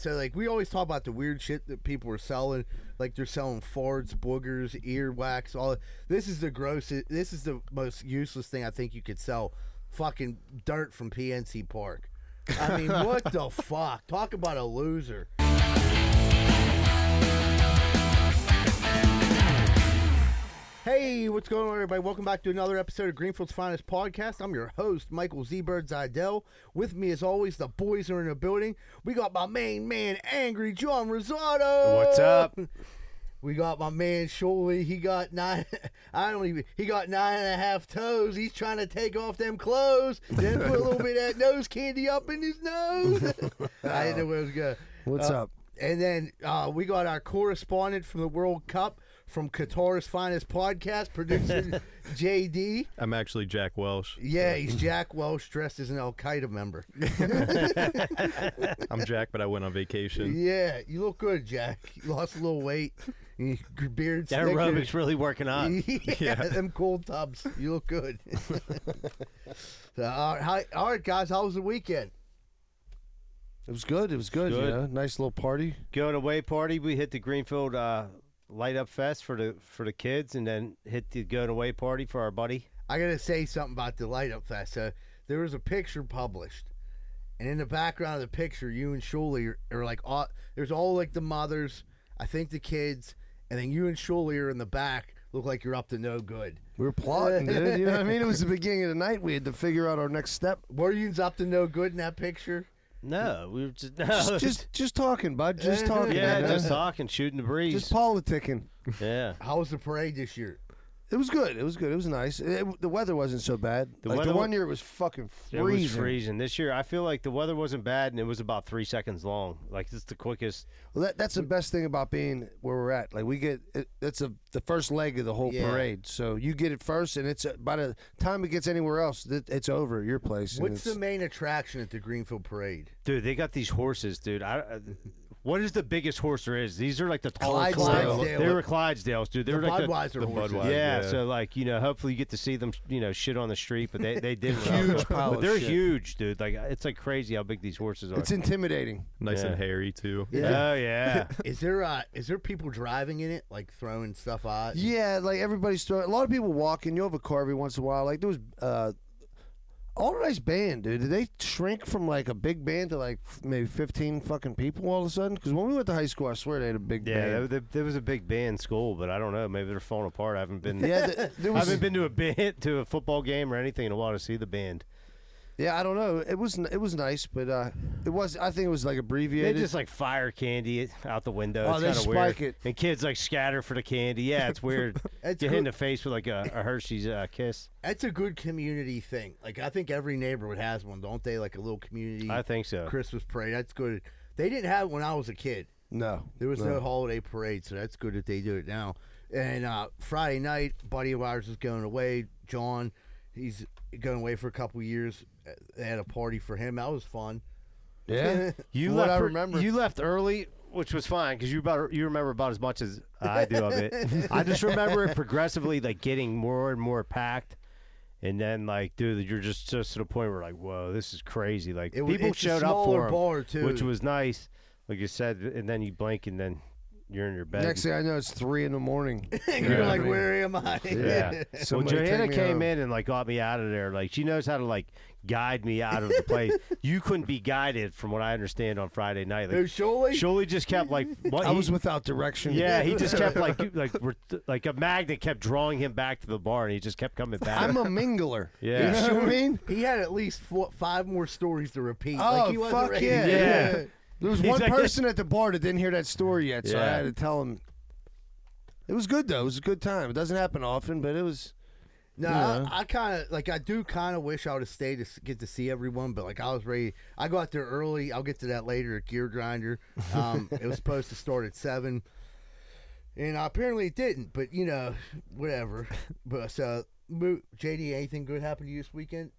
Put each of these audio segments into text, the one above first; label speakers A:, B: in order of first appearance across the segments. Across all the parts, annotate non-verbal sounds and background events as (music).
A: So like we always talk about the weird shit that people were selling, like they're selling farts, boogers, earwax, all. This is the grossest. This is the most useless thing I think you could sell. Fucking dirt from PNC Park. I mean, what the fuck? Talk about a loser. Hey, what's going on, everybody? Welcome back to another episode of Greenfield's Finest Podcast. I'm your host, Michael Z. Bird Zidell. With me, as always, the boys are in the building. We got my main man, Angry John Rosado.
B: What's up?
A: (laughs) We got my man Shuley. He got nine. (laughs) I don't even. He got nine and a half toes. He's trying to take off them clothes. Then put a little bit of that nose candy up in his nose. (laughs) I didn't know where it was going.
B: What's
A: Uh, And then uh, we got our correspondent from the World Cup from Qatar's Finest Podcast, (laughs) producer JD.
C: I'm actually Jack Welsh.
A: Yeah, he's Jack Welsh dressed as an Al Qaeda member.
C: I'm Jack, but I went on vacation.
A: Yeah, you look good, Jack. You lost a little weight. (laughs) Your beard's
B: That
A: thicker.
B: rub
A: (laughs)
B: is really working on.
A: yeah, them cold tubs. You look (laughs) good. so, all, right, hi- all right, guys. How was the weekend?
D: It was good. It was good.
B: Good.
D: You know, nice little party.
B: Going away party, we hit the Greenfield uh, Light Up Fest for the for the kids, and then hit the going away party for our buddy.
A: I gotta say something about the light up fest. Uh, there was a picture published, and in the background of the picture, you and Shuley are, are like, all, there's all like the mothers, I think the kids, and then you and Shuley are in the back. Look like you're up to no good.
D: We were plotting, dude. You know what I mean? It was the beginning of the night. We had to figure out our next step.
A: Were you up to no good in that picture?
B: No, we were just (laughs) no,
D: Just, just, just talking, bud. Just talking. (laughs)
B: yeah,
D: you know?
B: just talking, shooting the breeze.
D: Just politicking.
B: yeah,
A: How was the parade this year?
D: It was good. It was good. It was nice. It- the weather wasn't so bad.
B: The
D: like
B: weather
D: the one
B: wa-
D: year it was fucking
B: it
D: freezing.
B: was freezing this year. I feel like the weather wasn't bad, and it was about three seconds long. Like it's the quickest.
D: Well, that, that's the best thing about being where we're at. Like we get it, that's a, the first leg of the whole
A: Yeah.
D: parade. So you get it first, and it's uh by the time it gets anywhere else, it, it's over at your place. and
A: What's
D: it's-
A: the main attraction at the Greenfield Parade?
B: Dude, they got these horses, dude. I, I- what is the biggest horse there is? These are like the tallest.
A: Clydesdale.
B: ones. They were Clydesdales, dude. They
A: The
B: were like
A: Budweiser
C: the
A: horses.
C: Budweiser.
B: Yeah,
C: yeah.
B: so like you know, hopefully you get to see them, you know, shit on the street,
D: (laughs)
B: but they they didn't.
D: Huge pile
B: but
D: of
B: they're
D: shit.
B: huge, dude. Like it's like crazy how big these horses are.
D: It's intimidating.
C: Nice
B: Yeah.
C: and hairy too.
D: (laughs)
B: Oh yeah,
A: Is there uh, is there people driving in it, like throwing stuff out?
D: Yeah, like everybody's throwing. A lot of people walking. You'll have a car every once in a while. Like there was uh, all nice band, dude. Did they shrink from like a big band to like f- maybe fifteen fucking people all of a sudden? Because when we went to high school, I swear they had a big
B: yeah.
D: band.
B: There, there was a big band school, but I don't know. Maybe they're falling apart. I haven't
D: (laughs)
B: been.
D: Yeah, th-
B: (laughs)
D: there
B: I
D: was,
B: haven't been to a band (laughs) to a football game or anything in a while to see the band.
D: yeah, I don't know. It was n- it was nice, but uh, it was. I think it was like
B: They
D: abbreviated.
B: just like fire candy out the window.
D: Oh,
B: it's
D: they
B: kind of
D: spike
B: weird.
D: it.
B: And kids like scatter for the candy. Yeah,
D: (laughs)
B: it's weird.
A: It's
B: Get hit in
A: cool.
B: the face with like a, a Hershey's uh, kiss.
A: That's a good community thing. Like I think every neighborhood has one, don't they? Like a little community
B: I think so.
A: Christmas parade. That's good. They didn't have it when I was a kid.
D: no,
A: There was no, holiday parade, so that's good that they do it now. And uh, Friday night, a buddy of ours is going away. John, he's going away for a couple years. Uh, They had a party for him. That was fun. (laughs)
D: (laughs) Yeah,
B: (laughs) You
D: From
B: left.
D: what I
B: pre-
D: remember.
B: You left early, which was fine because you about you remember about as much as I do
D: (laughs)
B: of it. I just remember it progressively like getting more and more packed, and then like, dude, you're just just to the point where like, whoa, this is crazy. Like
A: It was-
B: people
A: it's a
B: showed up
A: smaller
B: for 'em,
A: bar, too.
B: which was nice. Like you said, and then you blink, and then you're in your bed.
D: Next thing I know, it's three in the
B: (laughs)
D: morning.
A: And you're like, where am I? (laughs)
D: (laughs)
B: yeah. well,
D: Somebody take
B: Johanna
D: me
B: came
D: home.
B: in and like got me out of there. Like she knows how to like guide me out of the place.
D: (laughs)
B: you couldn't be guided, from what I understand, on Friday night.
A: No,
B: Like,
A: surely.
B: Shuley just kept like what
D: I
B: he-
D: was without direction. (laughs)
B: Yeah, he just kept like like re- like a magnet kept drawing him back to the bar, and he just kept coming back.
D: I'm a mingler.
B: Yeah.
D: you know what I mean.
A: He had at least four, five more stories to repeat.
D: Oh,
A: like he wasn't
D: fuck
A: ready.
D: yeah.
B: Yeah.
D: There was
B: He's
D: one
B: like this-
D: person at the bar that didn't hear that story yet, so I
B: Yeah.
D: had to tell him. It was good though. It was a good time. It doesn't happen often, but it was.
A: No,
D: Yeah.
A: I, I kind of like. I do kind of wish I would have stayed to s- get to see everyone, but like I was ready. I got there early. I'll get to that later at Gear Grinder. Um, it was supposed to start at seven, and apparently it didn't. But you know, whatever. But so, Mo- JD, anything good happened to you this weekend?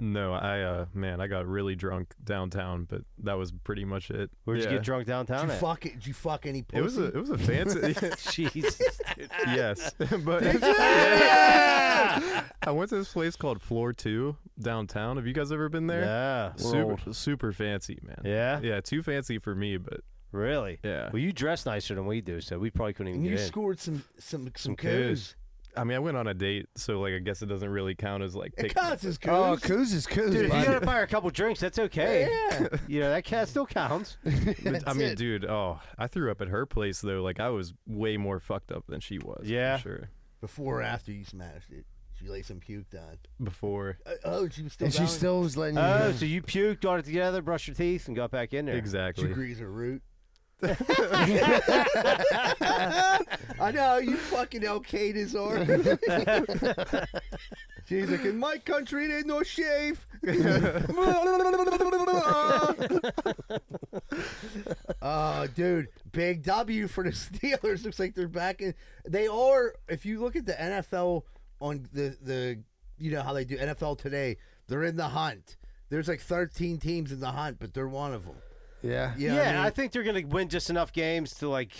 C: No, I uh man, I got really drunk downtown, but that was pretty much it.
B: Where'd
C: Yeah.
B: you get drunk
A: Did
B: downtown?
A: you
B: at?
A: fuck it? Did you fuck any pussy?
C: It was a it was a
B: (laughs)
C: fancy (laughs)
B: Jesus.
C: yes, (laughs) but I went to this place called Floor Two downtown. Have you guys ever been there?
B: Yeah. we're old.
C: super super fancy, man.
B: Yeah?
C: yeah, too fancy for me, but
B: Really?
C: Yeah.
B: Well, you dress nicer than we do, so we probably couldn't even
A: and you
B: get in.
A: scored some some some,
C: coos.
A: coos.
C: I mean, I went on a date, so like I guess it doesn't really count as like.
A: It
C: pick-
A: counts as coos.
D: Oh, coos is coos.
B: Dude, if you
D: buddy.
B: gotta buy her a couple drinks, that's okay.
A: Yeah.
B: (laughs) You know that cat still counts.
C: But, I mean,
A: it.
C: dude, oh, I threw up at her place though. Like I was way more fucked up than she was. for
B: Yeah.
C: sure.
A: Before or after you smashed it, she lay some puke on.
C: Before
A: Uh, oh, she was still.
D: and she
A: valid?
D: still was letting you.
B: Oh, so you puked, got it together, brushed your teeth, and got back in there.
A: Did you
C: exactly.
A: grease her root. I know you fucking LK his arm. She's like, in my country there's no shave. oh, dude, big W for the Steelers. Looks like they're back in. They are. If you look at the NFL on the the, you know how they do NFL today, they're in the hunt. There's like 13 teams in the hunt, but they're one of them.
D: yeah.
A: You
B: Yeah,
A: know what I mean?
B: I think they're gonna win just enough games to like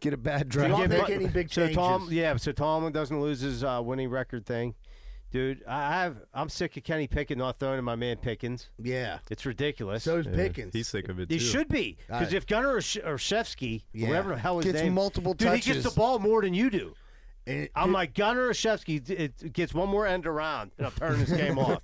D: Get a bad
A: Don't
D: draft.
B: Give
A: make
B: Butler-
A: any big
B: so
A: changes.
B: Tom, yeah, so Tom doesn't lose his uh, winning record thing, dude. I have I'm sick of Kenny Pickett not throwing to my man Pickens.
A: yeah.
B: It's ridiculous.
A: So is
C: Yeah,
A: Pickens.
C: He's sick of it.
B: he
C: too.
B: should be because
A: Aye.
B: if Gunnar or Shevsky,
A: Yeah.
B: whatever the hell his
D: Gets
B: name,
D: multiple
B: dude, he
D: touches.
B: gets the ball more than you do.
A: And it-
B: I'm
A: dude,
B: like Gunnar Oshevsky it gets one more end around and I'm turning this
A: (laughs)
B: game off.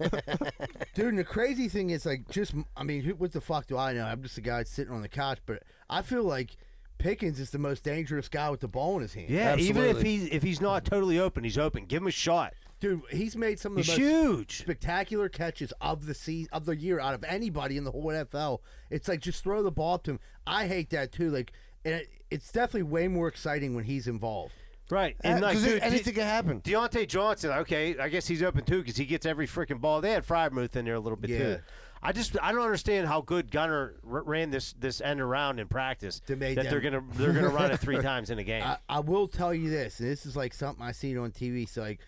A: dude. And the crazy thing is, like, just I mean, who, what the fuck do I know? I'm just a guy sitting on the couch, but I feel like Pickens is the most dangerous guy with the ball in his hand.
B: Yeah, (laughs) even if
D: Absolutely.
B: he's if he's not totally open, he's open. Give him a shot.
A: dude, he's made some of the
B: He's
A: most
B: huge.
A: spectacular catches of the season of the year out of anybody in the whole NFL. It's like just throw the ball to him. I hate that too. Like, and it, it's definitely way more exciting when he's involved.
B: Right.
D: Because
B: And
A: Uh,
B: like, dude,
D: Uh, anything
B: De-
D: can happen.
B: Deontay Johnson, okay, I guess he's open too because he gets every freaking ball. They had Fryermuth in there a little bit
A: Yeah.
B: too. I just I don't understand how good Gunner r- ran this this end around in practice
A: To make
B: that they're gonna they're gonna run it
D: (laughs)
B: three times in a game.
A: I, I will tell you this, and this is like something I seen on TV. So like,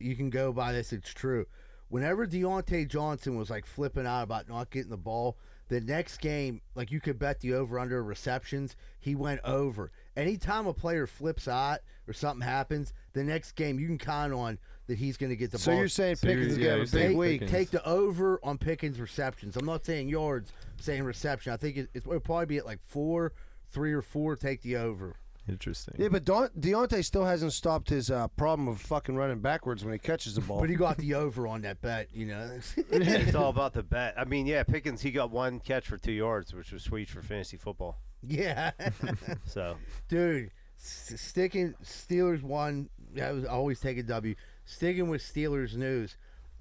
A: you can go by this; it's true. Whenever Deontay Johnson was like flipping out about not getting the ball, the next game, like you could bet the over under receptions, he went over. Anytime a player flips out or something happens, the next game you can count on that he's going to get the
D: So
A: ball.
D: you're saying
C: So
D: Pickens
C: you're-
D: is
C: yeah,
D: going
C: you're
D: to have a big
C: saying
D: week?
C: Pickens.
A: Take the over on Pickens receptions. I'm not saying yards, I'm saying reception. I think it, it's- it'll probably be at like four, three or four. Take the over.
C: Interesting.
D: Yeah, but Don- Deontay still hasn't stopped his uh, problem of fucking running backwards when he catches the ball.
A: But he got the over on that bet, you know.
B: (laughs)
A: (laughs)
B: it's all about the bet. I mean, yeah, Pickens he got one catch for two yards, which was sweet for fantasy football.
A: yeah,
B: So
A: dude. S- sticking Steelers won. I was I always take a W. Sticking with Steelers news,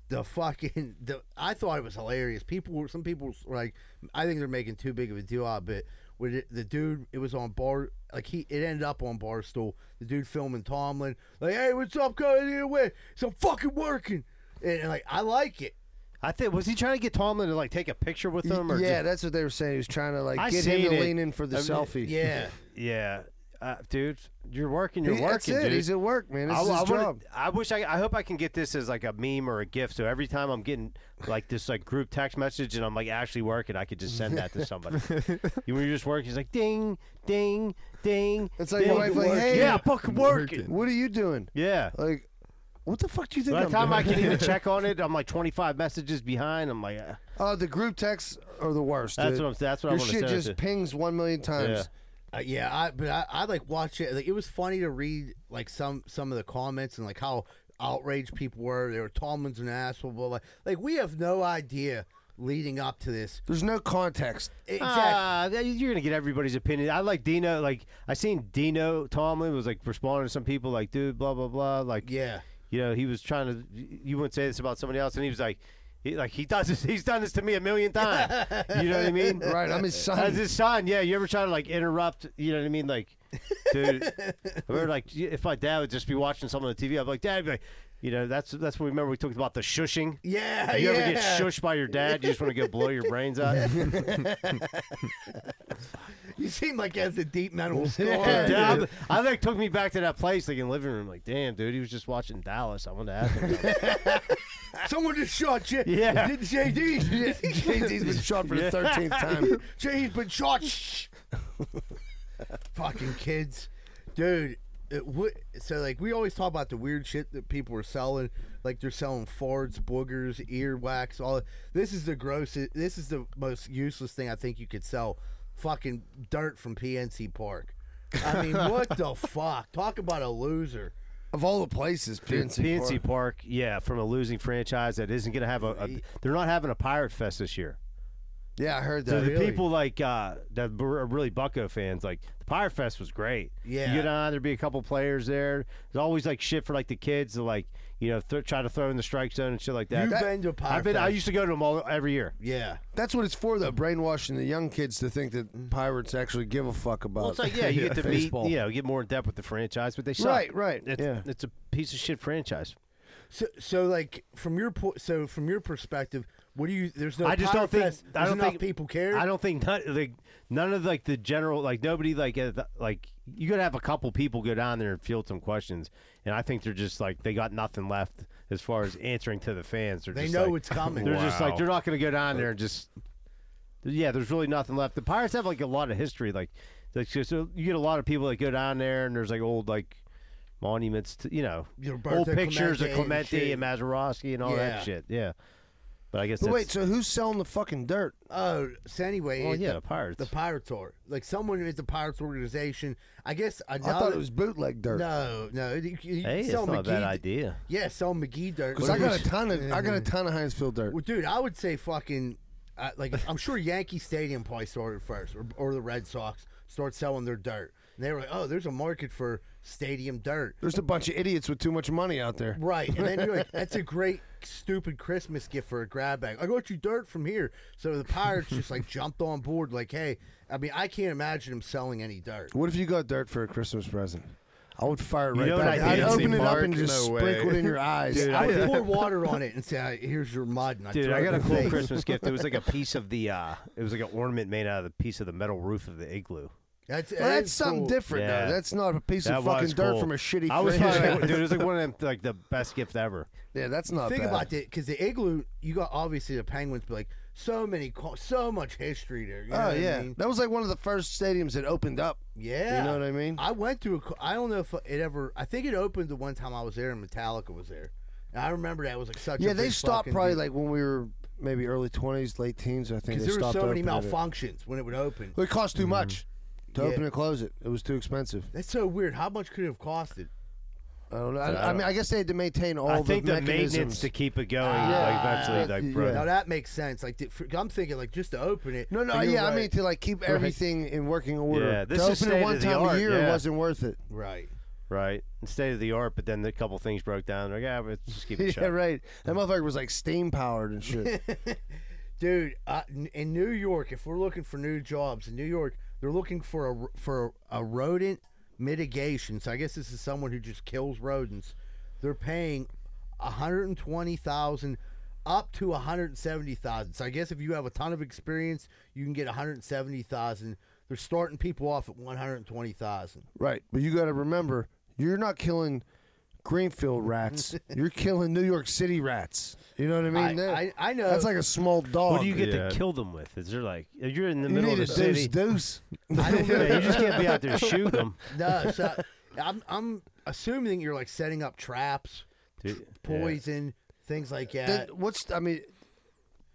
A: the fucking the I thought it was hilarious. People were some people were like, I think they're making too big of a deal out of it. With it, the dude, it was on bar like he it ended up on barstool. The dude filming Tomlin like, hey, what's up, guys? You win? So fucking working, and, and like I like it.
B: I think was he trying to get Tomlin to like take a picture with him? Or
D: yeah,
B: just-
D: that's what they were saying. He was trying to like
B: I
D: get him
B: seen
D: to
B: it.
D: lean in for the
B: I mean,
D: selfie.
A: Yeah.
B: yeah, uh, dude, you're working, you're
D: He-
B: working,
D: that's it.
B: dude.
D: He's at work, man. This
B: I,
D: is his
B: I wanna-
D: job.
B: I wish I, I hope I can get this as like a meme or a gift. So every time I'm getting like this like group text message and I'm like actually working, I could just send that
D: (laughs)
B: to somebody. you when you're just working, it's like ding, ding, ding.
D: It's like
B: ding.
D: your wife, like, hey,
B: yeah, fucking working.
C: working.
D: what are you doing?
B: Yeah.
D: Like, what the fuck do you think
B: By the
D: I'm
B: time I
D: doing?
B: can even check on it, I'm like 25 messages behind. I'm like, uh,
D: uh, the group texts are the worst.
B: that's
D: dude.
B: what I'm. That's what I
D: Your
B: want to
D: shit
B: send. it
D: just
B: to.
D: pings one million times.
B: Yeah.
A: Uh, yeah, I but I, I like watch it. Like it was funny to read like some some of the comments and like how outraged people were. They were Tomlin's an asshole. Blah, blah. Like we have no idea leading up to this.
D: There's no context.
A: Exactly.
B: Ah, you're gonna get everybody's opinion. I like Dino. Like I seen Dino Tomlin was like responding to some people like, dude, blah blah blah. Like,
A: yeah.
B: you know, he was trying to. You wouldn't say this about somebody else, and he was like, he like he does this. (laughs) He's done this to me a million times. you know what
A: (laughs)
B: I mean?
D: Right,
B: (laughs)
D: I'm his son.
B: As his son, yeah. You ever try to like interrupt? You know what I mean? Like, dude,
A: (laughs)
B: I remember like if my dad would just be watching something on the TV, I'd be like, dad, be like, you know, that's that's what we remember we talked about the shushing.
A: Yeah.
B: You
A: yeah.
B: ever get shushed by your dad? You just want to go blow your brains out.
A: (laughs) You seem like he has a deep
B: (laughs)
A: mental scar.
B: Yeah, I'm- I think it took me back to that place, like in living room. Like, damn, dude, he was just watching Dallas. I wanted to ask him. about it."
A: Someone just shot J-
B: Yeah.
A: did
B: (laughs)
A: JD. (laughs)
D: JD's been shot for the thirteenth time.
A: JD's been shot. Shh. Fucking kids, dude. It would, so like we always talk about the weird shit that people are selling, like they're selling farts, boogers, earwax. All this is the grossest. This is the most useless thing I think you could sell. Fucking dirt from PNC Park. I
B: (laughs)
A: mean, what the fuck? Talk about a loser.
D: Of all the places, PNC,
B: PNC Park.
D: Park.
B: yeah, from a losing franchise that isn't going to have a, a. They're not having a pirate fest this year.
D: Yeah, I heard
B: So
D: that.
B: the
A: Really?
B: people like uh, that were really Bucko fans, like the Pirate Fest was great.
A: Yeah.
B: you get on there'd be a couple players there. There's always like shit for like the kids to like you know th- try to throw in the strike zone and shit like that.
A: You've been to a pirate
B: I've been. I
A: fest.
B: used to go to them all every year.
A: Yeah.
D: That's what it's for, though. Brainwashing the young kids to think that pirates actually give a fuck about.
B: Well, it's like (laughs) yeah, you get to meet,
D: baseball.
B: you know, get more in depth with the franchise, but they suck.
D: Right, right,
B: It's,
D: yeah.
B: it's a piece of shit franchise.
A: So, so like from your po- so from your perspective, what do you? There's no.
B: I just
A: Pirate
B: don't think
A: Fest,
B: I
A: there's
B: don't
A: enough
B: think
A: people care.
B: I don't think none, like none of like the general like nobody like uh, th- like you gotta have a couple people go down there and field some questions, and I think they're just like they got nothing left as far as answering to the fans. They're
A: They
B: just,
A: know
B: like-
A: it's coming.
B: They're just like
C: Wow.
B: they're not gonna go down there and just yeah. There's really nothing left. The Pirates have like a lot of history. Like like so- so you get a lot of people that go down there and there's like old like. Monuments, to, you know,
A: Your
B: old
A: Roberto
B: pictures of
A: Clemente
B: Clemente
A: and
B: and Mazeroski and all
A: Yeah.
B: that shit. Yeah, but I guess.
D: But
B: that's,
D: wait, so who's selling the fucking dirt?
A: Oh, so anyway,
B: well,
A: it-
B: yeah,
A: the,
B: the Pirates.
A: the Pirates are like someone at the Pirates organization. I guess
D: I thought it was bootleg dirt.
A: no, no. You, you
B: Hey, it's
A: sell
B: not a
A: McGee,
B: bad idea.
A: Yeah, sell McGee dirt.
D: Because I got a ton of I got a ton of Hinesfield dirt.
A: Well, dude, I would say fucking. Uh, like I'm sure Yankee Stadium probably started first, or, or the Red Sox start selling their dirt. And they were like, "Oh, there's a market for stadium dirt."
D: There's a bunch of idiots with too much money out there.
A: Right, and then you're like, "That's a great stupid Christmas gift for a grab bag." I got you dirt from here, so the pirates just like jumped on board. Like, hey, I mean, I can't imagine him selling any dirt.
D: What if you got dirt for a Christmas present? I would fire it right
B: know what
D: back.
B: I
D: I'd
B: did
D: open
C: see,
D: it up
C: Mark?
D: and just
C: No
D: sprinkle it
C: way.
D: in your eyes.
A: I would
D: (laughs)
A: pour water on it and say, "Here's your mud." And I
B: Dude,
A: throw
B: I
A: it
B: got
A: in
B: a
A: the
B: cool
A: face.
B: Christmas gift. It was like a piece of the, uh, it was like an ornament made out of the piece of the metal roof of the igloo.
A: That's,
D: Well,
A: that
D: that's
A: is
D: something
A: cool.
D: different,
B: Yeah.
D: though. That's not a piece
B: That
D: of fucking
B: was
D: dirt
B: cool.
D: from a shitty.
B: I was
D: fridge. (laughs)
B: thinking, dude, it was like one of them, like the best gift ever.
D: yeah, that's not.
A: Think
D: bad.
A: about that because the igloo, you got obviously the penguins, but like so many, co- so much history there. You know
D: Oh
A: what I
D: yeah,
A: mean?
D: that was like one of the first stadiums that opened up.
A: yeah.
D: You know what I mean?
A: I went to a. co- I don't know if it ever. I think it opened the one time I was there and Metallica was there. And I remember that was like such.
D: yeah,
A: a
D: they
A: big
D: stopped
A: fucking
D: probably
A: deal.
D: like when we were maybe early twenties, late teens. I think
A: because
D: they
A: there were
D: stopped
A: so many
D: opening it.
A: malfunctions when it would open.
D: It cost too much to
A: Yeah.
D: open and close it. It was too expensive.
A: That's so weird. How much could it have costed?
D: I don't know. I, I mean, I guess they had to maintain all
B: I think the, maintenance
D: mechanisms.
B: to keep it going,
A: Ah,
B: like eventually, like, bro.
D: Yeah.
A: Now that makes sense. Like th- for- I'm thinking, like just to open it.
D: no, no,
A: but you're
D: yeah, I
A: right.
D: mean to like keep everything in working order.
B: Yeah, this
D: to
B: is
D: open it
B: state
D: one
B: of the
D: time a
B: art,
D: year
B: yeah.
D: wasn't worth it.
A: right.
B: right? State of the art, but then a couple things broke down. Like, yeah, but just keep it
D: (laughs)
B: shut.
D: yeah, right. That motherfucker was like steam powered
A: (laughs)
D: and shit.
A: dude uh, n- in new york if we're looking for new jobs in new york they're looking for a r- for a rodent mitigation so i guess this is someone who just kills rodents they're paying 120000 up to 170000 so i guess if you have a ton of experience you can get 170000 they're starting people off at 120000
D: right, but you got to remember, you're not killing
A: (laughs)
D: Greenfield rats. you're killing New York City rats. You know what I mean?
A: I-
D: That-
A: I- I know.
D: That's like a small dog.
B: What do you get
C: Yeah.
B: to kill them with? Is there like you're in the
D: You
B: middle
D: need
B: of
D: a
B: the
D: deuce,
B: city?
D: deuce.
A: (laughs) i
D: (laughs)
A: don't know
B: Yeah, you just can't be out there shooting them. (laughs)
A: no so I'm, I'm assuming you're like setting up traps
B: Dude, yeah.
A: poison things like that
D: Then what's I mean?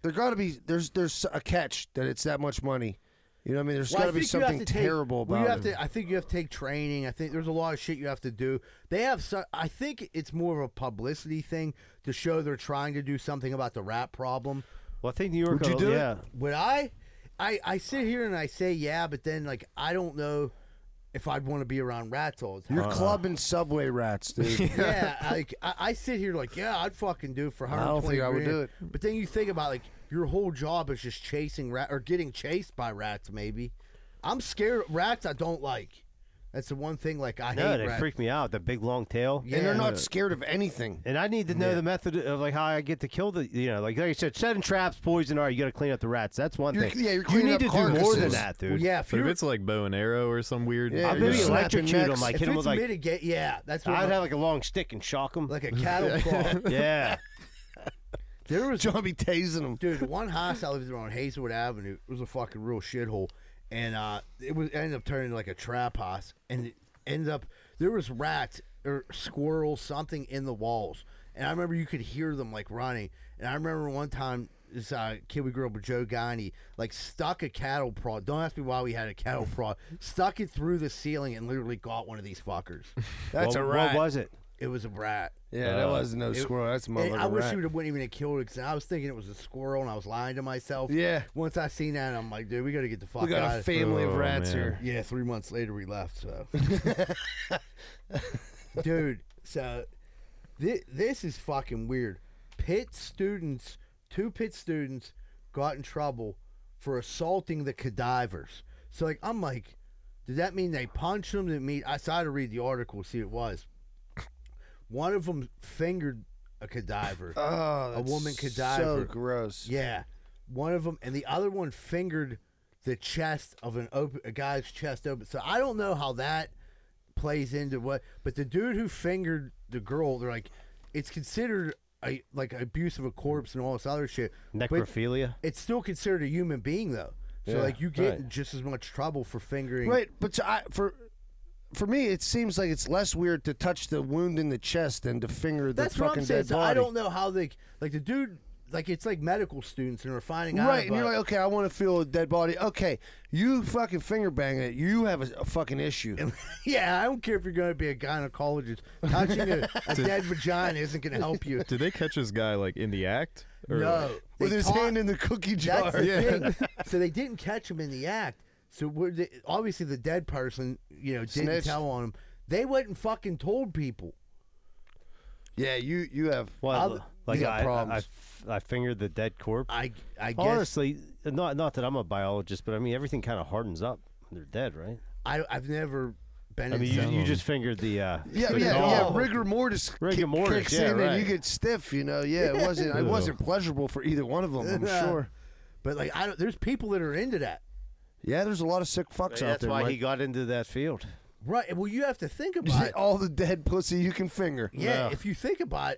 D: There got to be there's there's a catch that it's that much money. You know what I mean? There's
A: Well, I
D: got to be
A: think you have
D: something
A: to take-
D: terrible
A: well,
D: about
A: you have
D: it.
A: to. I think you have to take training. I think there's a lot of shit you have to do. They have. So, I think it's more of a publicity thing to show they're trying to do something about the rat problem.
B: Well, I think New York.
D: Would you
B: will-
D: do it?
B: yeah.
A: Would I? I I sit here and I say yeah, but then like I don't know if I'd want to be around rats all the time.
D: You're clubbing subway
A: (laughs)
D: rats, dude.
A: yeah, like I, I sit here like yeah, I'd fucking do it for
D: I
A: 120
D: don't think I would
A: grand.
D: do it.
A: But then you think about like your whole job is just chasing rat or getting chased by rats. Maybe I'm scared of rats. I don't like. That's the one thing like I
B: No,
A: hate.
B: they
A: rats.
B: freak me out. The big long tail.
A: Yeah.
D: And they're not scared of (laughs) anything.
B: And I need to know the method of like how I get to kill the you know like like you said setting traps poison all right you got to clean up the rats that's one
D: You're-
B: thing
D: yeah, you're
B: you
D: cleaning
B: need
D: up
B: to do more than
D: carcasses.
B: that dude
A: Well, yeah, if
C: But if
A: you're
C: it's like bow and arrow or some weird,
D: Yeah,
B: I
C: you
B: maybe
D: you're
C: know,
B: electrocute
D: snapping
B: them like
A: if
B: hit them
A: it's
B: with like
A: mitigate, yeah, that's what
B: I'd
A: my-
D: (laughs)
B: have like a long stick and shock them
A: like a cattle call.
B: yeah
A: There was
D: John be tasing them.
A: dude, the one house I lived in on Hazelwood Avenue it was a fucking real shithole, and uh, it was ended up turning into like a trap house, and it ended up there was rats or squirrels something in the walls, and I remember you could hear them like running, and I remember one time. This uh, kid we grew up with, Joe Gani, like stuck a cattle prod. Don't ask me why we had a cattle prod. Stuck it through the ceiling and literally got one of these fuckers.
D: That's
B: what,
D: a rat.
B: What was it?
A: It was a rat.
D: yeah, that
C: Uh,
D: wasn't no squirrel. That's a
A: And
D: motherfucking
A: I wish
D: rat.
A: you would have went even and killed it because I was thinking it was a squirrel and I was lying to myself.
D: Yeah.
A: Once I seen that, I'm like, dude, we got to get the fuck
D: We got
A: out
D: a
A: of
D: family of
C: Oh,
D: rats
C: man.
D: here.
A: Yeah, three months later we left.
D: (laughs)
A: So, dude, so thi- this is fucking weird. Pitt students, two Pitt students, got in trouble for assaulting the cadavers. So, like, I'm like, did that mean they punched them? Did it mean I started to read the article, see what it was. One of them fingered a
D: (laughs)
A: cadaver.
D: Oh,
A: A
D: that's
A: woman could die
D: So
A: for-
D: gross.
A: Yeah, one of them, and the other one fingered the chest of an open a guy's chest open. So I don't know how that plays into what, but the dude who fingered the girl, they're like, it's considered a like abuse of a corpse and all this other shit. But
B: Necrophilia.
A: it's still considered a human being though. So
D: Yeah,
A: like you get
B: right.
A: in just as much trouble for fingering.
D: Right, but to- I, for for me, it seems like it's less weird to touch the wound in the chest than to finger the
A: That's
D: fucking
A: what I'm saying.
D: dead
A: So
D: body.
A: I don't know how they like the dude. Like it's like medical students and are finding out.
D: Right, and you're
A: about-
D: like, okay, I want to feel a dead body. Okay, you fucking finger banging it. You have a, a fucking issue.
A: (laughs) Yeah, I don't care if you're going to be a gynecologist. Touching a, a dead vagina isn't going to help
C: (laughs)
A: you.
C: (laughs) Did they catch this guy like in the act? Or,
A: No,
C: like-
A: they
D: With his
A: taught-
D: hand in the cookie jar. (laughs)
A: That's the thing. So they didn't catch him in the act. So we're the, obviously the dead person, you know, didn't
D: Snitched.
A: tell on him. They went and fucking told people.
D: Yeah, you you have.
B: Well,
A: I'll-
B: like
D: you got
B: I, I, I
D: problems.
B: f- I fingered the dead corpse.
A: I, I guess
B: Honestly, not not that I'm a biologist, but I mean everything kind of hardens up when they're dead, right?
A: I, I've never been.
B: I mean,
A: in
B: you, you
C: Some-
B: just fingered the uh,
D: Yeah,
B: the
D: yeah, yeah.
B: dog.
D: Rigor mortis, ki-
B: Rigor mortis,
D: kicks
B: yeah,
D: in,
B: right.
D: and you get stiff. You know, yeah, it wasn't. it
B: (laughs) Ew.
D: wasn't pleasurable for either one of them. I'm
A: (laughs)
D: sure.
A: but like, I don't, there's people that are into that,
D: Yeah, there's a lot of sick fucks out
B: That's
D: there.
B: why
D: Mike.
B: he got into that field.
A: right? Well, you have to think
D: (laughs) You
A: about.
D: see
A: it.
D: all the dead pussy you can finger.
A: Yeah,
B: No.
A: if you think about,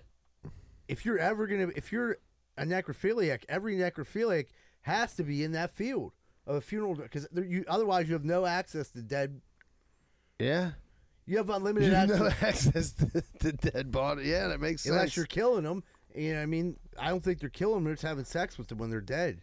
A: if you're ever gonna, if you're a necrophiliac, every necrophiliac has to be in that field of a funeral because you otherwise you have no access to dead.
D: Yeah.
A: You have
D: You
A: unlimited
D: have
A: access
D: no (laughs) access to the dead body. Yeah, that makes
A: unless
D: sense.
A: you're killing them. You know, what I mean, I don't think they're killing them; they're just having sex with them when they're dead.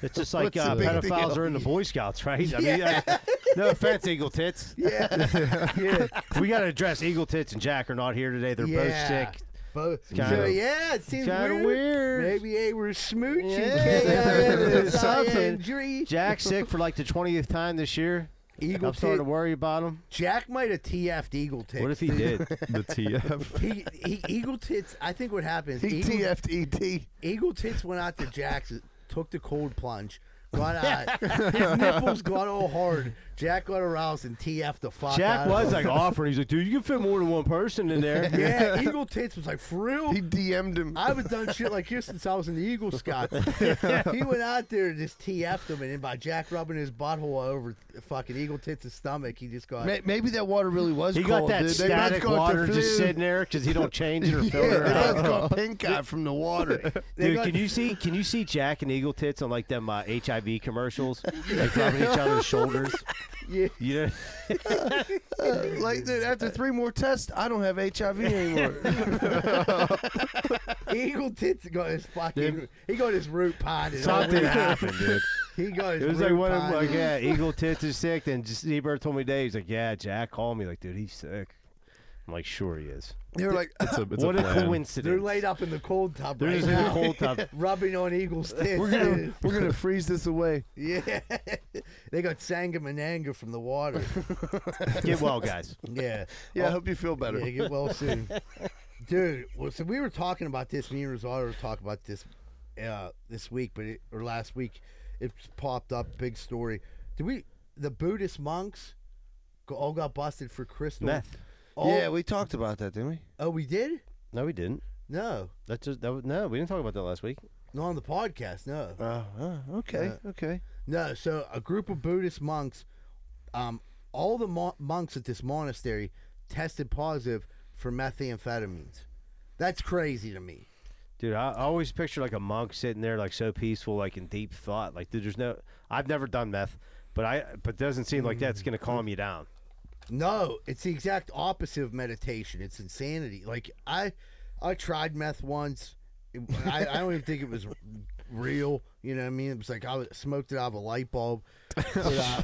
B: It's just
D: What's
B: like
D: the
B: uh,
D: big
B: pedophiles
D: deal?
B: are in the Boy Scouts, right?
D: (laughs)
B: I mean, I- no offense, Eagle Tits.
A: Yeah, (laughs) yeah,
B: We got to address Eagle Tits and Jack are not here today. They're
A: yeah.
B: both sick.
A: Both-
B: Kinda-
A: so, yeah, it seems
B: kinda
A: weird.
B: weird.
A: Maybe they were smooching.
B: Yeah, something.
A: K-I-N-G.
B: Jack sick for like the twentieth time this year.
A: Eagle
B: I'm starting to
A: tit.
B: worry about him.
A: Jack might have TF'd Eagle Tick.
B: What if he
D: (laughs)
B: did?
C: (laughs) the TF.
A: he, he, Eagle Tits. I think what happened is
D: He
A: Eagle,
D: TF'd ET.
A: Eagle Tits went out to Jackson, took the cold plunge, got out. His nipples got all hard. Jack got aroused and TF the fuck.
B: Jack
A: out of
B: was
A: him.
B: like offering. He's like, dude, you can fit more than one person
D: (laughs)
B: in there. (laughs)
A: yeah. Eagle Tits was like, for real.
D: He DM'd him.
A: I haven't done shit like this since I was in the Eagle
B: (laughs)
A: Scouts. he went out there and just TF'd him, and then by Jack rubbing his butthole over fucking Eagle Tits' stomach, he just got.
D: May- Maybe that water really was
B: He
D: cold.
B: got
D: dude. They
B: that
D: both
B: static
D: got the
B: water just
D: flu.
B: sitting there because
D: (laughs)
B: he don't change it or
D: Yeah,
B: filter it
D: they
B: out.
D: both
B: (laughs)
D: got pink eye from the water.
A: They
B: Dude,
A: got-
B: can you see can you see Jack and Eagle tits on like them uh, HIV commercials?
D: (laughs)
B: Like rubbing each other's shoulders.
A: Yeah.
B: You know,
D: like, dude, after three more tests, I don't have HIV
B: (laughs)
D: anymore.
A: Eagle Tits got his fucking. He got his root potted. all
B: something
A: week.
B: happened, dude.
A: He got his
B: It was like
A: root
B: one of them,
A: potted.
B: like,
C: (laughs)
B: yeah, Eagle tits is sick. Then Seabird told me today, he's like, yeah, Jack called me, like, dude, he's sick. I'm like, sure he is.
D: You're like, (laughs)
C: It's a, it's
B: (laughs) what
C: a,
B: a,
C: plan.
A: They're
B: coincidence.
A: laid up in the cold tub
B: They're
A: right
B: just in
A: now,
B: a cold tub.
A: (laughs) rubbing on Eagles' tits.
D: we're (laughs) gonna we're gonna freeze this away.
A: yeah, (laughs) they got sangamananga from the water.
B: Get well, guys.
A: Yeah,
D: Yeah, I
A: Oh,
D: hope you feel better.
A: yeah, get well soon, dude. Well, so we were talking about this. Me and Rosario were talking about this uh, this week, but it, or last week, it popped up. Big story. Did we? The Buddhist monks go- all got busted for crystal
B: Meth.
A: All-
D: Yeah, we talked about that, didn't we?
A: Oh, we did?
B: No, we didn't.
A: No,
B: That's just that. Was, no, we didn't talk about that last week.
A: not on the podcast. No.
D: Uh, uh, okay, okay.
A: No, so a group of Buddhist monks, um, all the mo- monks at this monastery tested positive for methamphetamines. That's crazy to me.
B: Dude, I I always picture like a monk sitting there, like so peaceful, like in deep thought. Like dude, there's no. I've never done meth, but I. But it doesn't seem like that's gonna calm you down.
A: No, it's the exact opposite of meditation. It's insanity. Like I, I tried meth once. It- I, I don't even think it was real. You know what I mean? It was like I was, smoked it out of a light bulb. But,
C: (laughs)
A: uh,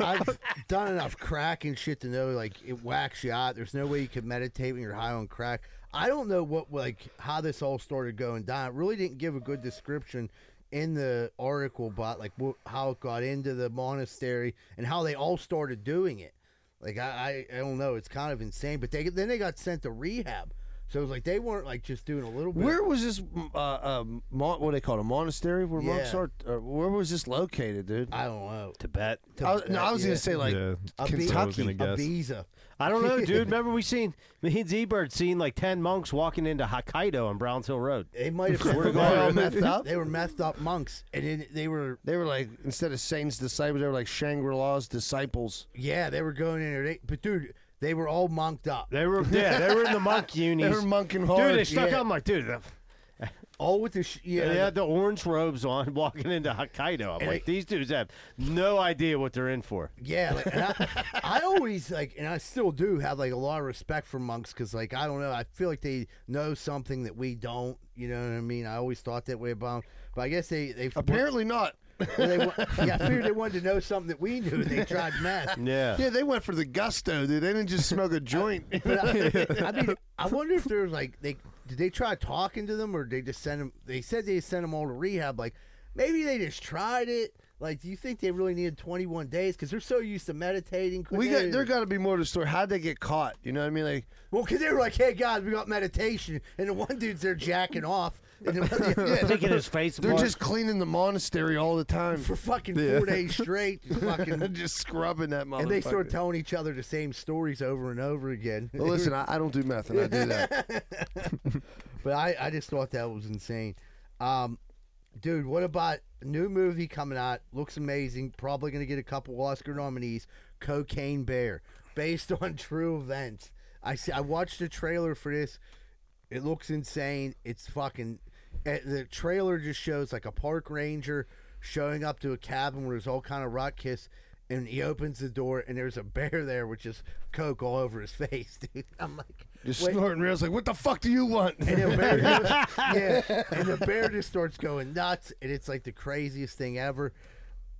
A: I've done enough crack and shit to know like it whacks you out. There's no way you can meditate when you're high on crack. I don't know what like how this all started going down. It really didn't give a good description in the article about like wh- how it got into the monastery and how they all started doing it. Like I, I, I don't know. It's kind of insane. But they then they got sent to rehab. So it was like they weren't like just doing a little bit.
D: Where was this? mm, Uh, uh, mon- what do they call it? A monastery where monks
A: Yeah.
D: are? Or where was this located, dude?
A: I don't know.
B: Tibet.
A: To-
D: I was, no, I was
A: yeah.
D: gonna say like
C: yeah,
A: A
C: that's what I was
A: Kentucky,
C: gonna
A: a
C: guess.
A: Ibiza.
B: I don't know,
A: (laughs)
B: dude. Remember we seen me and Z Bird seen like ten monks walking into Hokkaido on Browns Hill Road.
A: They might
B: (laughs)
A: have
D: Swear to
A: been
D: God.
A: all
D: Really?
A: messed up. They were messed up monks, and then they were
D: they were like instead of saints disciples, they were like Shangri La's disciples.
A: yeah, they were going in there. They, but dude, they were all monked up.
B: They were yeah, they were in the monk unis.
D: They were monking hard.
B: dude, they stuck
A: yeah.
B: out. I'm like, dude, the,
A: All with the sh- yeah.
B: they had the orange robes on, (laughs) walking into Hokkaido. I'm
A: And
B: like,
A: I-
B: these dudes have no idea what they're in for.
A: Yeah, like, and I, I (laughs) always like, and I still do have like a lot of respect for monks because, like, I don't know, I feel like they know something that we don't. You know what I mean? I always thought that way about, 'em. but I guess they they
D: Apparently not.
A: (laughs) well, they, wa- yeah, I figured they wanted to know something that we knew. and They tried meth.
B: Yeah.
D: Yeah, they went for the gusto, dude. They didn't just smoke (laughs) a joint.
A: But (laughs) I, I mean, I wonder if there's like they did they try talking to them or they just send them? They said they sent them all to rehab. Like maybe they just tried it. Like, do you think they really needed 21 days? Because they're so used to meditating.
D: we
A: They-
D: got there. Got to be more to the story. How'd they get caught? You know what I mean? Like,
A: Well, because they were like, "Hey guys, we got meditation," and the one dude's there jacking off, and the
D: (laughs)
A: other
D: yeah,
B: Thinking his face.
D: they're
B: apart.
D: just cleaning the monastery all the time. (laughs)
A: for fucking four days straight, just fucking.
D: just scrubbing that motherfucker.
A: And they start telling each other the same stories over and over again.
D: Well, listen, I, I don't do meth, and I do
A: (laughs)
D: that.
A: but I, I just thought that was insane. Um, dude, what about new movie coming out? Looks amazing. Probably going to get a couple Oscar nominees. Cocaine Bear, based (laughs) on true events. I see, I watched the trailer for this. It looks insane. It's fucking. eh, The trailer just shows like a park ranger showing up to a cabin where there's all kind of ruckus, and he opens the door and there's a bear there with just coke all over his (laughs) face, dude. I'm like,
D: Just
A: wait,
D: snorting rails. Like, what the fuck do you want?
A: and the bear just, yeah, and the bear just starts going nuts, and it's like the craziest thing ever.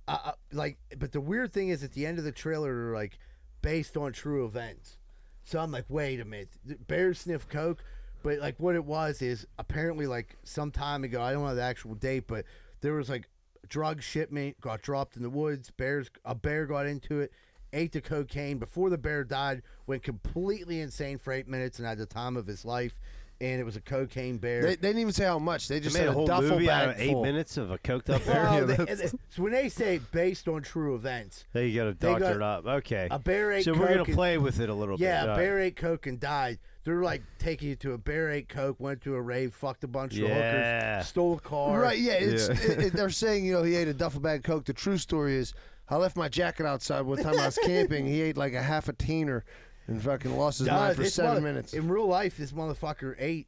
A: Uh, uh, like, but the weird thing is, at the end of the trailer, they're like based on true events. So I'm like, wait a minute, the bears sniff coke, but like what it was is apparently like some time ago. I don't know the actual date, but there was like drug shipment got dropped in the woods. Bears, a bear got into it. Ate the cocaine before the bear died, went completely insane for eight minutes and had the time of his life. And it was a cocaine bear.
D: (laughs) They, they didn't even say how much. They
B: They
D: just
B: made
D: had
B: a whole
D: duffel
B: movie
D: bag
B: out of eight
D: full.
B: minutes of a coked up
A: (laughs)
B: bear.
A: Well,
D: (laughs) Yeah,
B: (laughs)
A: they-
D: that's-
A: so when they say based on true events,
B: They got to
A: They
B: doctor
A: got-
B: it up. Okay.
A: a bear ate
B: So we're gonna
A: coke and-
B: play with it a little
A: yeah,
B: bit. uh,
A: a
B: All
A: bear ate coke and died. They're like taking you to a bear ate coke, went to a rave, fucked a bunch of
B: Yeah.
A: hookers, stole a car.
D: Right? Yeah. It's,
C: Yeah.
D: It, it- they're saying you know he ate a duffel bag of coke. The true story is I left my jacket outside one time I was camping. He ate like a half a teener and fucking lost his
A: Duh,
D: mind for
A: this
D: seven
A: mother-
D: minutes.
A: In real life, this motherfucker ate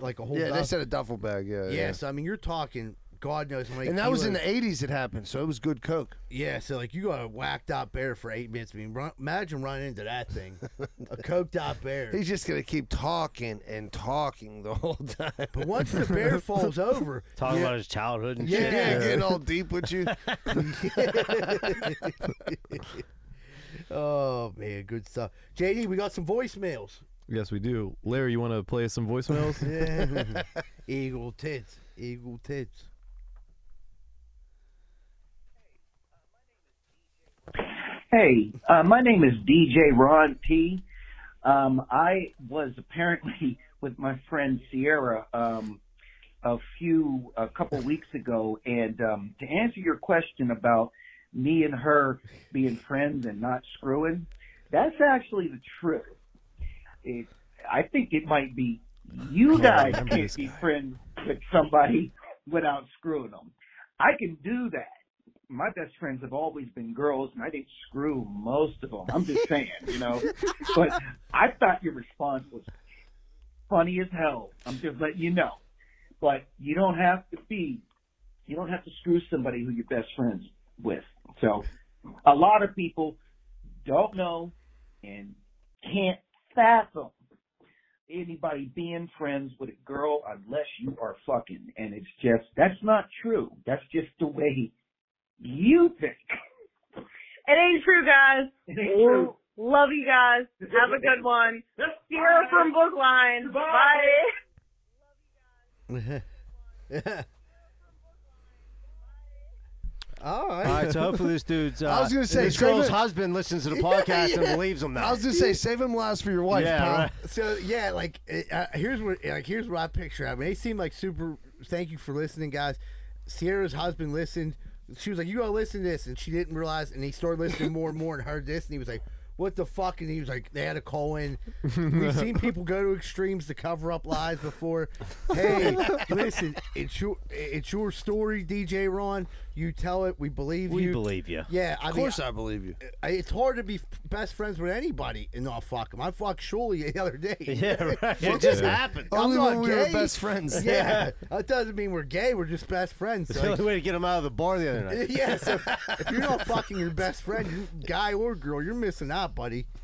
A: like a whole.
D: yeah, they
A: dozen-
D: said a duffel bag. Yeah.
A: Yeah, so I mean, you're talking. God knows how many.
D: And that was in
A: kilos.
D: the '80s. It happened, so it was good coke.
A: Yeah, so like you got a whacked out bear for eight minutes. I mean, run, imagine running into that thing,
D: (laughs)
A: a coked out bear.
D: He's just gonna keep talking and talking the (laughs) whole time.
A: But once the bear
D: (laughs)
A: falls over,
B: Talking
A: you-
B: about his childhood and
D: Yeah,
B: shit.
D: getting all deep with
B: (laughs)
D: you.
A: oh man, good stuff. JD, we got some voicemails.
D: (laughs)
A: (laughs)
C: Yes, we do. Larry, you want to play us some voicemails?
A: Eagle tits, eagle tits.
E: Hey, uh, my name is DJ Ron P. Um, I was apparently (laughs) with my friend Sierra um, a few, a
C: (laughs)
E: couple weeks ago, and um, to answer your question about me and her being friends and not screwing, that's actually the truth. It, I think it might be you guys
C: remember
E: can't
C: this
E: be
C: guy.
E: friends with somebody without screwing them. I can do that my best friends have always been girls, and I didn't screw most of them. I'm
C: (laughs)
E: just saying, you know. But I thought your response was funny as hell. I'm just letting you know. But you don't have to be, you don't have to screw somebody who you're best friends with. So a lot of people don't know and can't fathom anybody being friends with a girl unless you are fucking. And it's just, that's not true. That's just the way you think. (laughs)
F: It ain't true, guys.
E: It ain't true.
F: Love you guys. Have a good one. Sierra from Brookline.
E: Bye.
F: Bye.
A: All right.
B: All right, so hopefully this dude's. Uh,
D: I was gonna say,
B: this
D: save
B: girl's
D: it.
B: husband listens to the podcast and believes him. Now
D: I was just say, save him last for your wife,
B: yeah,
D: pal.
B: right.
A: So yeah, like it- uh, here's what like here's what I picture. I mean, they seem like super. Thank you for listening, guys. Sierra's husband listened. She was like, "You gotta listen to this," and she didn't realize. And he started listening more and more and heard this, and he was like, "What the fuck?" And he was like, "They had to call in."
B: (laughs)
A: We've seen people go to extremes to cover up lies before.
B: (laughs)
A: Hey, listen, it's your it's your story, DJ Ron. You tell it, we believe
B: we
A: you.
B: believe you.
A: Yeah, I
D: Of
A: mean,
D: course, I believe you.
A: I- it's hard to be f- best friends with anybody and not fuck them. I fucked Shuley (laughs) the other day.
B: (laughs) Yeah, right. It just happened.
A: I'm
D: Only
A: not
D: when we were
A: gay. (laughs)
D: best friends.
A: Yeah, that doesn't mean we're gay. We're just best friends.
B: It's
D: (laughs)
B: the
A: Like,
B: only way to get him out of the bar the other
A: (laughs)
B: night.
A: yeah, so if you're not fucking your best friend, you, guy or girl, you're missing out, buddy. (laughs)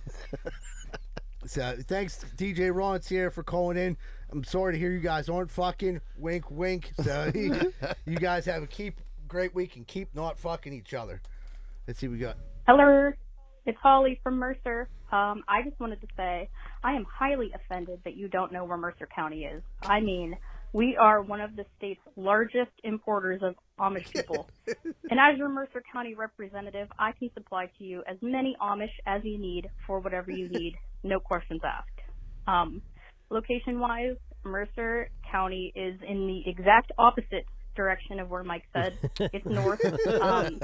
A: So thanks, DJ Ron Sierra, for calling in. I'm sorry to hear you guys aren't fucking. Wink, wink. So (laughs) you, you guys have a keep great week and keep not fucking each other. Let's see what we got.
G: Hello, it's Holly from Mercer. Um, I just wanted to say I am highly offended that you don't know where Mercer County is. I mean, we are one of the state's largest importers of Amish people. and as your Mercer County representative, I can supply to you as many Amish as you need for whatever you need, no questions asked. Um, location wise, Mercer County is in the exact opposite direction of where Mike said. It's north. Um,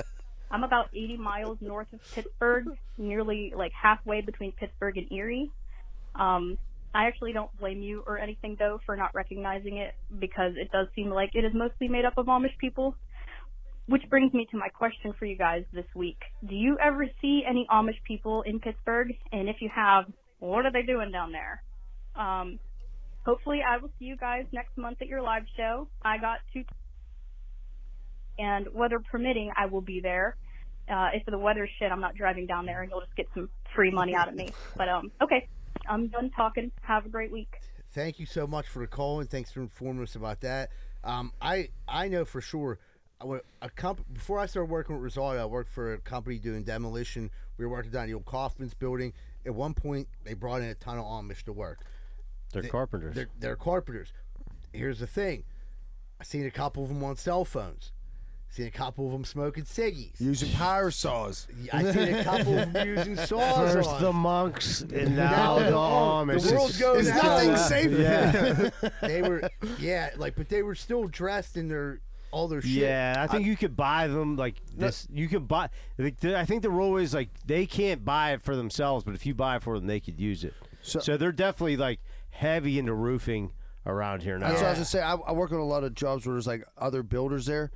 G: I'm about 80 miles north of Pittsburgh, nearly like halfway between Pittsburgh and Erie. Um, I actually don't blame you or anything though for not recognizing it because it does seem like it is mostly made up of Amish people. Which brings me to my question for you guys this week. Do you ever see any Amish people in Pittsburgh? And if you have, what are they doing down there? Um, hopefully I will see you guys next month at your live show. I got two and weather permitting, I will be there. Uh, if the weather's shit, I'm not driving down there, and you'll just get some free money out of me. But um, okay, I'm done talking. Have a great week.
A: thank you so much for the call and thanks for informing us about that. Um, I I know for sure. I wa- A comp- before I started working with Rosario, I worked for a company doing demolition. We were working down the old Kaufman's building. At one point, they brought in a ton of Amish to work.
B: They're carpenters.
A: They're, they're carpenters. Here's the thing: I seen a couple of them on cell phones. Seen a couple of them smoking ciggies.
D: Using power saws.
A: I seen a couple of
B: (laughs)
A: them using saws.
B: First
A: on.
B: the monks,
D: (laughs)
B: and now the
A: oh, the
B: Amish.
A: world
B: It's-
A: goes
D: It's
A: out.
D: nothing safe. (laughs)
A: they
B: (laughs)
A: were, yeah, like, but they were still dressed in their all their shit.
B: Yeah, I think you could buy them like this. You could buy. Like, the, I think the rule is like they can't buy it for themselves, but if you buy it for them, they could use it. So,
D: So-
B: they're definitely like heavy into roofing around here now.
D: That's what I was
A: Yeah.
D: gonna say. I, I work on a lot of jobs where there's like other builders there,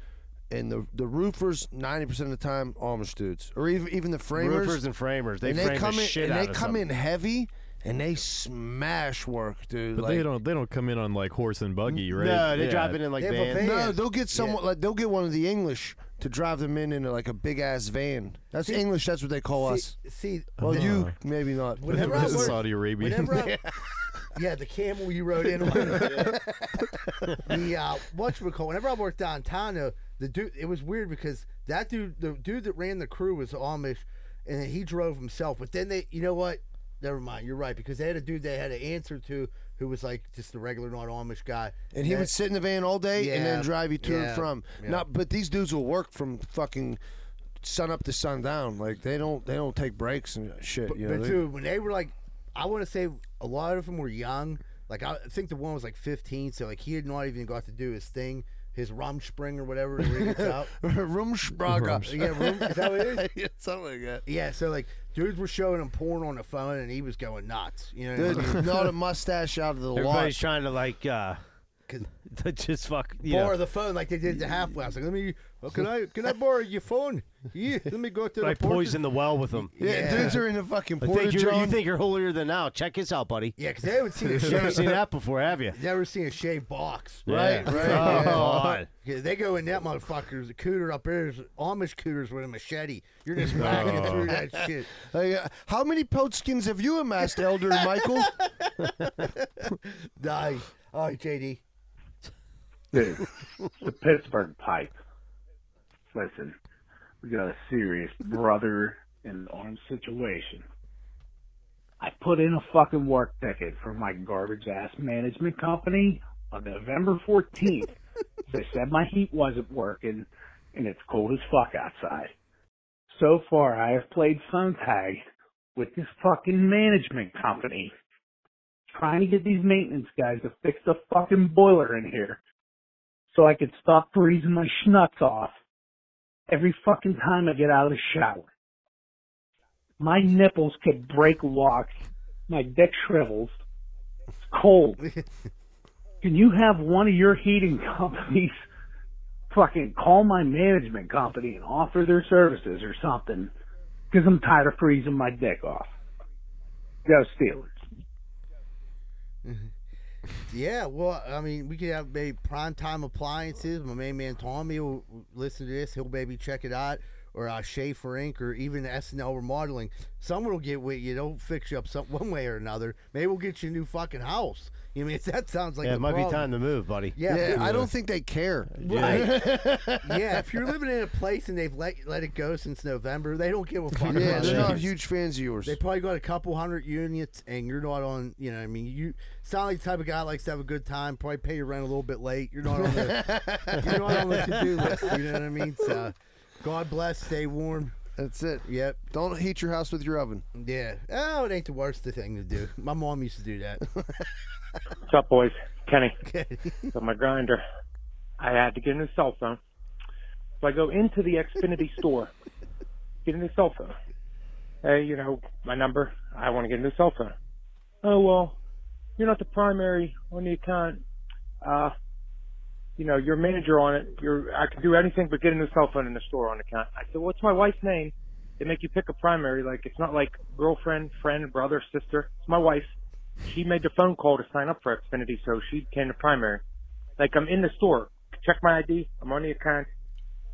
D: and the the roofers ninety percent of the time Amish dudes, or even even the framers.
B: Roofers and framers, they,
D: and
B: frame
D: they come
B: the
D: in
B: shit
D: and
B: out
D: they
B: of
D: come
B: something.
D: in heavy and they smash work, dude.
C: But
D: like,
C: they don't they don't come in on like horse and buggy, right?
B: No, they
C: Yeah.
B: drive it
C: (laughs)
B: in like
A: They have a
B: vans.
A: van.
D: No, they'll get someone like they'll get one of the English to drive them in in like a big ass van. That's English. That's what they call us.
A: See, Uh-huh.
D: Well, you maybe not. (laughs)
A: Whenever I
C: This is
A: work-
C: Saudi Arabia.
A: whenever
C: (laughs)
A: I, yeah, the camel you rode in on. (laughs) the uh, what you call? Whenever I worked downtown, though, the dude it was weird because that dude, the dude that ran the crew was Amish, and then he drove himself. But then they, you know what? Never mind. You're right because they had a dude they had an answer to who was like just the regular not Amish guy,
D: And he would sit in the van all day
A: Yeah,
D: and then drive you to
A: yeah,
D: and from.
A: yeah.
D: Now, but these dudes will work from fucking sun up to sundown. Like they don't they don't take breaks and shit.
A: But,
D: you
A: but
D: know, they-
A: dude, when they were like, I want to say a lot of them were young. Like I think the one was like 15, so like he had not even got to do his thing, his rumspring or whatever. When he
D: (laughs)
A: gets out.
D: Rumschbraga.
A: yeah, rum, is that what it
B: (laughs)
A: is?
D: (laughs) Yeah, something
A: (laughs)
D: like that.
A: Yeah, so like dudes were showing him porn on the
B: (laughs)
A: phone, and he was going nuts. You know, what I mean?
D: Dude, not a mustache out of the
B: Everybody's
D: lot.
B: trying to like uh,
A: 'Cause
B: to (laughs) just fuck. You know,
A: borrow the phone like they did at the halfway house. Like, let me. Well, can I? Can I borrow your phone? Yeah. Let me go to the
B: I
A: porch.
B: poison the well with them.
A: Yeah, yeah.
D: dudes are in the fucking
B: I
D: porta
B: think you're, you
D: john.
B: think you're holier than thou. Check this
A: (laughs)
B: out, buddy.
A: Yeah, because they haven't seen a
B: You've (laughs) never seen
A: shave.
B: that before, have you?
A: never seen a shave box.
B: Right,
A: right.
B: Oh,
A: yeah.
B: God.
A: Yeah, they go in that motherfucker's cooter up there. There's Amish cooters with a machete. You're just
B: (laughs)
A: whacking
B: Oh.
A: through that shit.
D: Hey, uh, how many poat skins have you
A: (laughs)
D: amassed, Elder Michael?
A: Nice. All right, JD.
E: Dude, the Pittsburgh pipe. Listen, we got a serious brother in arms situation. I put in a fucking work ticket for my garbage ass management company on November 14th. they said my heat wasn't working and it's cold as fuck outside. So far, I have played phone tag with this fucking management company trying to get these maintenance guys to fix the fucking boiler in here so I could stop freezing my schnucks off every fucking time I get out of the shower. My nipples could break locks. My dick shrivels. It's cold. Can you have one of your heating companies fucking call my management company and offer their services or something? Because I'm tired of freezing my dick off. Go Steelers.
A: Yeah, well, I mean, we could have maybe prime time appliances. My main man Tommy will listen to this. He'll maybe check it out, or uh, Schaefer Inc., or even SNL Remodeling. Someone will get with you. They'll fix you up some one way or another. Maybe we'll get you a new fucking house. You mean, (laughs) that sounds like
B: yeah,
A: the
B: it might be
A: problem.
B: time to move, buddy.
A: Yeah,
D: yeah, I don't think they care.
A: (laughs) yeah. If you're living in a place and they've let let it go since November, they don't give
B: (laughs)
A: a fuck.
D: Yeah,
A: about
D: they're not
A: you.
D: huge fans of yours.
A: They probably got a couple hundred units, and you're not on. You know, I mean, you sound like the type of guy that likes to have a good time. Probably pay your rent a little bit late. You're not on the. you're not on the to-do list. You know what I mean? So, God bless. Stay warm.
D: That's it.
A: Yep.
D: Don't heat your house with your oven.
A: Yeah. Oh, it ain't the worst thing to do. My mom used to do that. Uh,
H: What's up, boys? Kenny. So my grinder, I had to get a new cell phone. So I go into the Xfinity store, get a new cell phone. Hey, you know, my number, I want to get a new cell phone. Oh, well, you're not the primary on the account. Uh, you know, your manager on it. You're, I can do anything but get a new cell phone in the store on the account. I said, what's my wife's name? They make you pick a primary. Like, it's not like girlfriend, friend, brother, sister. It's my wife she made the phone call to sign up for Xfinity, so she became the primary. Like, I'm in the store. Check my ID. I'm on the account.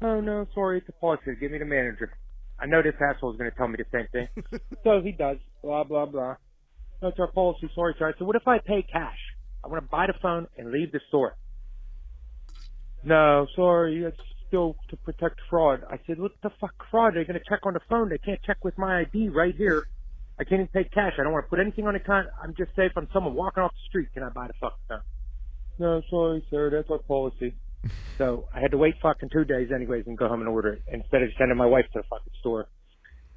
H: Oh, no, sorry. It's a policy. Give me the manager. I know this asshole is going to tell me the same thing. so he does. Blah, blah, blah. No, it's our policy. Sorry, sorry. So what if I pay cash? I want to buy the phone and leave the store. No, sorry. It's still to protect fraud. I said, what the fuck fraud? They're going to check on the phone. They can't check with my ID right here. I can't even pay cash. I don't want to put anything on account. I'm just safe from someone walking off the street. Can I buy the fucking phone? No, sorry, sir. That's our policy. so I had to wait fucking two days anyways and go home and order it instead of sending my wife to the fucking store.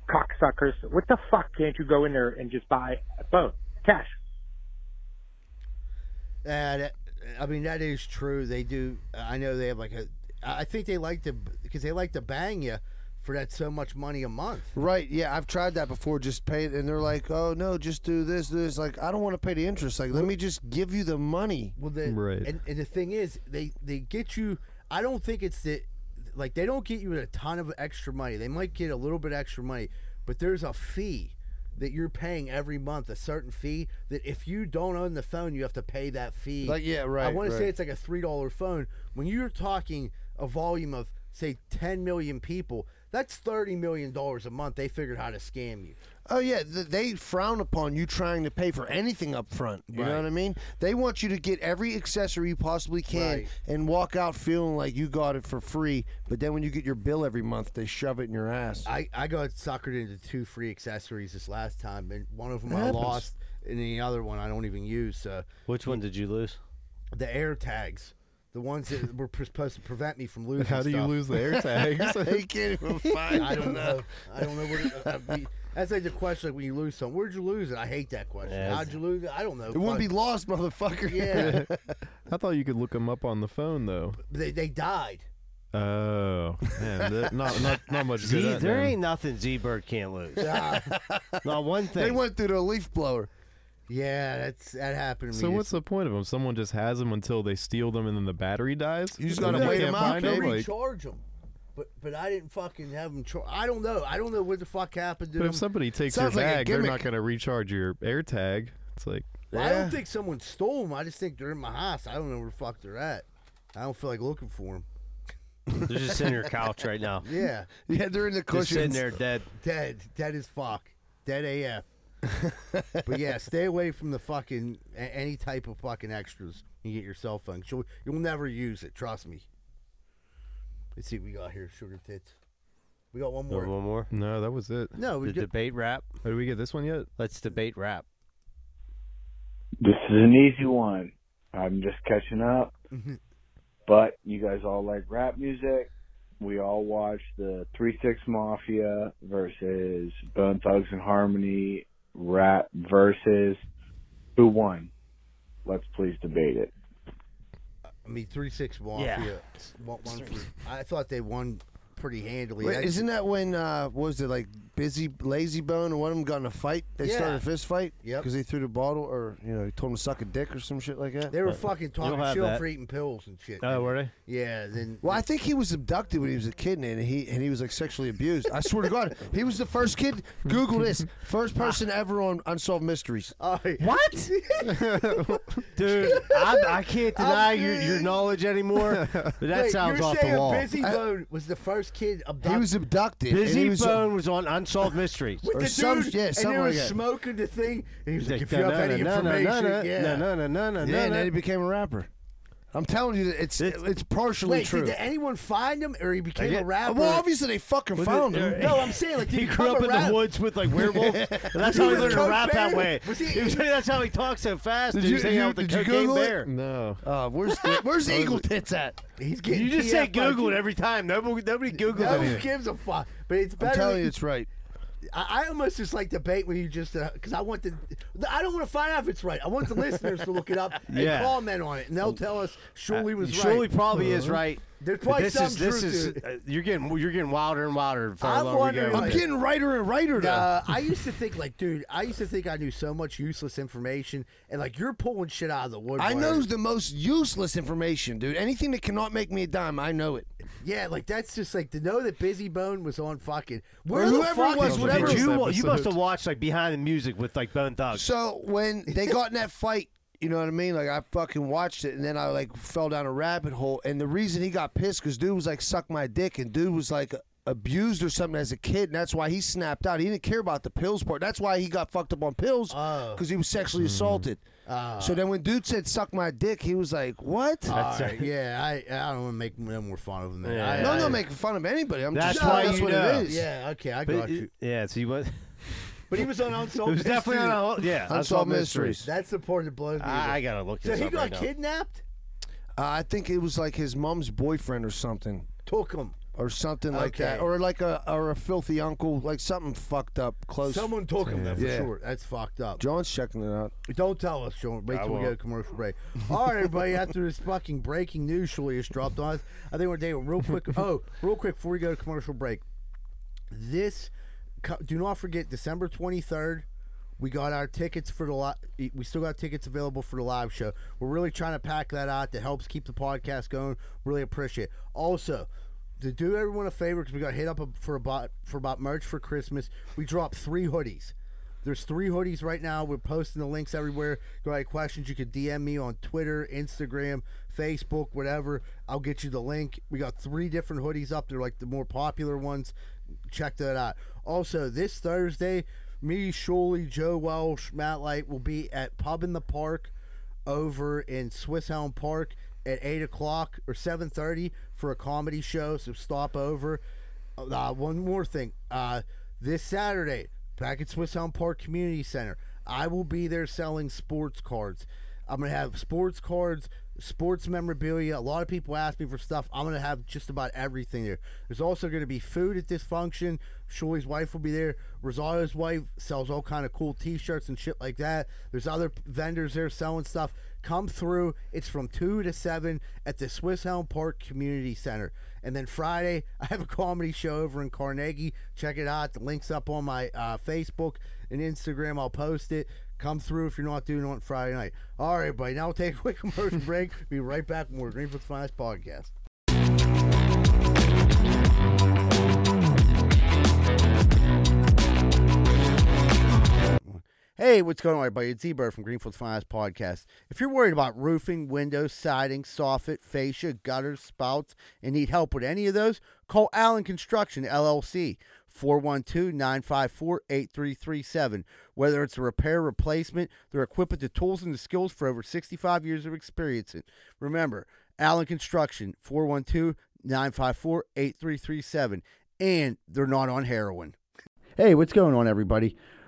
H: Cocksuckers. What the fuck can't you go in there and just buy a phone? Cash.
A: Uh, that, I mean, that is true. They do. I know they have like a. I think they like to because they like to bang you for that so much money a month.
D: Right? Yeah, I've tried that before. Just pay it, and they're like, "Oh no, just do this, do this." Like, I don't want to pay the interest. Like, let me just give you the money.
A: Well, the,
C: Right.
A: And, and the thing is, they they get you. I don't think it's the like they don't get you a ton of extra money. They might get a little bit extra money, but there's a fee that you're paying every month, a certain fee that if you don't own the phone, you have to pay that fee.
D: Like, yeah, right,
A: I want to
D: right.
A: say it's like a three dollar phone. When you're talking a volume of say 10 million people, that's 30 million dollars a month. They figured how to scam you.
D: Oh yeah, th- they frown upon you trying to pay for anything up front. You know what I mean? They want you to get every accessory you possibly can
A: Right.
D: and walk out feeling like you got it for free. But then when you get your bill every month, they shove it in your ass.
A: I, I got suckered into two free accessories this last time, and one of them I
D: happens.
A: lost, and the other one I don't even use. So
B: Which one did you lose?
A: the air tags, the ones that were pre- supposed to prevent me from losing.
C: (laughs) How do you
A: stuff.
C: lose the air tags?
D: they can't even
A: (laughs)
D: find.
A: I don't know. I don't know. What it, uh, we- that's like the question like when you lose something. Where'd you lose it? I hate that question.
B: Yeah,
A: How'd you lose it? I don't know.
D: It wouldn't be lost, motherfucker.
A: Yeah,
C: I thought you could look them up on the phone though.
A: they, they
C: (laughs)
A: died.
C: Oh, man, that- not not
B: (laughs)
C: not much good.
B: Z,
C: at,
B: there
C: man.
A: (laughs)
B: ain't nothing Z Bird can't lose.
A: Nah.
B: Not one thing.
D: They went through the leaf blower.
A: Yeah, that's that happened to me.
C: So
A: It's-
C: what's the point of them? Someone just has them until they steal them and then the battery dies.
D: You just
C: And
D: gotta
C: they
D: wait
C: can't
D: them out,
C: find
A: I
D: baby.
C: them?
D: Like-
A: recharge them. But but I didn't fucking have them. Char- I don't know. I don't know what the fuck happened to
C: but
A: them.
C: if somebody takes your
D: Sounds like a
C: bag, they're
D: gimmick.
C: not gonna recharge your air tag. It's like
A: I don't
D: Yeah.
A: think someone stole them. I just think they're in my house. I don't know where the fuck they're at. I don't feel like looking for them.
B: They're just in your couch
A: (laughs)
B: right now.
A: Yeah,
D: Yeah, they're in the
B: Just sitting
D: cushions.
B: there dead.
A: dead, dead as fuck, dead AF. but yeah, stay away from the fucking a- any type of fucking extras. You get your cell phone. You'll, you'll never use it. Trust me. Let's see what we got here. Sugar tits. We got one more.
B: One more.
C: no, that was it.
A: No, we
B: The
A: got,
B: debate rap.
C: Oh, Did we get this one yet?
B: Let's debate
A: (laughs)
B: rap.
I: This is an easy one. I'm just catching up. but you guys all like rap music. We all watched the Three Six Mafia versus Bone Thugs and Harmony rap versus who won. Let's please debate it.
A: I mean, three six mafia. Yeah. One, one for, I thought they won pretty handily.
D: Wait,
A: That-
D: isn't that when uh, what was it like busy lazy bone and one of them got in a fight? They
A: Yeah.
D: started a fist fight.
A: Yep.
D: Because they threw the bottle, or you know, he told him to suck a dick or some shit like that.
A: They were fucking talking
B: have
A: shit
B: that.
A: for eating pills and shit.
C: Oh,
B: Uh, were they?
A: yeah, then
D: Well, I think he was abducted when he was a kid, and he and he was like sexually abused. I swear to God, (laughs) he was the first kid. Google this, first person ever on Unsolved Mysteries.
A: All right.
B: What? Dude, I, I can't deny your, your
A: (laughs)
B: knowledge anymore. But that
A: Wait,
B: sounds
A: you're
B: off
A: saying
B: the wall. Uh,
A: Busy Bone was the first kid
D: He
A: abducted.
D: was abducted. and
B: Busy
D: he
A: uh,
D: was,
B: Bone was on
A: (laughs)
B: Unsolved Mysteries.
A: with
D: or
A: the
D: some-
A: dude,
D: yeah,
A: and
D: something
A: there
D: like
A: was
D: that.
A: smoke in the thing. And he was like,
B: Like,
A: if you have any
B: "Na, na, na, na,
A: information,
B: na,
A: yeah.
B: na, na, na, na,
D: Yeah,
B: na,
D: and
B: na."
D: then he became a rapper. I'm telling you, that it's it's, partially
A: Wait,
D: true.
A: did anyone find him, or he became a rapper?
D: well, obviously they fucking found him.
B: (laughs)
A: no, I'm saying like did
B: He
A: become
B: grew up
A: a
B: in
A: rap-
B: the woods with
A: (laughs)
B: like werewolves. and that's
A: He
B: how he
A: was
B: learned to
A: Coke
B: rap that
A: Bear?
B: way.
A: Was he-
B: He was- that's how he talked so fast. Did
D: you-
B: he was hanging
D: did
B: out
D: you-
B: with the
D: did you
B: cocaine
D: Google it?
B: bear.
C: No.
D: Uh, where's the, (laughs) where's Eagle Tits at?
A: He's getting
B: You just
A: TF
B: say
A: like-
B: Google it every time. Nobody, nobody Googled
A: No
B: it.
A: one gives a fuck. But it's
D: I'm
A: better.
D: telling you, it's right.
A: I, I almost just like debate when you just because I want the I don't want to find out if it's right. I
B: (laughs)
A: want the listeners to look it up and
B: Yeah. Uh,
A: comment on it, and they'll tell us surely was
B: Surely
A: right. Uh-huh.
B: probably is right.
A: There's
B: But
A: probably
B: this
A: some
B: is this
A: truth
B: is
A: to it.
B: uh, you're getting you're getting wilder and wilder. the
A: I'm
B: farther along we go.
A: wondering,
D: I'm
A: Right.
D: getting writer and writer though.
A: Uh, (laughs) I used to think like, dude, I used to think I knew so much useless information, and like you're pulling shit out of the woodwork.
D: I know the most useless information, dude. Anything that cannot make me a dime, I know it.
A: Yeah, like that's just like to know that Busy Bone was on fucking. Where
D: Or
A: the
D: whoever
A: fuck
D: it was,
A: is-
C: whatever-
B: Did you,
C: This
B: you must have
C: episode.
B: watched like behind the music with like Bone Thugs.
D: So when they got in that fight, you know what I mean? Like I fucking watched it, and then I like fell down a rabbit hole. And the reason he got pissed because dude was like suck my dick, and dude was like abused or something as a kid, and that's why he snapped out. He didn't care about the pills part. That's why he got fucked up on pills
A: Oh.
D: because he was sexually assaulted. so then when dude said suck my dick, he was like, what?
A: All right, yeah, I I don't want to make no more fun of him. Man.
B: Yeah.
A: I,
D: no,
A: I,
D: I'm not making fun of anybody. I'm
B: That's
D: just telling
B: why
D: you that's
B: you
D: what
B: know.
D: it is.
A: Yeah, okay, I
B: But
A: got you.
B: (laughs)
A: Oh,
B: it- yeah, so you went.
A: But he was (laughs) on
B: It
A: unsolved.
B: was definitely
A: Mysteries.
B: on a yeah
D: Unsolved mysteries.
A: That's the part that blows me.
B: I,
A: away.
B: I gotta look
A: so
B: this
A: he
B: up
A: got
B: right now.
A: kidnapped.
D: Uh, I think it was like his mom's boyfriend or something,
A: Took him.
D: or something like that,
A: Okay.
D: or like a or a filthy uncle, like something fucked up close.
A: Someone took him. That's
D: Yeah.
A: for sure. That's fucked up.
D: John's checking it out.
A: Don't tell us, Sean. Wait till we get a commercial break. All right, everybody. After this fucking breaking news, surely just dropped on us. I think we're taking real quick. Oh, real quick before we go to commercial break. This, co- do not forget, December twenty third. We got our tickets for the li- we still got tickets available for the live show. We're really trying to pack that out that helps keep the podcast going. Really appreciate. It. Also, to do everyone a favor because we got hit up for about for about merch for Christmas. We dropped three hoodies. There's three hoodies right now. We're posting the links everywhere. Go any questions, you can DM me on Twitter, Instagram, Facebook, whatever. I'll get you the link. We got three different hoodies up. They're like the more popular ones. Check that out. Also, this Thursday, me, Shuley, Joe Welsh, Matt Light will be at Pub in the Park over in Swiss Helm Park at eight o'clock or seven thirty for a comedy show. So stop over. Uh, one more thing. Uh, this Saturday, back at Swiss Helm Park Community Center, I will be there selling sports cards. I'm gonna have sports cards, sports memorabilia. A lot of people ask me for stuff. I'm gonna have just about everything there. There's also gonna be food at this function. Shuli's wife will be there. Rosado's wife sells all kind of cool T-shirts and shit like that. There's other vendors there selling stuff. Come through. It's from two to seven at the Swiss Helm Park Community Center. And then Friday, (laughs) I have a comedy show over in Carnegie. Check it out. The link's up on my uh, Facebook and Instagram. I'll post it. Come through if you're not doing it on Friday night. All right, buddy. Now we'll take a quick (laughs) commercial break. Be right back with more Greenfield's Finest Podcast. Hey, what's going on, everybody? It's Z-Bird from Greenfield's Finest Podcast. If you're worried about roofing, windows, siding, soffit, fascia, gutters, spouts, and need help with any of those, call Allen Construction, LLC, 412-954-8337. Whether it's a repair, replacement, they're equipped with the tools and the skills for over 65 years of experience. And Remember, Allen Construction, 412-954-8337. And they're not on heroin. Hey, what's going on, everybody?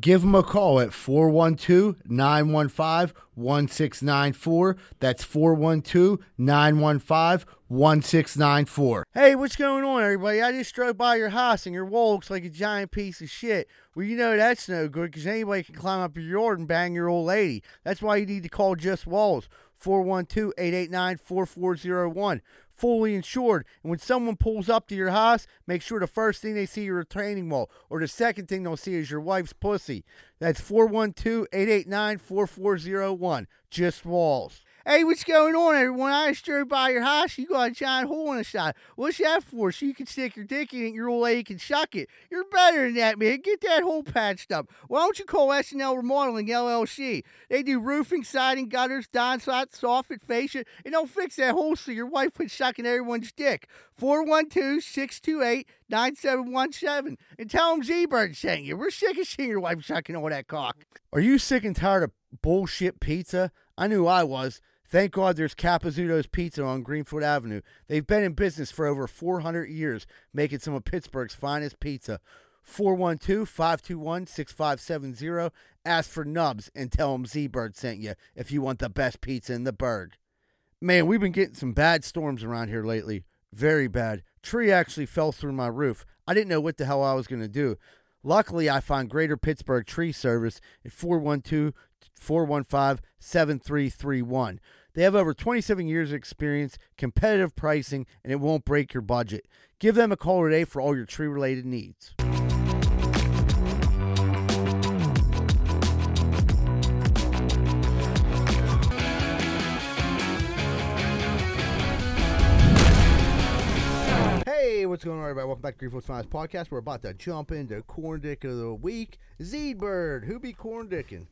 A: Give them a call at 412 915 1694. That's 412 915 1694. Hey, what's going on, everybody? I just drove by your house and your wall looks like a giant piece of shit. Well, you know that's no good because anybody can climb up your yard and bang your old lady. That's why you need to call Just Walls. 412 889 4401. Fully insured. And when someone pulls up to your house, make sure the first thing they see is your retaining wall, or the second thing they'll see is your wife's pussy. That's 412 889 4401. Just Walls. Hey, what's going on, everyone? I just drove by your house. You got a giant hole in the side. What's that for? So you can stick your dick in it, and your old lady can suck it. You're better than that, man. Get that hole patched up. Why don't you call SNL Remodeling LLC? They do roofing, siding, gutters, downspout, soffit, fascia, and they'll fix that hole so your wife quit sucking everyone's dick. 412 628 9717 and tell them Z-Bird sent you. We're sick of seeing your wife sucking all that cock. Are you sick and tired of bullshit pizza? I knew I was. Thank God there's Capizzuto's Pizza on Greenfield Avenue. They've been in business for over 400 years, making some of Pittsburgh's finest pizza. 412-521-6570. Ask for Nubs and tell them Z-Bird sent you if you want the best pizza in the burg. Man, we've been getting some bad storms around here lately. Very bad. Tree actually fell through my roof. I didn't know what the hell I was going to do. Luckily, I found Greater Pittsburgh Tree Service at 412 415 7331. They have over 27 years of experience, competitive pricing, and it won't break your budget. Give them a call today for all your tree related needs. Hey, what's going on, everybody? Welcome back to Greenfield's Finest Podcast. We're about to jump into Corn Dick of the Week. Z Bird, who be corn dicking?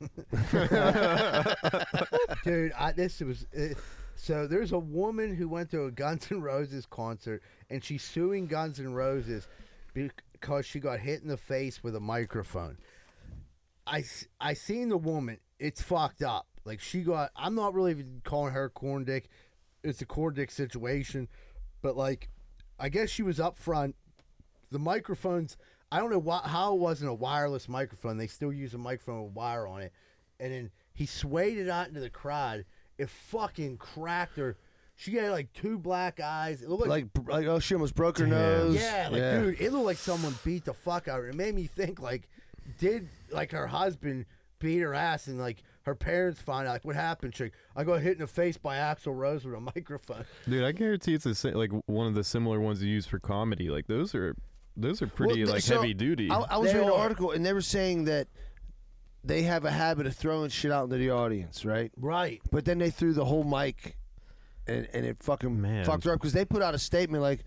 A: (laughs) Dude, I, this was. It, so there's a woman who went to a Guns N' Roses concert, and she's suing Guns N' Roses because she got hit in the face with a microphone. I, s- I seen the woman. It's fucked up. Like she got. I'm not really even calling her corn dick. It's a corn dick situation, but like, I guess she was up front. The microphones. I don't know why, how it wasn't a wireless microphone. They still use a microphone with wire on it, and then he swayed it out into the crowd. It fucking cracked her. She had like two black eyes. It looked like,
D: Like, like oh, she almost broke her nose.
A: yeah, like dude, it looked like someone beat the fuck out of her. It made me think like, did like her husband beat her ass and like her parents find out like what happened? Chick, I got hit in the face by Axl Rose with a (laughs) microphone.
C: Dude, I guarantee it's the same, like one of the similar ones you use for comedy. Like those are those are pretty
D: Well,
C: like
D: so,
C: heavy duty.
D: I, I was
A: They
D: reading
A: are.
D: an article, and they were saying that they have a habit of throwing shit out into the audience, right?
A: Right.
D: But then they threw the whole mic, and, and it fucking
C: Man.
D: fucked her up because they put out a statement like,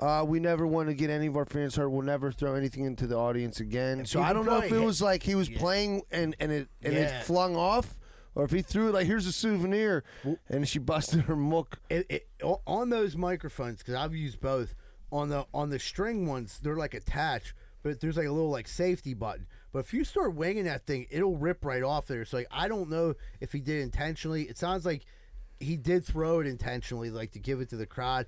D: uh, "We never want to get any of our fans hurt. We'll never throw anything into the audience again." So I
A: people
D: don't know if
A: play
D: it
A: it.
D: was like he was playing and and it and
A: Yeah.
D: it flung off, or if he threw it like, "Here's a souvenir," and she busted her muck.
A: it, it o- on those microphones because I've used both on the on the string ones they're like attached but there's like a little like safety button but if you start winging that thing it'll rip right off there so like I don't know if he did intentionally it sounds like he did throw it intentionally like to give it to the crowd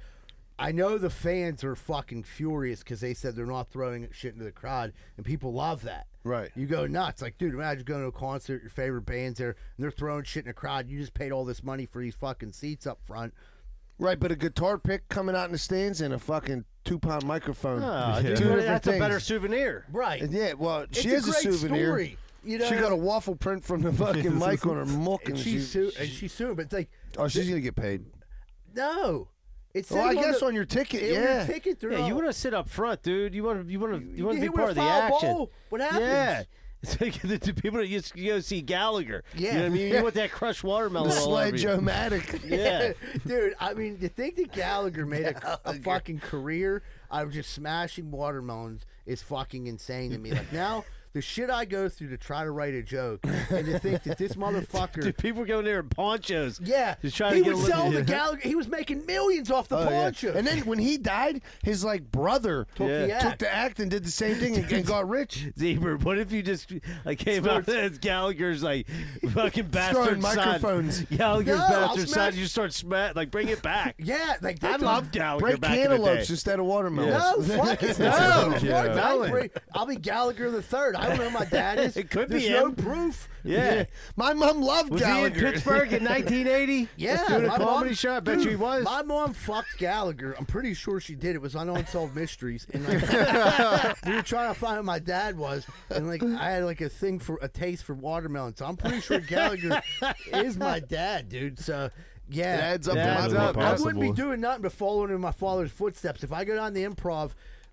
A: I know the fans are fucking furious because they said they're not throwing shit into the crowd and people love that
D: Right.
A: you go nuts. Like, dude, imagine going to a concert, your favorite band's there, and they're throwing shit in the crowd. You just paid all this money for these fucking seats up front.
D: Right, but a guitar pick coming out in the stands and a fucking two pound microphone.
B: Ah,
D: Two
B: dude,
D: different
B: that's a
D: things.
B: better souvenir.
A: Right.
D: And yeah, well,
A: It's
D: she
A: a
D: has a,
A: great
D: souvenir.
A: story, you know?
D: she got a waffle print from the fucking mic on her muck,
A: and
D: and
A: she's
D: she,
A: su- and she's suing, but it's like
D: oh, she's gonna get paid.
A: no, it's
D: Well, I
A: sitting
D: guess
A: the-
D: on your ticket,
A: it-
D: yeah.
A: your ticket. They're
B: Yeah, you
A: all-
B: want to sit up front, dude. You want to you want to you want to
A: hit with a
B: be part of the
A: foul
B: action.
A: ball. What happens?
B: Yeah. (laughs) It's like the, the people that used to go see Gallagher. You know what
A: Yeah.
B: I mean? You want that crushed watermelon
D: The
B: all over
D: Sled
B: you.
A: (laughs)
D: Joe Matic.
B: Yeah.
A: dude. I mean, to think that Gallagher made a, a fucking career out of just smashing watermelons is fucking insane to me. Like now, the shit I go through to try to write a joke, and to think that this motherfucker.
B: Dude, people go in there in ponchos.
A: Yeah,
B: Just trying
A: he
B: to get
A: would
B: a look-
A: sell the Gallagher. He was making millions off the
D: Oh, yeah.
A: poncho.
D: And then when he died, his like brother
A: Took the
D: took
A: act.
D: the act and did the same thing and, and got
B: (laughs)
D: rich.
B: Zebra, what if you just like came out (laughs) as Gallagher's like fucking bastard
D: Throwing
B: son?
D: microphones.
B: Gallagher's
A: No, I'll
B: bastard
A: smash-
B: son. You start smack like bring it back.
A: yeah, like
B: I
A: that's a-
B: love Gallagher
D: Break
B: back
D: cantaloupes
B: in the day.
D: instead of
A: No, (laughs)
D: watermelons. (laughs)
A: fuck it. No,
B: (laughs) Yeah.
A: Fuck it. I
B: Telling.
A: agree. I'll be Gallagher the third. I don't know who my dad is.
B: (laughs) It could
A: There's
B: be
A: no
B: him.
A: proof.
B: Yeah.
D: My mom loved
B: Was
D: Gallagher.
B: he in
A: (laughs)
B: Pittsburgh in 1980?
A: Yeah,
B: doing a
A: my
B: comedy
A: mom-
B: show. I bet
A: dude,
B: you he was.
A: My mom fucked Gallagher. I'm pretty sure she did. It was on Unsolved Mysteries, and like,
B: (laughs)
A: (laughs) we were trying to find out who my dad was, and like I had like a thing for a taste for watermelon. So I'm pretty sure
B: (laughs)
A: Gallagher is my dad, dude. So yeah,
D: It adds up
B: Yeah,
D: to
B: adds
D: my
B: up.
D: mom.
A: I
C: Possible.
A: wouldn't be doing nothing but following in my father's footsteps. If I go down to the improv,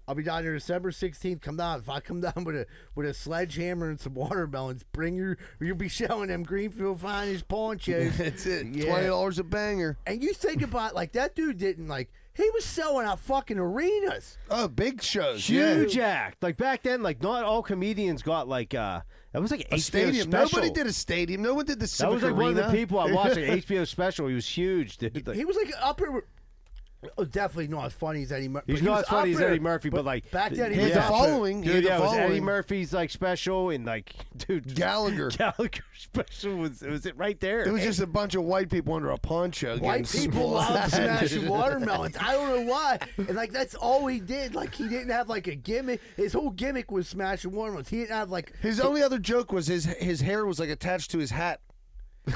A: I'll be down there December sixteenth. Come down. If I come down with a with a sledgehammer and some watermelons, bring your you'll be showing them Greenfield finest
B: (laughs)
A: ponchos.
D: That's it.
A: Yeah.
D: Twenty dollars a banger.
A: and you think about like that dude didn't like he was selling out fucking arenas.
D: Oh, big shows.
B: Huge
D: yeah.
B: act. Like back then, like not all comedians got like uh that was like an
D: A
B: HBO
D: stadium.
B: special.
D: Nobody did a stadium. No one did the
B: That
D: Civic
B: was like one of the
D: Arena.
B: people
D: (laughs)
B: I watched an HBO special. He was huge, dude. Like,
A: He was like up here. Oh, definitely not as funny as Eddie Murphy.
B: he's
A: but he
B: not
A: was
B: as funny
A: up
B: as
A: there.
B: Eddie Murphy, but, like
A: back then he
D: He had
A: was
D: the
A: up there.
D: following. He
B: Dude,
D: had the
B: yeah, it was Eddie
D: following.
B: Murphy's like special and like (laughs) dude
D: Gallagher.
B: Gallagher special was was it right there.
D: It was just a bunch of white people under a poncho.
A: White
D: getting
A: people
D: (laughs)
A: love
B: (laughs)
D: slapped.
A: smashing watermelons. I don't know why. And like that's all he did. Like he didn't have like a gimmick. His whole gimmick was smashing watermelons. He didn't have like
D: His only other joke was his his hair was like attached to his hat.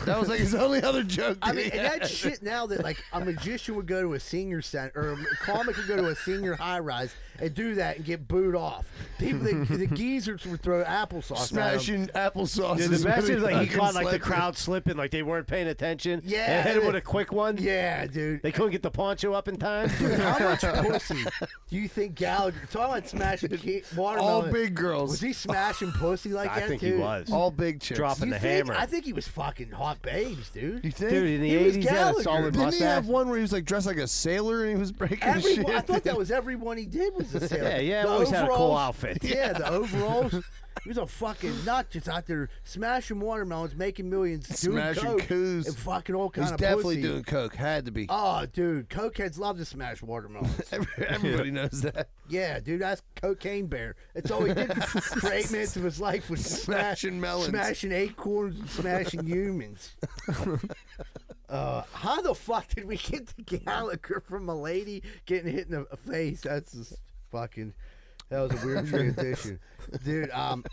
D: That was
A: (laughs)
D: like his only other joke.
A: I mean,
D: he
A: and
B: (laughs)
D: had.
A: that shit now that like a magician would go to a senior center or a comic would go to a senior high rise and do that and get booed off. People, the, the geezers would throw applesauce. at 'em.
D: (laughs) smashing applesauce.
B: Dude,
D: is
B: the best
D: really
B: is like he
D: fucking
B: caught like the
D: slick.
B: crowd slipping, like they weren't paying attention.
A: Yeah,
B: and hit him
A: they-
B: with a quick one.
A: Yeah, dude.
B: they couldn't get the poncho up in time.
A: How much pussy do you think Gallagher? Talking about smashing ki-
D: All
A: watermelon.
D: big girls.
A: Was he smashing pussy like
B: (laughs) I
A: that
B: think
A: too?
B: he was
D: all big chicks.
B: dropping
A: You
B: the
A: think-
B: hammer.
A: I think he was fucking hot babes, dude.
D: You think?
B: Dude, in the
A: He was
B: '80s, he had
A: Gallagher.
B: a solid
D: Didn't
B: mustache.
D: he have one where he was like dressed like a sailor and he was breaking
B: (laughs)
D: shit?
A: Everyone, I thought
D: (laughs)
A: that was everyone he did was a sailor.
B: Yeah, yeah,
A: The
B: always had a cool
A: overalls-
B: outfit.
A: (laughs)
B: (laughs)
A: Yeah, the overalls. He was a fucking nut just out there smashing watermelons, making millions, doing
D: Smashing
A: coke,
D: coos.
A: and fucking all kind
D: He's
A: of
D: definitely
A: pussy.
D: doing coke. Had to be. (laughs)
A: Oh, dude, cokeheads love to smash watermelons. (laughs)
D: Everybody knows that.
A: yeah, dude, that's cocaine bear. That's all he did
D: (laughs)
A: for eight minutes of his life was smash,
D: Smashing melons.
A: smashing acorns, and smashing
D: (laughs)
A: humans. uh, how the fuck did we get to Gallagher from a lady getting hit in the face? That's just fucking. That was a weird
D: (laughs)
A: transition, dude. Um,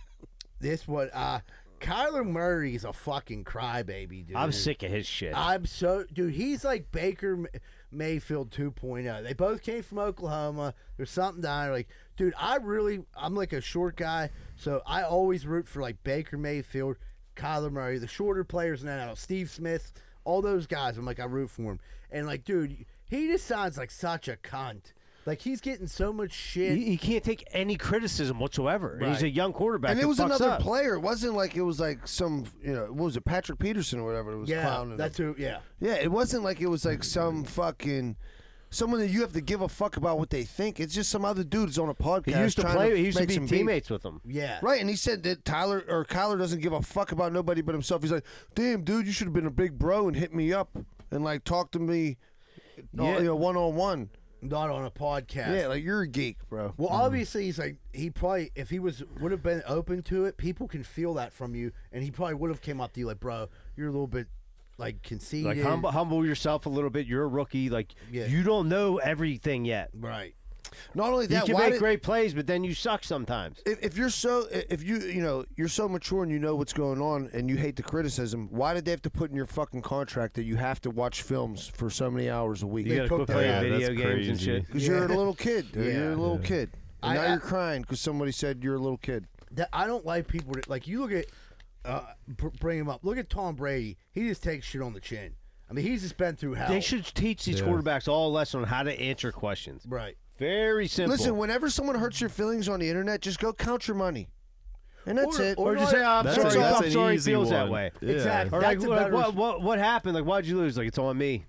A: this one, uh, Kyler Murray is a fucking crybaby, dude.
B: I'm sick of his shit.
A: I'm so dude. He's like Baker M- Mayfield 2.0. They both came from Oklahoma. There's something down there. Like, dude, I really I'm like a short guy, so I always root for like Baker Mayfield, Kyler Murray, the shorter players in the NFL, Steve Smith, all those guys. I'm like I root for him. And like, dude, he just sounds like such a cunt. Like he's getting so much shit.
B: he, he can't take any criticism whatsoever. And He's
A: Right.
B: a young quarterback.
D: and it
B: who
D: was
B: fucks
D: another
B: up.
D: player. It wasn't like it was like some, you know, what was it, Patrick Peterson or whatever? It was
A: yeah,
D: clowning.
A: that's
D: him.
A: who. Yeah,
D: yeah, it wasn't like it was like some fucking someone that you have to give a fuck about what they think. It's just some other dudes on a podcast.
B: He used to
D: trying
B: play. he used to
D: make
B: be
D: some beats.
B: teammates with him.
A: yeah.
D: Right, and he said that Tyler or Kyler doesn't give a fuck about nobody but himself. He's like, "Damn, dude, you should have been a big bro and hit me up and like talk to me,
B: Yeah.
D: you know, one on one."
A: Not on a podcast.
D: Yeah, like you're a geek, bro.
A: Well,
B: Mm-hmm.
A: obviously, he's like he probably if he was would have been open to it. People can feel that from you, and he probably would have came up to you like, "Bro, you're a little bit like conceited."
B: Like humble, humble yourself a little bit. You're a rookie. Like
A: Yeah.
B: you don't know everything yet.
A: right?
D: Not only
B: You
D: that,
B: can
D: why
B: make
D: did-
B: great plays, but then you suck sometimes.
D: if, if you're so if you you know you're so mature and you know what's going on and you hate the criticism, why did they have to put in your fucking contract that you have to watch films for so many hours a week?
B: You gotta quit
A: cooked
B: playing
C: that. Yeah,
B: video
C: that's
B: games and
C: crazy.
B: shit.
D: Because you're a little kid.
A: (laughs)
D: dude.
A: Yeah.
D: You're a little kid. And
A: I-
D: now
A: I-
D: you're crying because somebody said you're a little kid.
A: that I don't like people that like you look at uh br- bring him up. Look at Tom Brady. He just takes shit on the chin. I mean, he's just been through hell.
B: They should teach these quarterbacks all a lesson on how to answer questions.
A: right.
B: Very simple.
D: Listen, whenever someone hurts your feelings on the internet, just go count your money, and that's
A: Or-
D: it.
B: or
A: you
B: just
A: know
B: say, "Oh, I'm
C: That's
B: sorry,
C: a- that's
B: I'm
C: an
B: sorry, it
C: easy
B: feels that
C: one.
B: way.
C: Yeah.
A: Exactly.
B: Or like,
A: That's a
B: what,
A: better-
B: what, what, what happened? Like, why'd you lose? Like, it's on me.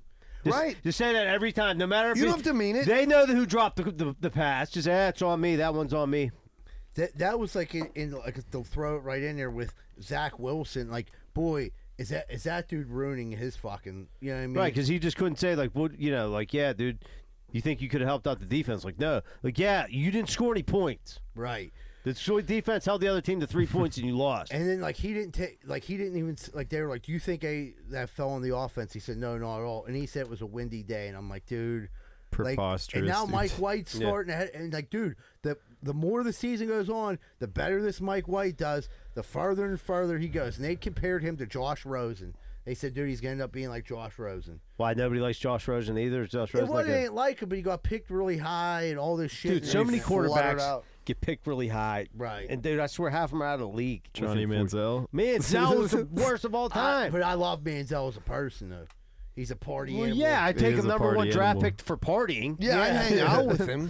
B: Just,
D: Right.
B: Just say that every time, no matter if
D: You
B: it-
D: don't have to mean it.
B: They know who dropped the, the, the pass. Just, eh, it's on me. That one's on me.
A: That that was like in, in like they'll throw it right in there with Zach Wilson. Like, boy, is that is that dude ruining his fucking? You know what I mean?
B: Right, because he just couldn't say like, "What you know?" Like, yeah, dude, you think you could have helped out the defense? Like, no, like, yeah, you didn't score any points.
A: Right.
B: The short defense held the other team
D: (laughs)
B: to three points, and you lost.
A: And then like he didn't take like he didn't even s- like they were like, do you think I that fell on the offense? He said no, not at all. And he said it was a windy day, and I'm like, dude. Like,
C: Preposterous.
A: and now
B: (laughs)
C: dude.
A: Mike White's starting ahead, and like, dude, the the more the season goes on, the better this Mike White does. The farther and farther he goes, and they compared him to Josh Rosen. They said, dude, he's gonna end up being like Josh Rosen.
B: Why nobody likes Josh Rosen either? Is Josh
A: It
B: Rosen like
A: wasn't
B: a-
A: ain't like him, but he got picked really high and all this shit.
B: dude?
A: and
B: So many
A: everything.
D: fluttered
B: quarterbacks
D: out.
B: get picked really high,
A: Right.
B: And dude, I swear, half of them are out of the league.
C: Johnny
B: within four-
C: Manziel. (laughs)
B: Manziel was the worst of all
A: I-
B: time.
A: but I love Manziel as a person though. He's a party.
B: well,
A: animal.
B: yeah, I take
C: is
B: him
C: a
B: number
C: party
B: one draft
C: animal.
B: pick for partying.
D: yeah, I hang
B: (laughs)
D: out with him.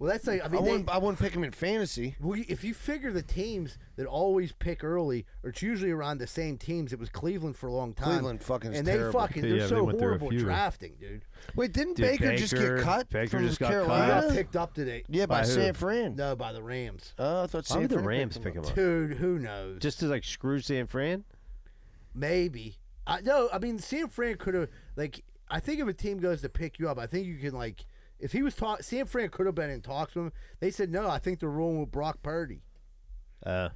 A: Well, that's like I
D: I,
A: mean, they,
D: wouldn't, I wouldn't pick him in fantasy.
A: Well, you- if you figure the teams that always pick early, or it's usually around the same teams. It was Cleveland for a long time.
D: Cleveland fucking is
A: and they
D: terrible.
A: fucking they're
C: Yeah, they
A: so
C: went through a
A: horrible at
C: few.
A: drafting, dude.
D: Wait, didn't
B: Dude,
D: Baker, just get
B: Baker-
D: cut
B: Baker
D: from
B: just got cut.
A: He
D: Carolina?
A: got picked up today.
D: Uh,
A: Oh,
D: Yeah, by,
B: By who?
D: San Fran.
A: No, by the Rams.
D: Oh, I thought
B: Why
D: San
B: would the
D: Fran
B: Rams
D: picked
B: pick him up?
A: Dude, who knows?
B: Just to like screw San Fran.
A: Maybe. I no. I mean, Sam Fran could have like. I think if a team goes to pick you up, I think you can like. If he was talk, Sam Fran could have been in talks with him. They said no. I think they're rolling with Brock Purdy.
B: Uh,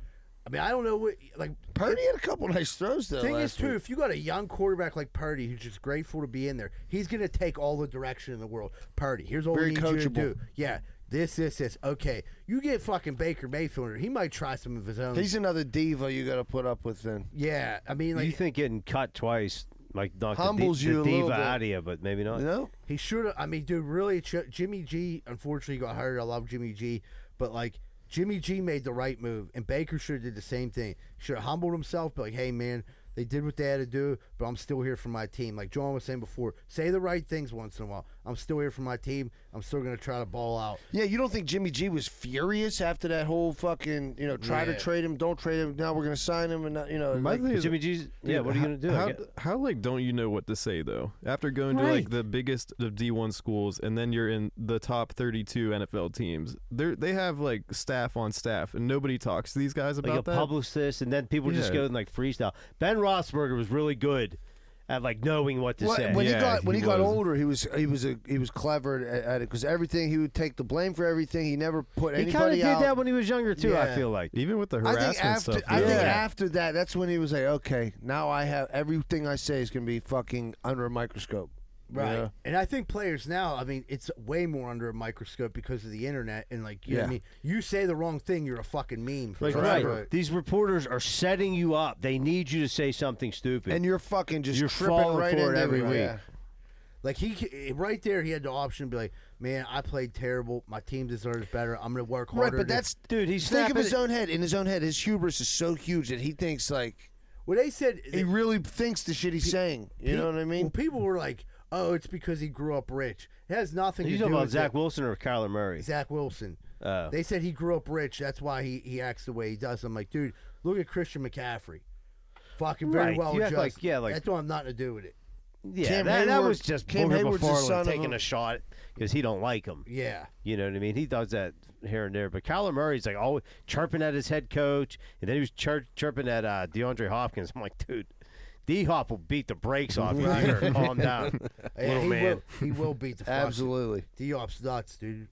A: I mean, I don't know what like
D: Purdy had a couple nice throws though.
A: thing is
D: last
A: too,
D: week.
A: if you got a young quarterback like Purdy who's just grateful to be in there, he's gonna take all the direction in the world. Purdy, here's all
D: Very
A: we need you to
D: coachable.
A: do. Yeah, this, this, this. Okay, you get fucking Baker Mayfield, in there, he might try some of his own.
D: He's another diva you got to put up with then.
A: yeah, I mean, like
B: you think getting cut twice like knocked
D: Humbles
B: the, di-
D: you a
B: the
D: little
B: diva
D: bit.
B: out of you, but maybe not.
D: You know?
A: he should. have I mean, dude, really, Ch- Jimmy G. Unfortunately, got hired. I love Jimmy G. But like, Jimmy G. made the right move, and Baker should have did the same thing. Should have humbled himself, but like, hey, man. They did what they had to do, but I'm still here for my team. Like John was saying before, say the right things once in a while. I'm still here for my team. I'm still going to try to ball out.
D: Yeah, you don't think Jimmy G was furious after that whole fucking, you know, try
A: Yeah.
D: to trade him, don't trade him, now we're going to sign him and not, you know,
C: My
D: like,
C: thing is-
B: Jimmy G's. Yeah,
C: Dude,
B: what are you
C: ho-
B: gonna do? I
C: How,
B: get-
C: how like don't you know what to say though? After going to
B: Right.
C: like the biggest of D1 schools and then you're in the top 32 NFL teams. They are they have like staff on staff and nobody talks to these guys
B: like you'll
C: about that.
B: publish this, and then people just
C: Yeah.
B: go and like freestyle. Ben Roethlisberger was really good at like knowing what to
D: Well,
B: say.
D: when he
C: Yeah,
D: got when he,
C: he
D: got
C: was.
D: older, he was he was a, he was clever at, at it because everything he would take the blame for everything. He never put
B: he kind of
D: anybody
B: did
D: out.
B: that when he was younger too. I
A: Yeah.
B: feel like
C: Even with the
D: I
C: harassment
D: think after
C: stuff.
D: I
C: though.
D: think
B: Yeah.
D: after that, that's when he was like, okay, now I have everything I say is going to be fucking under a microscope. you
A: Right.
D: know?
A: And I think players now, I mean, it's way more under a microscope because of the internet. And, like, you know what I
D: Yeah.
A: mean? You say the wrong thing, you're a fucking meme. For
B: like
A: forever.
B: right, these reporters are setting you up. They need you to say something stupid.
D: And you're fucking just
B: You're
D: tripping
B: falling
D: right
B: for it
D: into
B: every
D: it.
B: week.
D: Yeah.
A: Like, he, c- right there, he had the option to be like, man, I played terrible. My team deserves better. I'm going to work harder.
D: Right, but
A: to-"
D: that's
B: dude, he's
D: think of
B: snapping
D: his
B: it-
D: own head. In his own head, his hubris is so huge that he thinks like
A: Well, they said.
D: he really thinks the shit he's saying. You know what I
A: well,
D: mean?
A: people were like, oh, it's because he grew up rich. It has nothing
B: You
A: to do
B: talking about
A: with
B: Zach
A: it.
B: Wilson or Kyler Murray?
A: Zach Wilson.
B: Oh.
A: They said he grew up rich. That's why he, he acts the way he does. I'm like, dude, look at Christian McCaffrey. Fucking very
B: Right.
A: well
B: You act
A: adjusted.
B: like- yeah, like-
A: that's why I'm not to do with it.
B: Yeah,
D: Cam
B: that, that
D: Hayward-
B: was just
D: Cam
B: Boomer
D: Hayward's the
B: Before
D: son of
B: taking
D: a-
B: a shot because he don't like him.
A: Yeah.
B: You know what I mean? He does that here and there. But Kyler Murray's like always chirping at his head coach, and then he was chir- chirping at uh, DeAndre Hopkins. I'm like, dude, D Hop will beat the brakes off you here. Calm down,
A: Yeah,
B: (laughs) little
A: he
B: man.
A: Will, he will beat
B: (laughs)
A: the fuck.
D: Absolutely.
A: Diop's nuts, dude.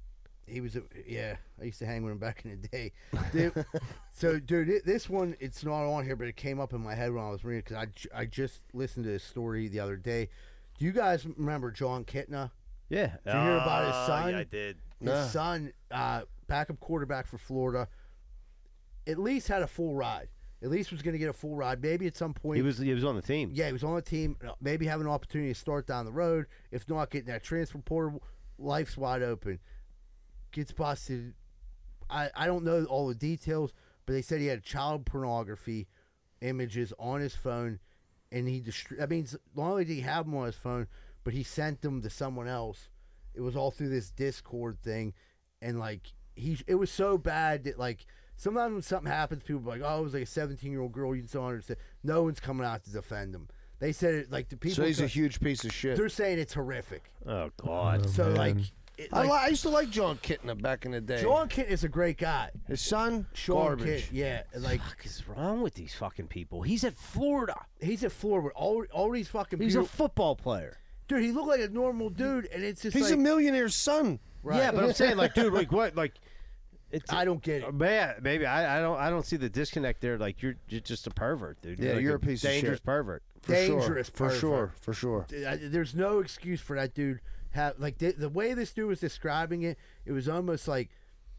A: He was, a, yeah. I used to hang with him back in the
B: (laughs)
A: day. Dude, so, dude, it, this one it's not on here, but it came up in my head when I was reading because I, ju- I just listened to this story the other day. Do you guys remember John Kitna?
B: Yeah.
A: you hear about his
B: Ah,
A: son?
B: Yeah, I did.
A: His
D: Yeah.
A: son, uh, backup quarterback for Florida, at least had a full ride. At least was going to get a full ride. Maybe at some point
B: He was he was on the team.
A: yeah, he was on a team. Maybe have an opportunity to start down the road. If not, getting that transfer portal, life's wide open. Gets busted. I, I don't know all the details, but they said he had child pornography images on his phone, and he distri- that means not only did he have them on his phone, but he sent them to someone else. It was all through this Discord thing, and like he, it was so bad that like sometimes when something happens, people are like, oh, it was like a seventeen year old girl. You just don't understand. No one's coming out to defend him. They said it like the people.
D: So he's a huge piece of shit.
A: they're saying it's horrific.
B: Oh God.
A: So
C: man.
A: like, it,
D: I,
A: like
D: li- I used to like John Kitna back in the day.
A: John Kent is a great guy.
D: His son,
A: Sean
D: garbage.
A: Kent, yeah, like
B: fuck is wrong with these fucking people? He's at Florida.
A: he's at Florida. All all these fucking
B: He's
A: people.
B: a football player.
A: dude, he looked like a normal dude, and it's just
D: He's
A: like,
D: a millionaire's son.
A: Right.
B: Yeah, but I'm saying like, dude, like
A: (laughs)
B: what, like. It's,
A: I don't get it.
B: Uh, Man, maybe I, I don't I don't see the disconnect there. Like you're you're just a pervert, dude.
D: Yeah,
B: like
D: you're a piece of
B: dangerous
D: shit.
B: pervert.
D: For
A: Dangerous
D: sure. for
A: pervert.
D: sure, for sure.
A: I- there's no excuse for that dude. Have like the, the way this dude was describing it, it was almost like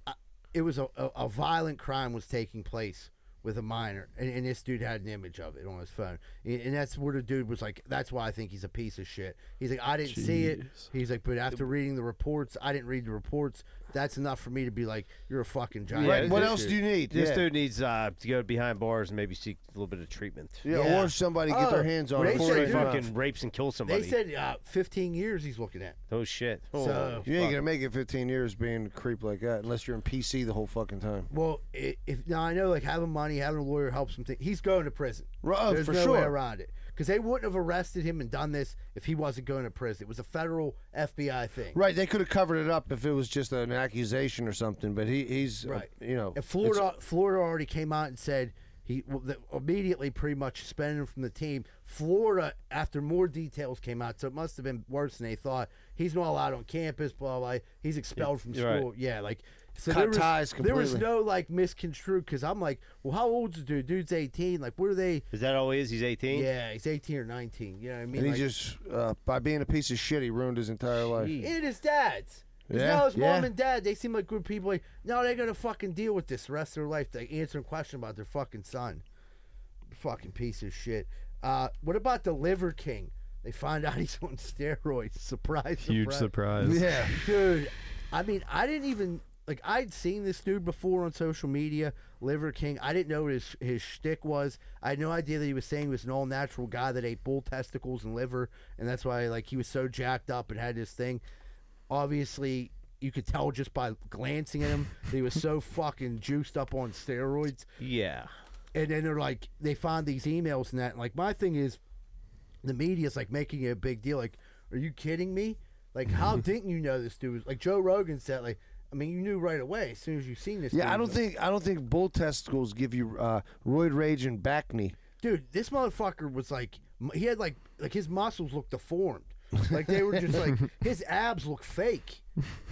A: uh, it was a, a, a violent crime was taking place with a minor, and, and this dude had an image of it on his phone, and, and that's where the dude was like, "That's why I think he's a piece of shit." He's like, "I didn't see it." He's like, "But after reading the reports, I didn't read the reports. That's enough for me to be like, you're a fucking giant."
B: Right,
A: piece
D: what
A: of
D: else
A: shit."
D: do you need?
B: This
D: yeah.
B: dude needs uh, to go behind bars and maybe seek a little bit of treatment
D: Yeah,
A: Yeah.
D: or somebody get
A: Oh,
D: their hands on
A: they
D: him.
B: before
A: said
B: he
A: do
B: fucking rapes and kills
A: They
B: somebody.
A: said uh, 15 years he's looking at.
B: oh shit. Oh,
A: So-
D: You ain't gonna make it 15 years being a creep like that unless you're in PC the whole fucking time.
A: Well, i- if now I know, like having money, having a lawyer helps him. Think he's going to prison.
D: Ru- oh,
A: There's
D: for
A: no way
D: sure.
A: around it because they wouldn't have arrested him and done this if he wasn't going to prison. It was a federal FBI thing.
D: Right, they could have covered it up if it was just an accusation or something, but he, he's, uh,
A: Right.
D: you know.
A: And Florida, Florida already came out and said he well, the, immediately pretty much suspended him from the team. Florida, after more details came out, so it must have been worse than they thought. He's not allowed on campus. Blah blah. He's expelled from
B: You're right.
A: school. Yeah, like so
D: Cut
A: there was,
D: ties
A: There was
D: completely.
A: no like misconstrued because I'm like, well, how old's the dude? Dude's 18. Like, what are they?
B: is that all he is? He's 18.
A: Yeah, he's 18 or 19. You know what I mean?
D: and he
A: Like,
D: just, uh, by being a piece of shit, he ruined his entire life.
A: and his dad's. 'Cause
D: Yeah,
A: now his mom
D: yeah.
A: and dad, they seem like good people. Like, no, they're gonna fucking deal with this the rest of their life. They answering questions about their fucking son. Fucking piece of shit. Uh, what about the Liver King? They find out (laughs) he's on steroids. Surprise!
C: Huge
A: surprise.
C: surprise.
A: Yeah, dude. I mean, I didn't even like. I'd seen this dude before on social media, Liver King. I didn't know what his his shtick was. I had no idea that he was saying he was an all natural guy that ate bull testicles and liver, and that's why like he was so jacked up and had this thing. Obviously, you could tell just by glancing at him that he was so (laughs) fucking juiced up on steroids
B: Yeah.
A: and then they're like they find these emails and that and like my thing is the media's like making it a big deal like are you kidding me like
D: (laughs)
A: how didn't you know this dude was like joe rogan said like i mean you knew right away as soon as you seen this
D: Yeah,
A: dude.
D: I don't think I don't think bull testicles give you uh, roid rage and back (laughs) knee.
A: dude this motherfucker was like m- he had like like his muscles looked deformed like they were just
D: (laughs)
A: like his abs look fake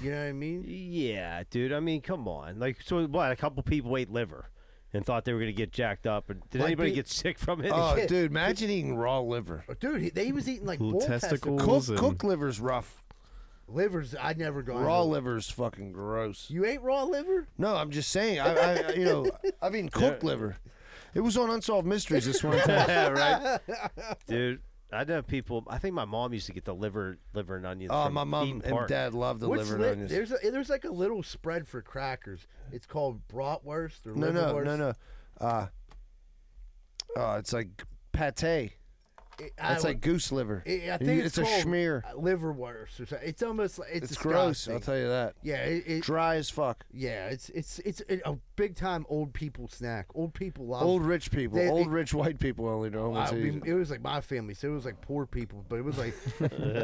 A: you know what i mean
B: Yeah, dude. I mean, come on. Like, so what? A couple people ate liver and thought they were gonna get jacked up. And did
A: Like
B: anybody
A: the-
B: get sick from it?
D: Oh, dude, imagine eating raw liver.
A: dude he, they was eating like
C: Little
A: bull testicle
C: testicles
D: Cooked,
C: and-
D: cooked liver's rough.
A: livers i'd never gone
D: Raw liver's fucking gross.
A: you ate raw liver
D: No, I'm just saying. I, I
A: (laughs)
D: you know, I've eaten cooked liver. It was on Unsolved Mysteries
A: (laughs)
D: this one time.
B: (laughs) yeah, right,
D: (laughs)
B: dude. I know people. I think my mom used to get the liver, liver and onions.
D: Oh,
B: from
D: my mom
B: Eaton
D: and
B: Park.
D: dad love the
A: What's
D: liver and
A: lit-
D: onions.
A: There's a, there's like a little spread for crackers. It's called bratwurst or
D: No, no,
A: liverwurst.
D: no, no. Uh, uh, it's like pate.
A: It- I
D: That's
A: don't-
D: like goose liver.
A: it- I
D: You-
A: think
D: it's,
A: it's,
D: a
A: called uh,
D: schmear.
A: Liverwurst or something. It's almost like it's,
D: It's, gross.
A: disgusting.
D: I'll tell you that.
A: yeah, it, it-
D: Dry as fuck.
A: yeah, it's it's it's a- a big time old people snack. Old people love.
D: Old rich people.
A: Oh. they-
D: old
A: they-
D: rich white people only know
A: I
D: what's
A: mean,
D: eating.
A: it was like my family, so it was like poor people, but it was
D: (laughs)
A: like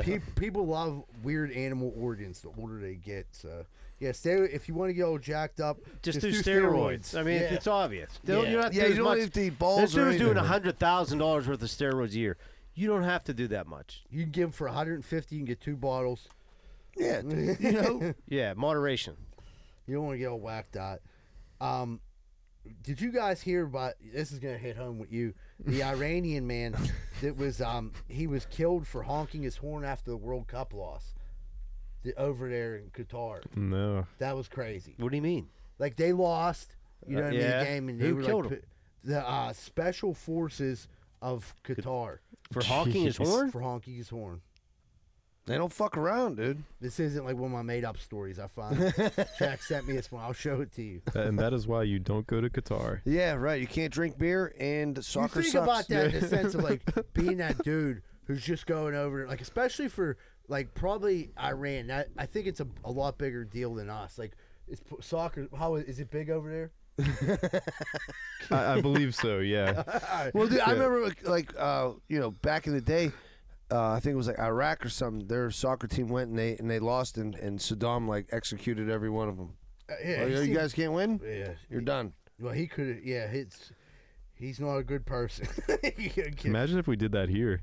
A: pe- people love weird animal organs the older they get. So yeah, stay if you want to get all jacked up,
B: Just, do steroids. I mean,
A: Yeah.
B: it's obvious. Don't-
A: Yeah.
B: You don't have to
D: Yeah,
B: do
D: you
B: as
D: don't
B: much.
D: have to eat balls
B: This dude
D: or
B: was doing
D: anything.
B: hundred thousand dollars worth of steroids a year. You don't have to do that much.
A: you can give them for 150, you can get two bottles. (laughs)
D: Yeah, dude, you know.
B: (laughs) Yeah, moderation.
A: You don't want to get all whacked out. Um, did you guys hear about? This is gonna hit home with you.
B: (laughs)
A: The Iranian man that was um he was killed for honking his horn after the World Cup loss. the, over there in Qatar.
C: No.
A: That was crazy.
B: What do you mean?
A: Like they lost, you know
B: Uh,
A: what I mean,
B: yeah.
A: the game, and they
B: Who
A: were
B: killed
A: like
B: 'em?
A: p- the uh, special forces of Qatar
B: For honking his
C: Jeez.
B: horn?
A: for honking his horn.
D: They don't fuck around, dude.
A: This isn't like one of my made up stories. I
D: (laughs)
A: find Jack sent me this one. I'll show it to you.
C: and that is why you don't go to Qatar.
D: Yeah, right. You can't drink beer and soccer
A: you think
D: sucks.
A: about that in the sense of
D: (laughs)
A: like being that dude who's just going over like especially for like probably iran that, i think it's a, a lot bigger deal than us like it's p- soccer how is, is it big over there
C: I, I believe so.
D: (laughs)
C: Yeah.
D: Well, dude, I remember like, like uh, you know back in the day, uh, I think it was like Iraq or something. Their soccer team went and they and they lost, and, and Saddam like executed every one of them.
A: Uh, yeah,
D: Oh,
A: he
D: you,
A: seems-
D: guys can't win.
A: yeah
D: You're done.
A: well he could yeah it's he's not a good person (laughs)
C: Imagine if we did that here.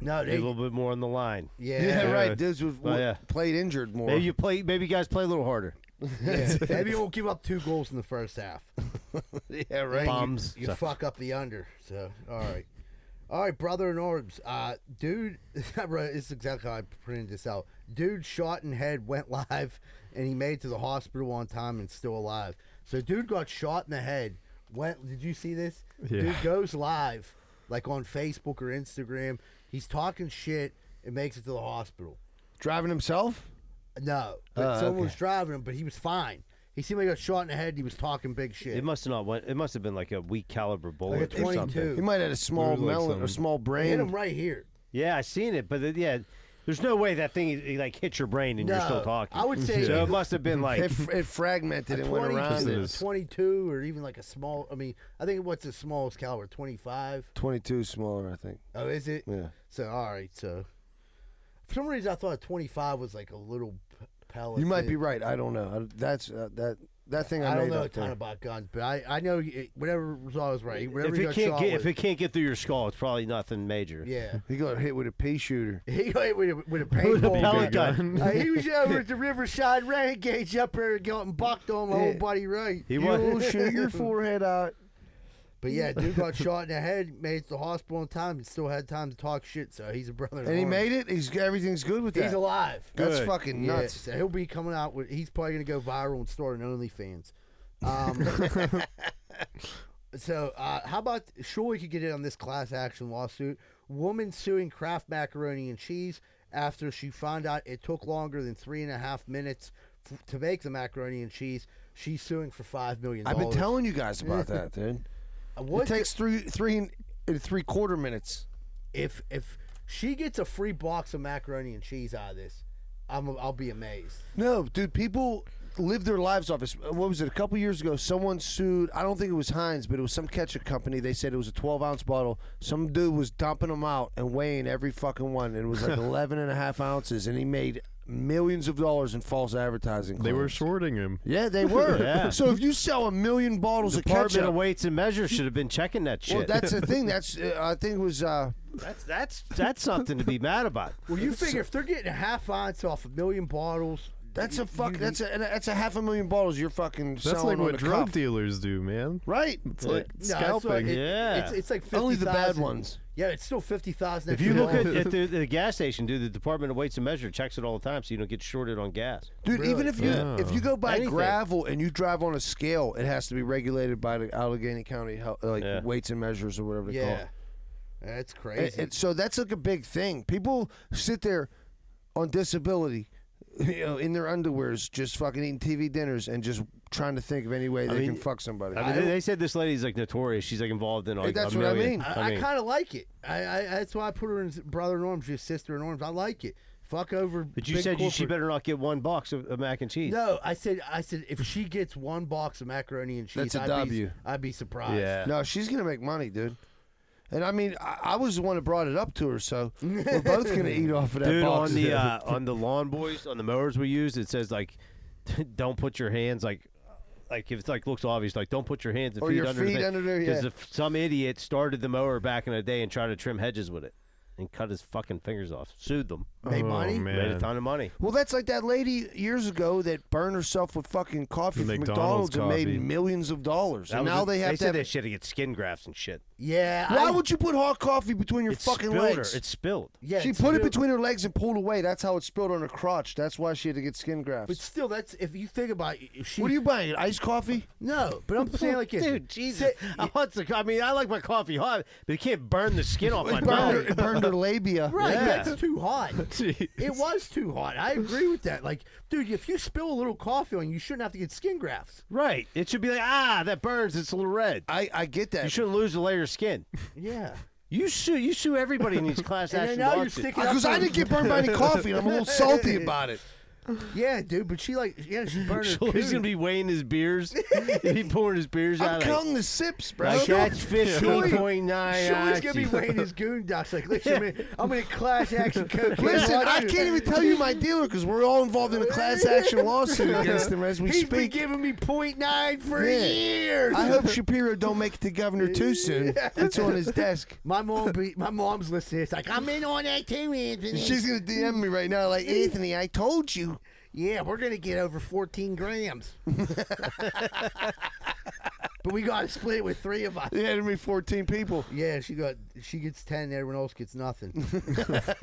A: no
B: A
A: they,
B: little bit more on the line.
A: yeah,
D: (laughs) Yeah, right. Dudes was
B: Oh, yeah.
D: played injured more.
B: Maybe you play. Maybe you guys play a little harder.
A: yeah. maybe we'll give up two goals in the first half
D: yeah, right.
B: Bombs.
A: you
B: So-
A: fuck up the under. So all right, all right, brother in arms, uh, dude. (laughs) I wrote- this is exactly how I printed this out. Dude shot in head went live, and he made it to the hospital on time and still alive. So dude got shot in the head. Went. Did you see this?
C: Yeah.
A: Dude goes live, like on Facebook or Instagram. He's talking shit and makes it to the hospital.
D: Driving himself.
A: No, but
B: Oh,
A: someone was driving him, but he was fine. He seemed like he got shot in the head. and He was talking big shit.
B: It must have not went. It must have been like a weak caliber
A: like a
B: bullet or something.
D: He
A: twenty-two.
D: might have had a small
C: Literally like
D: melon or
C: some-
D: small
A: Hit him
D: brain.
A: right here.
B: Yeah, I seen it, but it- yeah, there's no way that thing it, like hit your brain and you're
A: No,
B: still talking.
A: I
B: (laughs)
A: would say-
B: so. It must
A: (laughs)
B: have been like
D: It, it fragmented and went
A: 20
D: around.
A: to
D: It.
C: it.
A: 22 or even like a small i mean i think what's the smallest caliber 25
D: Twenty-two is smaller, I think.
A: oh is it
D: Yeah.
A: so all right so for some reason i thought 25 was like a little p- pellet
D: You might
A: thing.
D: be right. I don't know. I- That's uh, that that thing I,
A: i don't
D: made
A: know a
D: up
A: ton
D: there.
A: about guns but i i know it, whatever result was right whatever
B: if
A: he
B: it
A: got
B: can't
A: shot
B: get if
A: with,
B: it can't get through your skull, it's probably nothing major.
A: yeah (laughs)
D: He got hit with a pea shooter.
A: he got hit with a, with a
B: With a
D: Oh
A: paintball
B: pellet gun.
A: Uh, he was over at the Riverside Rain Gauge up there getting bucked on my old buddy right.
B: He
D: You'll
B: (laughs) was.
D: shoot your forehead out.
A: But yeah, dude got shot in the head, made it to the hospital on time, and still had time to talk shit. So he's a brother. in
D: And he
A: arms.
D: made it. He's everything's good with that.
A: He's alive.
D: That's
B: Good.
D: fucking
A: Yeah,
D: nuts.
A: so he'll be coming out with. He's probably gonna go viral and start an OnlyFans. Um, (laughs) so uh, how about surely could get in on this class action lawsuit? Woman suing Kraft macaroni and cheese after she found out it took longer than three and a half minutes f- to make the macaroni and cheese. She's suing for five million.
D: I've been telling you guys (laughs) about that, dude.
A: What
D: it takes three three and, and three quarter minutes.
A: if if she gets a free box of macaroni and cheese out of this? I'm I'll be amazed.
D: No, dude, people live their lives off. this. What was it? A couple years ago, someone sued. I don't think it was Heinz, but it was some ketchup company. They said it was a 12 ounce bottle. Some dude was dumping them out and weighing every fucking one, and it was (laughs) like 11 and a half ounces, and he made millions of dollars in false advertising.
C: (laughs) They were
D: claims.
C: shorting him.
D: Yeah, they were.
B: (laughs) Yeah.
D: So if you sell a million bottles of
B: Department
D: ketchup,
B: of Weights and Measures should have been checking that shit.
D: well, that's the thing. That's uh, I think it was. Uh,
B: that's that's (laughs) that's something to be mad about.
A: Well, you figure if they're getting a half ounce off a million bottles,
D: that's a fuck. That's a that's a half a million bottals. You're fucking
C: That's
D: selling
C: like
D: on
C: what
D: the
C: drug
D: cuff.
C: dealers do, man.
D: right?
C: It's like
A: No, it's
C: scalping.
A: like- it-
B: Yeah.
A: it's, it's like 50,
D: Only the bad ones.
A: Yeah, it's still fifty thousand.
B: If you look at, at the, the gas station, dude, the Department of Weights and Measures checks it all the time, so you don't get shorted on gas.
D: Dude, even if you
C: Yeah.
D: if you go by
B: Anything.
D: gravel and you drive on a scale, it has to be regulated by the Allegheny County Hel- uh, like
B: Yeah.
D: weights and measures or whatever they
A: yeah, that's
D: call it.
A: crazy.
D: And- and so that's like a big thing. People sit there on disability, (laughs) you know, in their underwears, just fucking eating TV dinners and just trying to think of any way they
B: mean-
D: can fuck somebody.
B: I mean, they, they said this lady's like notorious. She's like involved in like
D: that's
B: a
D: what I
B: million-
D: mean.
A: I, I, kind of like it. I, I that's why I put her in s- brother in arms, just sister in arms. I like it. Fuck over.
B: But you
A: big
B: said you, she
A: corporate-
B: better not get one box of, of mac and cheese.
A: No, I said I said if she gets one box of macaroni and cheese,
D: That's a
A: I'd be,
D: W.
A: would be surprised.
B: Yeah.
D: No, she's gonna make money, dude. And I mean, I, I was the one that brought it up to her, so we're both gonna eat off of that
B: Dude,
D: box.
B: on the uh, on the lawn boys, on the mowers we use, it says like, (laughs) don't put your hands like, like if it's like looks obvious, like don't put your hands and
D: Or
B: feet
D: your
B: under the
D: feet
B: thing.
D: under there, yeah.
B: if some idiot started the mower back in the day and tried to trim hedges with it, and cut his fucking fingers off, sued them.
A: Made
C: Oh,
A: money.
C: man.
B: Made a ton of money.
D: Well, that's like that lady years ago that burned herself with fucking coffee from McDonald's,
C: McDonald's
D: and
C: coffee.
D: made millions of dollars.
B: That
D: and
B: was
D: now
B: a-
D: they have to.
B: said
D: Have,
B: that shit to get skin grafts and shit.
A: Yeah.
D: why
A: I-
D: would you put hot coffee between your
B: It
D: fucking
B: spilled
D: legs?
B: her. It spilled.
A: Yeah.
D: she
A: it's
D: put it
A: real-
D: between her legs and pulled away. That's how it spilled on her crotch. That's why she had to get skin grafts.
A: But still, that's if you think about it, if she.
D: what are you buying? Iced coffee?
A: No, but I'm saying like, if-
B: Dude, Jesus! I want the. I mean, I like my coffee hot, but you can't burn the skin off
D: (laughs)
B: my
D: It burned, her,
B: belly.
D: it burned her labia.
A: Right,
B: Yeah.
A: that's too
B: (laughs)
A: hot. It was too hot. I agree with that. Like, dude, if you spill a little coffee on you, you shouldn't have to get skin grafts.
B: Right? It should be like ah, that burns. It's a little red.
D: I, I get that.
B: You shouldn't lose a layer of skin.
A: Yeah.
B: You sue. You sue everybody in
D: (laughs)
B: these class
A: And
B: action
A: then now you're
B: lawsuits.
A: sticking up
D: Because I
A: for-
D: didn't get burned by any coffee, and I'm a little salty
B: (laughs)
D: about it.
A: Yeah, dude, but she like yeah, she burned her.
B: So he's gonna
A: cootie.
B: be weighing his beers. (laughs) he pouring his beers
D: I'm
B: out. like,
D: counting the sips, bro.
B: Like, that's fifteen point
A: Sure, he's
B: nine.
A: gonna be
B: (laughs)
A: weighing his goon docs. Like, listen, man, I'm in a class action cocaine.
D: Listen,
B: (laughs)
D: I
A: lawsuit.
D: can't even tell you my dealer because we're all involved in a class action lawsuit against him as we
A: He's been
D: speak.
A: giving me point nine for
D: Yeah.
A: years.
D: I
B: (laughs)
D: hope Shapiro don't make it to governor too soon. It's on his desk.
A: my mom, be, my mom's listening. It's like I'm in on that too, Anthony.
D: She's gonna DM me right now, like Anthony, I told you.
A: Yeah, we're gonna get over 14
B: (laughs)
A: grams. (laughs) but we gotta split it with three of us.
D: They had me 14 (laughs) people.
A: Yeah, she got she gets ten, everyone else gets nothing.
D: The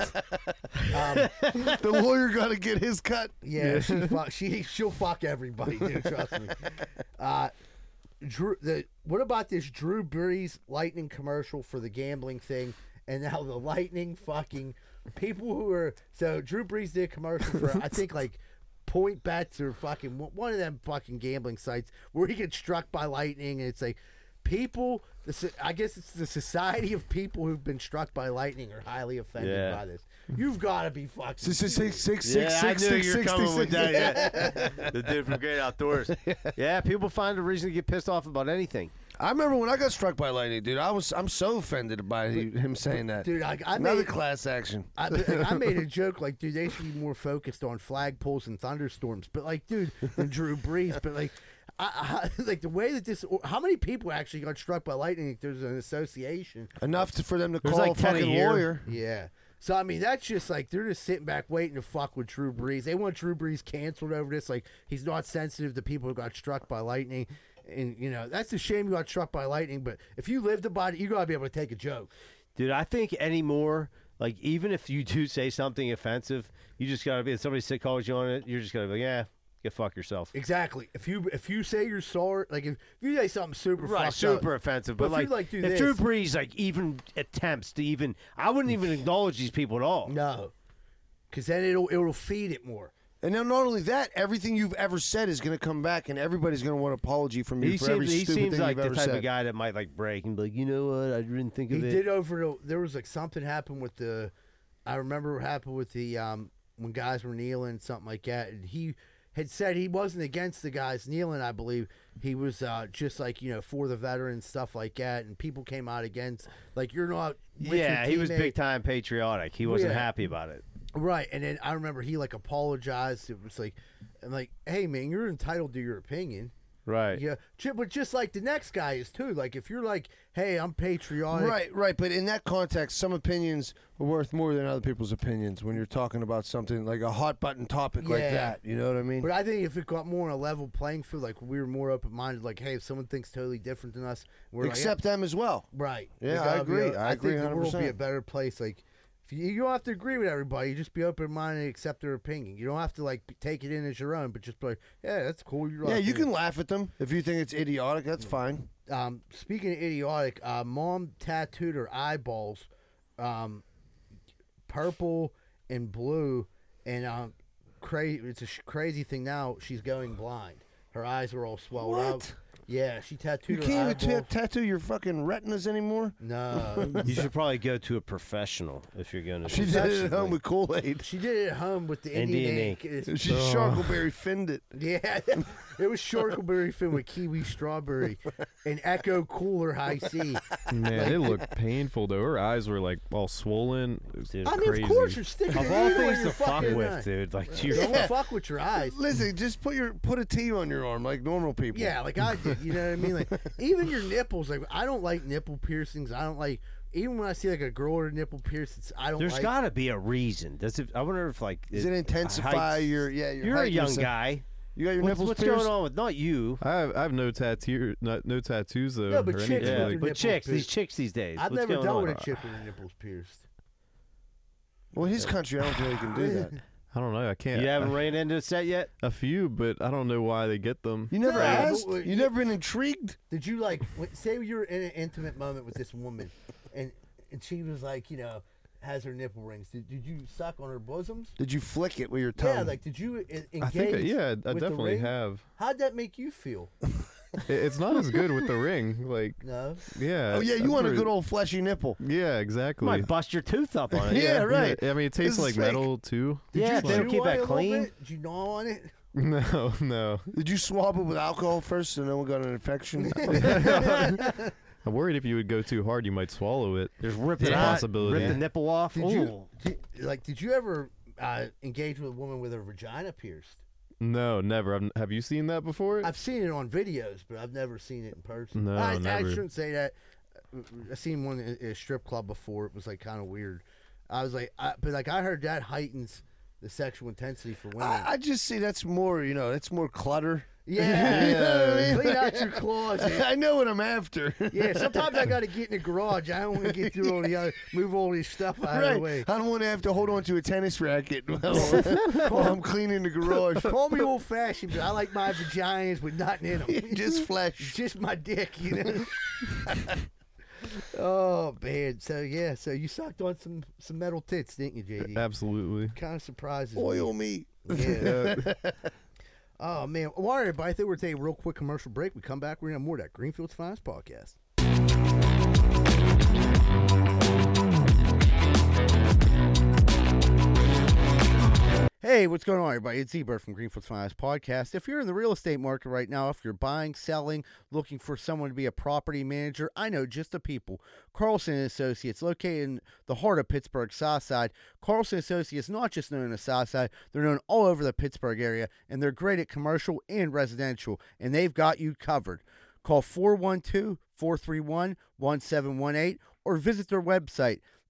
D: lawyer gotta get his cut.
A: Yeah, she fuck, she she'll fuck everybody, dude, trust me. Uh Drew the what about this Drew Brees lightning commercial for the gambling thing and now the lightning fucking people who are so Drew Brees did a commercial for I think like Point Bets or fucking one of them fucking gambling sites where he gets struck by lightning and it's like people the, so- I guess it's the society of people who've been struck by lightning are highly offended
B: Yeah.
A: by this. You've got to be fucking
D: Six, six, six, six,
B: Yeah,
D: six,
B: I
D: six,
B: knew
D: six,
B: you were
D: six,
B: coming
D: six,
B: with
D: six.
B: that. Yeah. the dude from Great Outdoors. (laughs) Yeah, people find a reason to get pissed off about anything.
D: I remember when I got struck by lightning, dude. I was I'm so offended by he- him saying that.
A: Dude, I, I
D: Another
A: made
D: class action.
B: (laughs)
A: I, I made a joke like, dude, they should be more focused on flagpoles and thunderstorms. But like, dude, and Drew Brees. But like, I, (laughs) I, like the way that this, or how many people actually got struck by lightning? If there's an association.
D: Enough to, for them to
B: There's
D: call
B: like
D: a
B: 10 a
D: fucking
B: year.
D: lawyer.
A: Yeah. So I mean, that's just like they're just sitting back waiting to fuck with Drew Brees. They want Drew Brees canceled over this. Like he's not sensitive to people who got struck by lightning. And you know that's a shame you got struck by lightning. But if you lived about it, you gotta be able to take a joke.
B: Dude, I think anymore, like even if you do say something offensive, you just gotta be. If somebody sick calls you on it, you're just gonna be like, yeah, get fuck yourself.
A: Exactly. If you if you say you're sorry, like if, if you say something super
B: Right,
A: fucked up-
B: super offensive, but,
A: But if you,
B: like,
A: like, do
B: if Drew
A: this-
B: Brees like even attempts to even, I wouldn't even acknowledge these people at all.
A: (laughs) No, because then it'll it'll feed it more.
D: And now, not only that, everything you've ever said is going to come back, and everybody's going to want an apology from you
B: He
D: for
B: seems,
D: every
B: he
D: stupid
B: seems
D: thing
B: like
D: you've
B: the
D: ever
B: type
D: said.
B: of guy that might like break and be like, you know what, I didn't think
A: He
B: of it.
A: did over. There was like something happened with the. I remember what happened with the um when guys were kneeling something like that, and he had said he wasn't against the guys kneeling. I believe he was uh, just like you know for the veterans stuff like that, and people came out against like you're not. with your
B: yeah, he was
A: teammate.
B: big time patriotic. He wasn't
A: Yeah.
B: happy about it.
A: Right, and then I remember he like apologized. It was like, I'm like, hey man, you're entitled to your opinion.
B: Right.
A: Yeah, ju- but just like the next guy is too. Like if you're like, hey, I'm patriotic.
D: Right, right. But in that context, some opinions are worth more than other people's opinions when you're talking about something like a hot button topic like
A: Yeah.
D: that. You know what I mean?
A: But I think if it got more on a level playing field, like we were more open minded, like hey, if someone thinks totally different than us, we're like,
D: Accept them as well.
A: yeah, right.
D: Yeah,
A: We
D: I
A: gotta be
D: agree.
A: o-
D: I agree
A: think the world will be a
D: 100%.
A: better place. Like if you, you don't have to agree with everybody, you just be open minded, and accept their opinion. You don't have to like b- take it in as your own, but just be like, yeah, that's cool. You're
D: Yeah,
A: right,
D: you
A: dude."
D: can laugh at them if you think it's idiotic. That's fine.
A: um, speaking of idiotic, uh, mom tattooed her eyeballs, um, purple and blue, and um, crazy. It's a sh- crazy thing now. She's going blind. Her eyes are all swelled up.
D: What?
A: Yeah, she
D: You
A: tattooed her
D: can't even
A: eyeball.
D: ta- tattoo your fucking retinas anymore.
A: no, (laughs)
B: You should probably go to a professional if you're going to.
D: She did it at home with Kool (laughs) Aid.
A: she did it at home with the Indian,
B: Indian
A: ink. It's-
D: She Sharkleberry finned it.
A: Yeah, (laughs) it was Sharkleberry Fin with kiwi strawberry and Echo Cooler High
B: (laughs)
A: C.
C: Man, it looked painful though. Her eyes were like all swollen. It was
B: Dude.
A: I mean,
C: crazy.
A: of course you're (laughs) sticking
B: Of
A: a
B: all
A: needle in
B: things
A: your
B: to fuck
A: fucking
B: with,
A: eye.
B: dude. Like, to your
A: Don't fuck with your eyes.
D: Listen, just put your put a T on your arm like normal people.
C: (laughs)
A: Yeah, like I did. You know what I mean? Like even your nipples. Like I don't like nipple piercings. I don't like even when I see like a girl or a nipple pierced, it's, I don't.
B: There's
A: like,
B: got to be a reason. Does it? I wonder if like
D: Does it intensify
B: heights-
D: your yeah? Your
B: You're a
D: height
B: young
D: percent-
B: guy.
D: You got your
B: What's,
D: nipples
B: what's
D: pierced.
B: going on with not you,
C: I have I have no tattoo no, no tattoos though.
A: Yeah, but
C: or
A: chicks with
C: anything. like-
A: their
B: but
A: nipples
B: chicks, these
A: pierced.
B: chicks these days.
A: I've
B: what's
A: never
B: going
A: dealt
B: on?
A: with a chick with her nipples pierced.
D: Well, his country, I don't think they can do that.
C: I don't know. I can't.
B: You haven't
C: I-
B: ran into a set yet.
C: a few, but I don't know why they get them.
D: You never
A: Yeah,
D: asked.
A: but-
D: You never been intrigued.
A: Did you like wh- say you were in an intimate moment with this woman, and and she was like, you know, has her nipple rings? Did, did you suck on her bosoms?
D: Did you flick it with your tongue?
A: Yeah, like did you en- engage?
C: I think. I- yeah, I
A: with the
C: definitely
A: ring?
C: have.
A: How'd that make you feel?
C: It- It's not as good with the ring. Like,
A: No,
C: yeah.
D: oh yeah,
C: I've
D: you want a
C: never-
D: good old fleshy nipple.
C: Yeah,
B: (laughs)
C: exactly.
B: Might bust your tooth up on it.
D: Yeah, right.
C: I mean, it tastes
D: is
C: like
D: fake.
C: metal too.
B: yeah. If they don't
A: Chew
B: keep
A: on it a
B: that
A: little
B: clean.
A: bit? Did you gnaw on it?
C: (laughs) No, no.
D: Did you swab it with alcohol first, and then we got an infection? (laughs)
C: I'm worried if you would go too hard, you might swallow it.
B: There's ripped
C: It's
B: it
C: a
B: out,
C: possibility.
B: Rip the nipple off.
A: Did
B: Ooh.
C: Oh.
A: you did, like? Did you ever uh, engage with a woman with her vagina pierced?
C: No, never. I've, have you seen that before?
A: I've seen it on videos, but I've never seen it in person.
C: No,
A: I, I
C: never.
A: shouldn't say that. I seen one at a strip club before. It was like kind of weird. I was like, I, but like I heard that heightens the sexual intensity for women.
D: I, I just see that's more. You know, that's more clutter.
A: yeah,
D: You know what I
A: (laughs)
D: mean?
A: clean out your closet.
D: (laughs) I know what I'm (laughs) after.
A: Yeah, sometimes I got to get in the garage. I don't want to get through all the other, move all this stuff out of the
D: right.
A: way.
D: I don't want to have to hold on to a tennis racket (laughs) while, while I'm cleaning the garage.
A: Call me old fashioned, but I like my vaginas with nothing in them.
D: (laughs) just
A: It's
D: flesh.
A: (laughs) just my dick, you
D: (laughs)
A: know. oh man, so yeah, so you sucked on some some metal tits, didn't you, JD?
C: Absolutely.
A: kind of surprises
D: (laughs) Uh, Oil me.
A: me.
D: (laughs)
A: Yeah. (laughs) oh man, well, all right, everybody. I think we're taking a real quick commercial break. We come back, we're gonna have more of that Greenfield's Finest podcast. Hey, what's going on, everybody? It's Ebert from Greenfield's Finance Podcast. If you're in the real estate market right now, if you're buying, selling, looking for someone to be a property manager, I know just the people. Carlson and Associates, located in the heart of Pittsburgh Southside. Carlson Associates, not just known in the Southside, they're known all over the Pittsburgh area, and they're great at commercial and residential, and they've got you covered. Call 412 431 1718 or visit their website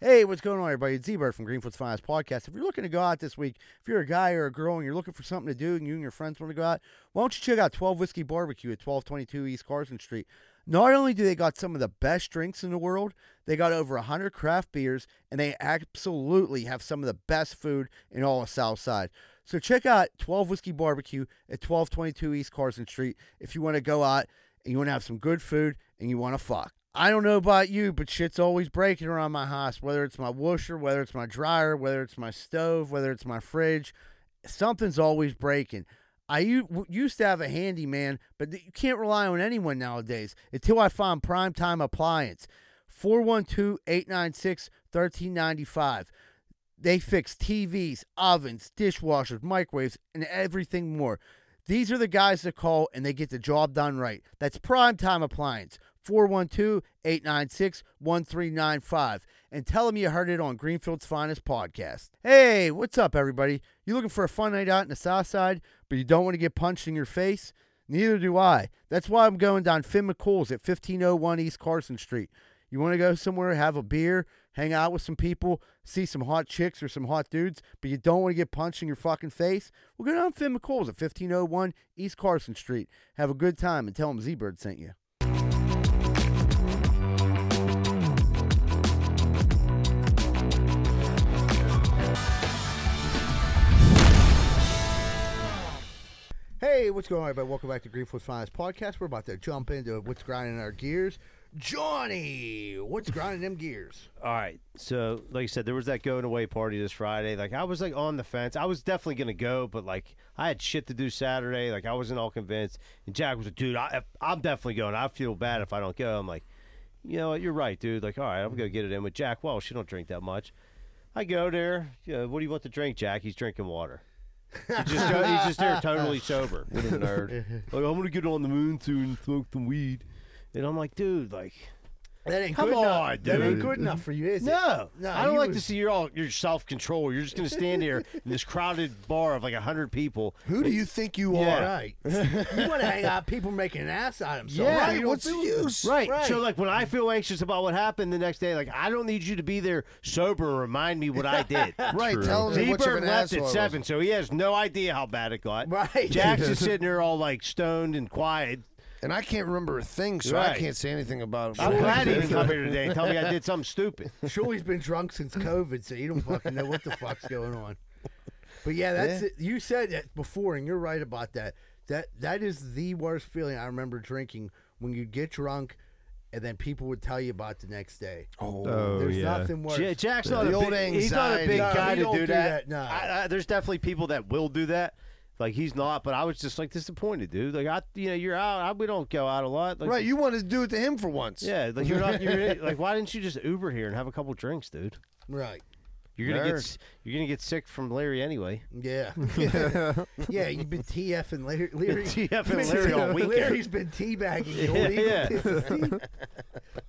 A: Hey, what's going on, everybody? It's Z-Bird from Greenfoot's Finest Podcast. If you're looking to go out this week, if you're a guy or a girl and you're looking for something to do and you and your friends want to go out, why don't you check out 12 Whiskey Barbecue at 1222 East Carson Street? Not only do they got some of the best drinks in the world, they got over 100 craft beers, and they absolutely have some of the best food in all of Southside. So check out 12 Whiskey Barbecue at 1222 East Carson Street if you want to go out and you want to have some good food and you want to fuck. I don't know about you, but shit's always breaking around my house, whether it's my washer, whether it's my dryer, whether it's my stove, whether it's my fridge. Something's always breaking. I u- w- used to have a handyman, but th- you can't rely on anyone nowadays until I found Primetime Appliance. 412 896 1395. They fix TVs, ovens, dishwashers, microwaves, and everything more. These are the guys to call and they get the job done right. That's Primetime Appliance, 412 896 1395. And tell them you heard it on Greenfield's Finest Podcast. Hey, what's up, everybody? You looking for a fun night out in the South Side, but you don't want to get punched in your face? Neither do I. That's why I'm going down Finn McCool's at 1501 East Carson Street. You want to go somewhere, have a beer, hang out with some people, see some hot chicks or some hot dudes, but you don't want to get punched in your fucking face? Well, go down to Finn McCool's at 1501 East Carson Street. Have a good time and tell them Z-Bird sent you. Hey, what's going on, everybody? Welcome back to Greenfield's Finest Podcast. We're about to jump into what's grinding our gears. Johnny, what's grinding them gears?
B: All right. So, like you said, there was that going away party this Friday. Like, I was like on the fence. I was definitely gonna go, but like, I had shit to do Saturday. Like, I wasn't all convinced. And Jack was like, "Dude, I, I'm definitely going. I feel bad if I don't go." I'm like, "You know what? You're right, dude. Like, all right, I'm gonna get it in with Jack. Well, she don't drink that much." I go there. Yeah, what do you want to drink, Jack? He's drinking water. He's just, go- he's just there totally sober.
C: What a nerd.
B: (laughs) Like, I'm gonna get on the moon soon and smoke some weed. And I'm like, dude, like,
A: That ain't
B: Come
A: good
B: on,
A: enough. That ain't
B: dude.
A: good enough for you, is it?
B: no,
A: No,
B: I don't
A: you
B: like
A: was-
B: to see your all your self control. You're just gonna stand
A: (laughs)
B: there in this crowded bar of like hundred people.
D: Who do you think you
A: All
B: Yeah. (laughs)
A: right. you want to hang out with people making an ass out of themselves.
B: Yeah,
A: right? You don't
D: what's the
A: feel good.
D: use?
B: Right.
A: Right.
B: So like when I feel anxious about what happened the next day, like I don't need you to be there sober and remind me what
A: (laughs)
B: I did.
D: Right, tell him what you
B: Deeper
D: an
B: left
D: asshole I
B: at
D: was.
B: seven, so he has no idea how bad it got.
A: Right. (laughs)
B: Jack's just sitting there all like stoned and quiet.
D: And I can't remember a thing, so I
B: Right.
D: can't say anything about it.
B: I'm glad
A: (laughs)
B: he didn't come here today and tell me I did something stupid.
A: Sure, he's been drunk since COVID, so you don't fucking know what the fuck's going on. But yeah, that's it. You said that before, and you're right about that. That that is the worst feeling I remember drinking when you get drunk, and then people would tell you about the next day.
C: Oh
A: There's
C: yeah.
A: nothing worse.
B: Ja- Jack's not
D: The
B: a
D: old
B: big, he's not a big
A: anxiety. No,
B: guy
A: he
B: to
A: don't
B: do,
A: do
B: that.
A: that, no.
B: I, I, there's definitely people that will do that. Like he's not, but I was just like disappointed, dude. Like I, you know, you're out. I, we don't go out a lot. Like,
D: Right, you wanted to do it to him for once.
B: Yeah, like you're not. You're like, why didn't you just Uber here and have a couple drinks, dude?
A: Right.
B: You're gonna get
D: Nerd.
B: s- you're gonna get sick from Larry anyway. (laughs)
A: Yeah.
C: (laughs)
A: yeah, (laughs) you've been TF and Larry. Larry
B: TF and Larry all weekend.
A: Larry's been teabagging you.
B: (laughs) Yeah,
A: old Eagle
B: yeah.
A: Tits.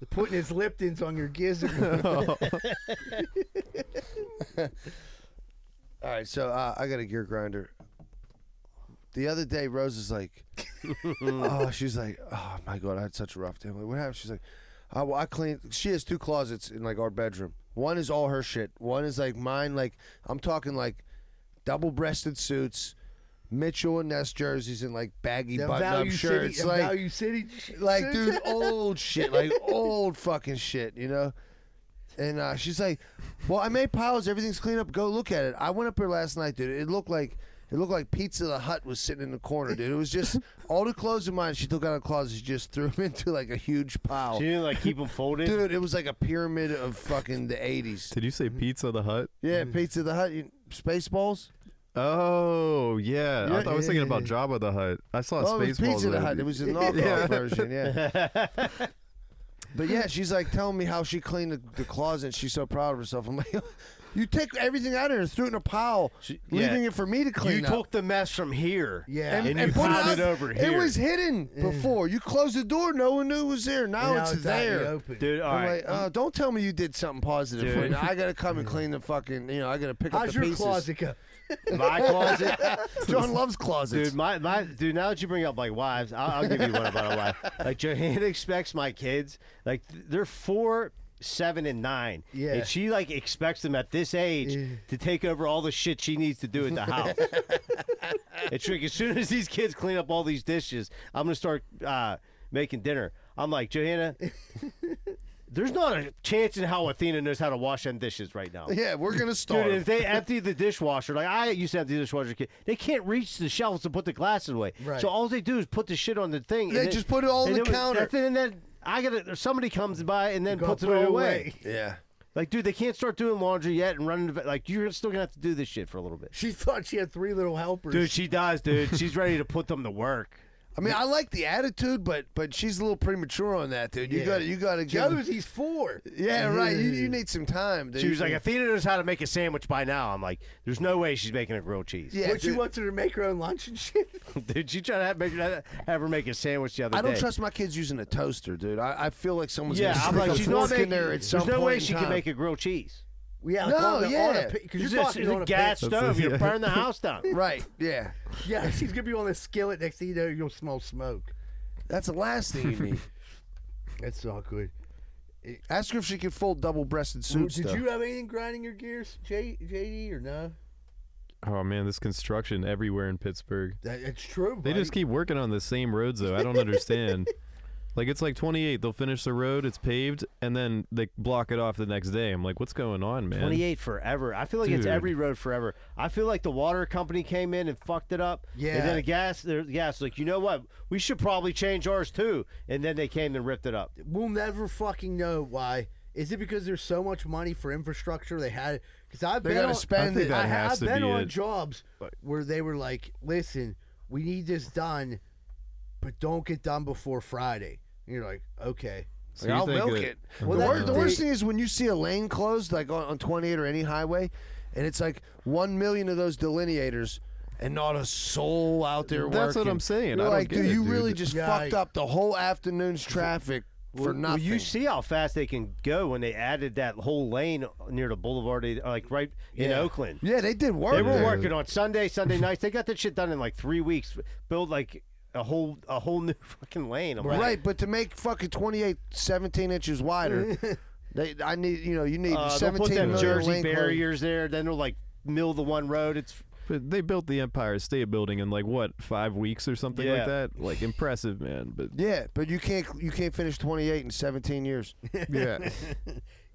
A: Putting his Liptons on your
D: (laughs)
A: gizzard.
D: All right, so uh, I got a gear grinder. The other day, Rose
A: (laughs)
D: is like, oh, she's like, oh my god, I had such a rough day. I'm like, what happened? She's like, oh, well, I cleaned. She has two closets in like our bedroom. One is all her shit. One is like mine. Like I'm talking like double-breasted suits, Mitchell and Ness jerseys, and like baggy
A: Them
D: button-up
A: Value City,
D: shirts.
A: them
D: like
A: Value City.
D: like
A: suits.
D: dude old shit like old fucking shit you know and uh, she's like well i made piles everything's cleaned up go look at it i went up there last night dude it looked like it looked like pizza the hut was sitting in the corner dude it was just all the clothes of mine she took out of the closet she just threw them (laughs) into like a huge pile
B: She didn't like keep them folded.
D: dude it was like a pyramid of fucking the 80s
C: Did you say Pizza the Hut?
D: yeah pizza the hut you- spaceballs
C: Oh yeah. I thought I was thinking about Jabba the Hut. I saw
D: Oh, it was
C: Spaceballs.
D: Pizza the
C: movie.
D: Hut. It
C: (laughs)
D: was a knockoff version, yeah. but yeah, she's like telling me how she cleaned the, the closet. She's so proud of herself. I'm like, (laughs) you take everything out of here, threw it in a pile,
B: She-
D: leaving
B: yeah.
D: it for me to clean
B: you
D: up.
B: took the mess from here,
A: Yeah.
B: and,
A: And-
B: you
D: put
B: piled
D: out-
B: it over here.
D: It was hidden before. You closed the door, no one knew it was there. Now,
A: Now
D: it's,
A: out in the
D: there.
A: open.
B: dude. All
D: I'm
B: right,
D: like, oh, don't tell me you did something positive for me.
B: Dude.
D: Now I gotta
B: (laughs)
D: come and clean the fucking. You know, I gotta pick up
A: How's
D: the
A: your
D: pieces.
A: closet go?
B: my closet,
D: (laughs) John loves closets.
B: dude. My my dude. Now that you bring up like wives, I'll, I'll give you one about a wife.
A: (laughs)
B: Like Johanna expects my kids, like th- they're four. Seven and nine,
A: Yeah.
B: And she like expects them at this age
A: Yeah.
B: to take over all the shit she needs to do
A: (laughs)
B: at the house. It's trick. As soon as these kids clean up all these dishes, I'm gonna start uh, making dinner. I'm
A: (laughs)
B: like, Johanna, there's not a chance in hell Athena knows how to wash them dishes right now.
D: Yeah, we're gonna
B: Dude,
D: start.
B: if they empty the dishwasher, like I used to empty the dishwasher, kid, they can't reach the shelves to put the glasses away.
A: Right.
B: So all they do is put the shit on the thing.
D: Yeah,
B: and
D: just put it all on
B: and
D: the
B: was-
D: counter.
B: that's it, and then I gotta. Somebody comes by and then
A: Gotta
B: puts it
A: put
B: all
A: it away.
B: away.
D: yeah.
B: Like, dude, they can't start doing laundry yet and running. to- Like, you're still gonna have to do this shit for a little bit.
A: She thought she had three little helpers.
B: Dude, she does, dude. She's ready to put them to work.
D: I mean, I like the attitude, but but she's a little premature on that, dude. You
A: Yeah.
D: got to you got to
A: the
D: give.
A: other he's four.
D: yeah, right. You, you need some time, dude.
B: Mm-hmm. She was like, Athena knows how to make a sandwich by now. I'm like, there's no way she's making a grilled cheese. (laughs)
D: yeah,
A: Would you
D: dude,
A: want her to make her own lunch and shit?
B: Did she try to have, make, have her make a sandwich the other
D: I
B: day?
D: don't trust my kids using a toaster, dude. I, I feel like someone's
B: Yeah,
D: gonna
B: I'm
D: stick
B: like,
D: a
B: she's
D: fork
B: not
D: in
B: making.
D: there at
B: there's
D: some
B: no
D: point
B: way
D: in
B: she
D: time.
B: can make a grilled cheese.
A: Yeah, like
D: No,
A: on the,
D: yeah.
A: Because
B: It's
A: you're
B: just
A: talking on
B: a
A: a
B: gas
A: big-
B: stove. You burn the house down.
D: Right, yeah.
A: (laughs) Yeah, she's gonna be on the skillet. Next thing you know, you'll smell smoke.
D: That's the last thing you
B: (laughs)
D: need.
A: That's awkward.
D: Ask her if she can fold double-breasted
A: Well,
D: suits.
A: Did
D: though.
A: you have anything grinding your gears, J- JD, or no?
C: Oh man, this construction everywhere in Pittsburgh.
A: That, it's true.
C: They
A: buddy.
C: just keep working on the same roads though. I
D: (laughs)
C: don't understand. like it's like 28. They'll finish the road, it's paved, and then they block it off the next day. I'm like, what's going on, man?
B: 28 forever. I feel like it's
C: Dude.
B: every road forever. I feel like the water company came in and fucked it up.
A: Yeah.
B: And then the gas, the gas, like, you know what? We should probably change ours too. And then they came and ripped it up.
A: we'll never fucking know why. Is it because there's so much money for infrastructure they had? Because I've
D: They
A: been
D: gotta
A: on,
D: spend
A: I,
D: it.
C: I think that
A: have
C: has to
A: been
C: be
A: on
C: it.
A: jobs where they were like, "Listen, we need this done, but don't get done before Friday." And you're like, "Okay."
C: So you think that-
D: Well, the,
A: that-
D: worst, the worst thing is when you see a lane closed, like on, on 28 or any highway, and it's like one million of those delineators, and not a soul out there working.
C: That's what I'm saying.
D: You're
C: I don't
D: like,
C: get
D: dude,
C: it,
D: you
C: dude.
D: really just
A: Yeah,
D: fucked
A: I-
D: up the whole afternoon's traffic for
B: Well,
D: nothing.
B: you see how fast they can go when they added that whole lane near the boulevard, eh, like right in
A: Yeah.
B: Oakland.
D: yeah, they did work.
B: They were
D: there.
B: working on Sunday, Sunday nights. They got that shit done in like three weeks. Build like a whole a whole new (laughs) fucking lane. I'm
D: Right.
B: like,
D: but to make fucking 28, 17 inches wider, they, I need, you know, you need
B: uh, they'll
D: 17
B: put them
D: million
B: Jersey
D: lane clo-
B: barriers there. Then they'll like mill the one road. It's
C: But they built the Empire State Building in like what five weeks or something
B: Yeah.
C: like that. Like impressive, man.
D: (laughs)
C: But
D: Yeah, but you can't you can't finish 28 in 17 years.
C: yeah,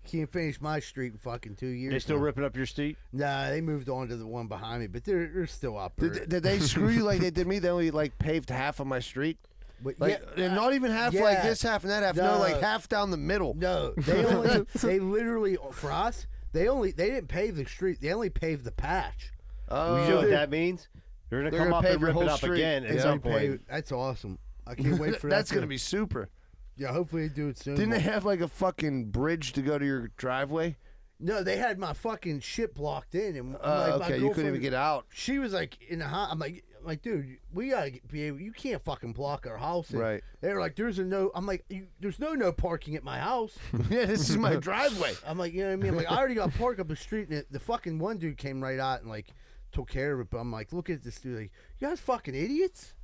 A: Can't finish my street in fucking two years.
B: they still
A: now.
B: ripping up your street.
A: Nah, they moved on to the one behind me, but they're they're still up. there.
D: Did, did they screw you like they did me? They only like paved half of my street.
A: But
D: Like,
A: yeah,
D: and not even half like
A: yeah.
D: this half and that half. No,
A: No.
D: like half down the middle.
A: no,
D: (laughs)
A: they only they literally for us they only they didn't pave the street. They only paved the patch.
D: Oh.
B: you know what that means? They're gonna
D: Uh, They're
B: come
D: gonna
B: up
D: pave
B: and
D: your
B: rip
D: whole
B: it up
D: street.
B: again at
A: They
B: some
A: paved-
B: point.
A: That's awesome. I can't wait
D: (laughs)
A: for that.
D: That's
A: to-
D: gonna be super.
A: yeah. Hopefully they do it soon.
D: Didn't they have like a fucking bridge to go to your driveway?
A: No, they had my fucking shit blocked in, and
D: Uh,
A: like, my
D: okay, you couldn't even
A: girlfriend-
D: get out.
A: She was like in the house. I'm like, I'm like, dude, we gotta get- be able. You can't fucking block our house. in."
D: Right.
A: They were like, there's a no. I'm like, you, there's no no parking at my house.
D: (laughs) yeah, this
A: (laughs)
D: is my driveway.
A: I'm like, you know what I mean? I'm like, I already got parked up the street, and the fucking one dude came right out and like took care of it. But I'm like, look at this dude. Like, you guys fucking idiots.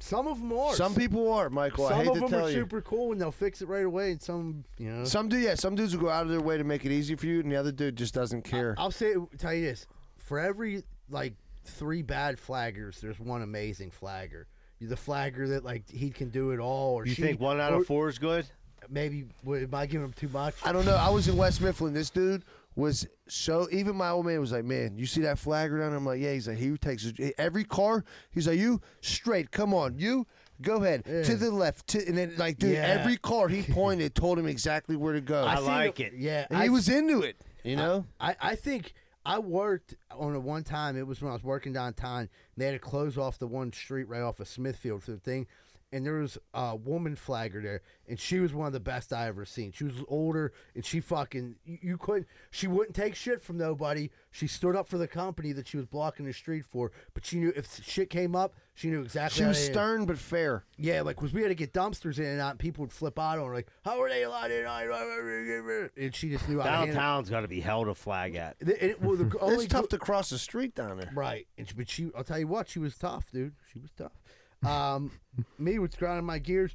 A: Some of them are.
D: Some people are, Michael. I
A: Some
D: hate
A: of
D: to
A: them
D: tell
A: are
D: you.
A: super cool, and they'll fix it right away. And some, you know,
D: Some do, yeah. Some dudes will go out of their way to make it easy for you, and the other dude just doesn't care.
A: I'll say tell you this: for every like three bad flaggers, there's one amazing flagger. You're the flagger that like he can do it all, or
B: You
A: she,
B: think one out
A: or
B: of four is good?
A: Maybe wait, am I giving him too much?
D: I don't know. I was in West Mifflin. This dude was so. Even my old man was like, "Man, you see that flagger down?" there?" I'm like, "Yeah." He's like, "He takes his- every car." He's like, "You straight? Come on, you go ahead to the left." To, and then like, dude,
A: Yeah.
D: every car (laughs) he pointed told him exactly where to go.
B: I
A: seen
B: like it.
A: Yeah,
D: and he
A: I-
D: was into it, you know.
A: I, I think I worked on a one time. It was when I was working downtown. And they had to close off the one street right off of Smithfield for the thing. And there was a woman flagger there, and she was one of the best I ever seen. She was older, and she fucking you, you couldn't. She wouldn't take shit from nobody. She stood up for the company that she was blocking the street for. But she knew if shit came up, she knew exactly.
D: she
A: how
D: was
A: to-
D: stern but fair.
A: yeah, like because we had to get dumpsters in and out, and people would flip out on her, like, "How are they allowed in?" And she just knew how to handle it.
B: Downtown's got to be held a flag at.
A: The- It, well, the only
D: (laughs) It's tough to cross the street down there.
A: Right. And she, but she, I'll tell you what, she was tough, dude. She was tough. Um, me was grinding my gears.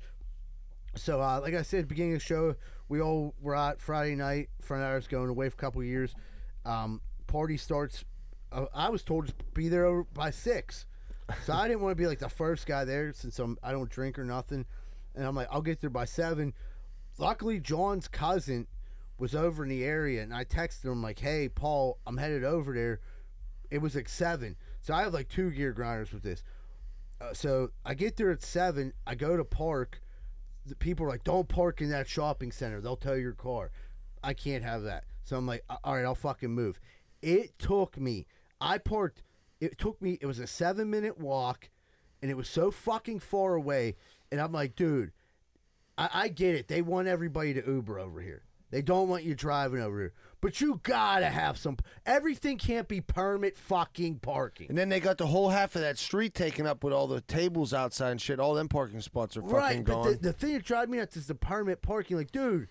A: So, uh, like I said at the beginning of the show, we all were out Friday night. Friend of ours going away for a couple of years. Um, party starts. Uh, I was told to be there over by six, so I didn't want to be like the first guy there since I'm I don't drink or nothing. And I'm like, I'll get there by seven. Luckily, John's cousin was over in the area, and I texted him like, "Hey, Paul, I'm headed over there." it was like seven. So I have like two gear grinders with this. Uh, so I get there at seven. I go to park. The people are like, "Don't park in that shopping center. They'll tow your car." I can't have that. So I'm like, "All right, I'll fucking move." It took me. I parked. It took me. It was a seven minute walk, and it was so fucking far away. And I'm like, dude, I, I get it. They want everybody to Uber over here. They don't want you driving over here. But you gotta have some. Everything can't be permit fucking parking.
D: And then they got the whole half of that street taken up with all the tables outside and shit. All them parking spots are fucking
A: Right,
D: gone.
A: but the, the thing that drives me nuts is the permit parking. Like, dude,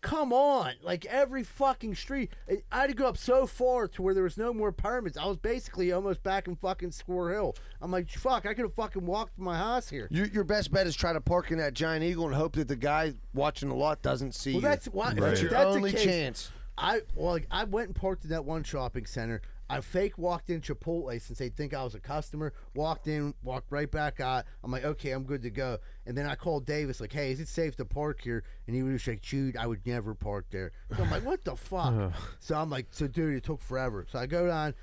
A: come on! Like every fucking street, I- I had to go up so far to where there was no more permits. I was basically almost back in fucking Square Hill. I'm like, fuck, I could have fucking walked to my house here.
D: Your, your best bet is try to park in that giant eagle and hope that the guy watching the lot doesn't see
A: Well,
D: you.
A: that's why.
D: That's
A: if
D: your
A: that's the
D: only
A: case,
D: chance.
A: I well, like, I went and parked in that one shopping center. I fake walked in Chipotle since they think I was a customer. Walked in, walked right back out. I'm like, okay, I'm good to go. And then I called Davis, like, hey, is it safe to park here? And he was like, dude, I would never park there. So I'm like, what the fuck? so I'm like, so dude, it took forever. So I go down,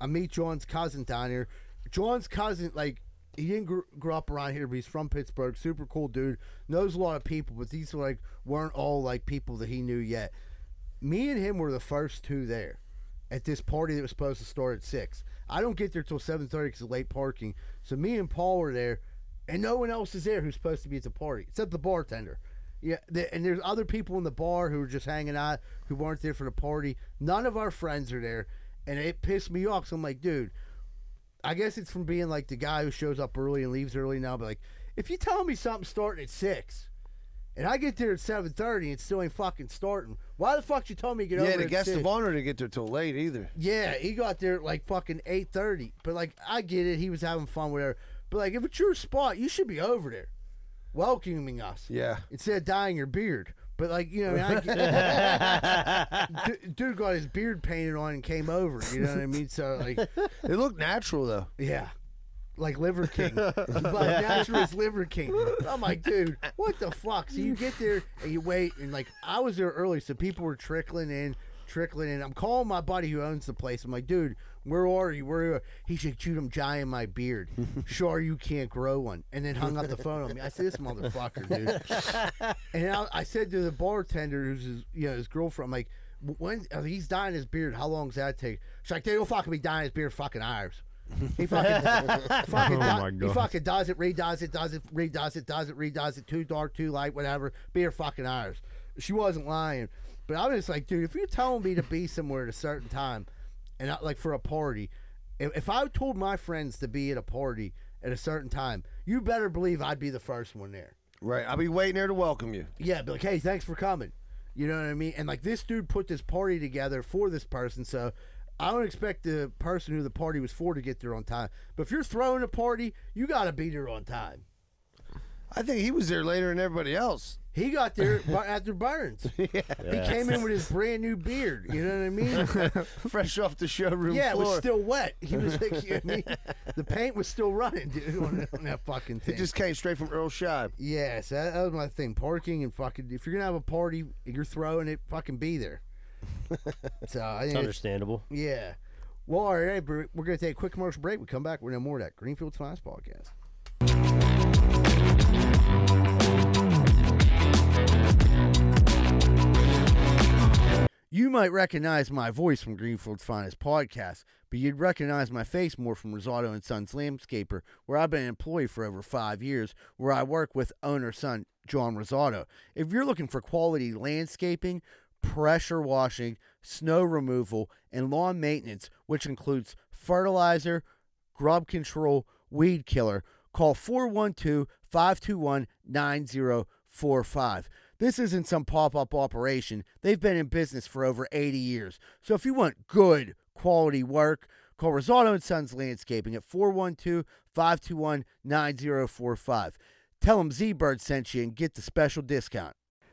A: I meet John's cousin down here. John's cousin, like, he didn't gr- grow up around here, but he's from Pittsburgh. Super cool dude. Knows a lot of people, but these were like weren't all like people that he knew yet me and him were the first two there at this party that was supposed to start at six. I don't get there till seven thirty because of late parking. So me and Paul were there, and no one else is there who's supposed to be at the party except the bartender. Yeah, the, and there's other people in the bar who are just hanging out who weren't there for the party. None of our friends are there, and it pissed me off. So I'm like, dude, I guess it's from being like the guy who shows up early and leaves early now. But like, if you tell me something's starting at six, and I get there at seven thirty, it still ain't fucking starting. Why the fuck you told me to get
D: Yeah,
A: over?
D: the
A: at
D: guest
A: six?
D: of honor didn't get there till late either.
A: Yeah, he got there at like fucking eight thirty. But like, I get it. He was having fun, whatever. But like, if it's your spot, you should be over there, welcoming us
D: Yeah.
A: instead of dyeing your beard. But like you know, I
D: (laughs)
A: get- (laughs) Du- dude got his beard painted on and came over. You know what I mean? So like,
D: It looked natural though.
A: yeah, like Liver King, like natural is Liver King. I'm like, dude, what the fuck? So you get there and you wait, and like I was there early, so people were trickling in, trickling in. I'm calling my buddy who owns the place. I'm like, dude, where are you? Where are you? He said, shoot, I'm dyeing my beard. Sure, you can't grow one. And then hung up the phone on me. I said, this motherfucker, dude. And I, I said to the bartender, who's his, you know his girlfriend, I'm like, when uh, he's dyeing his beard, how long does that take? She's like, they don't fucking be dyeing his beard, fucking hours. He
C: (laughs)
A: fucking, fucking,
C: Oh
A: dye-
C: my
A: he
C: God.
A: fucking does it, redoes it, does it, redoes it, does it, redoes it, too dark, too light, whatever. Beer fucking hours. She wasn't lying, but I was just like, dude, if you're telling me to be somewhere at a certain time, and I, like for a party, if, if I told my friends to be at a party at a certain time, you better believe I'd be the first one there.
D: Right. I'll be waiting there to welcome you.
A: Yeah, be like, hey, thanks for coming. You know what I mean? And like this dude put this party together for this person, so I don't expect the person who the party was for to get there on time. But if you're throwing a party, you got to be there on time.
D: I think he was there later than everybody else. (laughs)
A: He got there bu- after Burns. He came in with his brand new beard. You know what I
D: (laughs)
A: mean?
D: Fresh off the showroom
A: yeah, it was
D: floor.
A: still wet. He was like, you know
D: (laughs)
A: what I mean? the paint was still running, dude, on, that- on that fucking thing.
D: it just came straight from Earl Shive.
A: Yes, that, that was my thing. Parking and fucking. If you're gonna have a party, and you're throwing it. Fucking be
D: (laughs)
A: there. so I
B: It's
A: think it's-
B: understandable.
A: yeah. Well, all right, we're we're gonna take a quick commercial break. We come back. We're no more of that Greenfield Finance podcast. You might recognize my voice from Greenfield's Finest Podcast, but you'd recognize my face more from Rosato and Sons Landscaper, where I've been an employee for over five years, where I work with owner son John Rosato. If you're looking for quality landscaping, pressure washing, snow removal, and lawn maintenance, which includes fertilizer, grub control, weed killer, call 412 521 9045. This isn't some pop up operation. They've been in business for over 80 years. So if you want good quality work, call Rosato and Sons Landscaping at 412 521 9045. Tell them Z Bird sent you and get the special discount.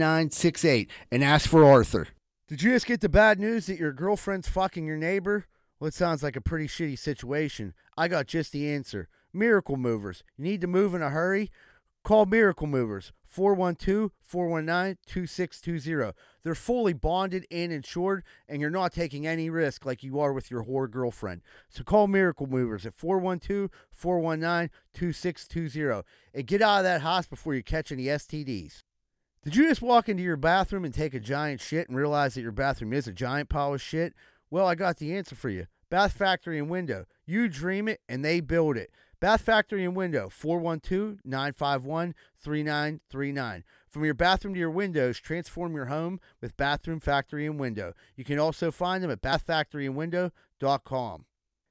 A: 8968 and ask for Arthur. Did you just get the bad news that your girlfriend's fucking your neighbor? Well, it sounds like a pretty shitty situation. I got just the answer Miracle Movers. You need to move in a hurry? Call Miracle Movers 412 419 2620. They're fully bonded and insured, and you're not taking any risk like you are with your whore girlfriend. So call Miracle Movers at 412 419 2620 and get out of that house before you catch any STDs. Did you just walk into your bathroom and take a giant shit and realize that your bathroom is a giant pile of shit? Well, I got the answer for you. Bath Factory and Window. You dream it and they build it. Bath Factory and Window, 412 951 3939. From your bathroom to your windows, transform your home with Bathroom Factory and Window. You can also find them at bathfactoryandwindow.com.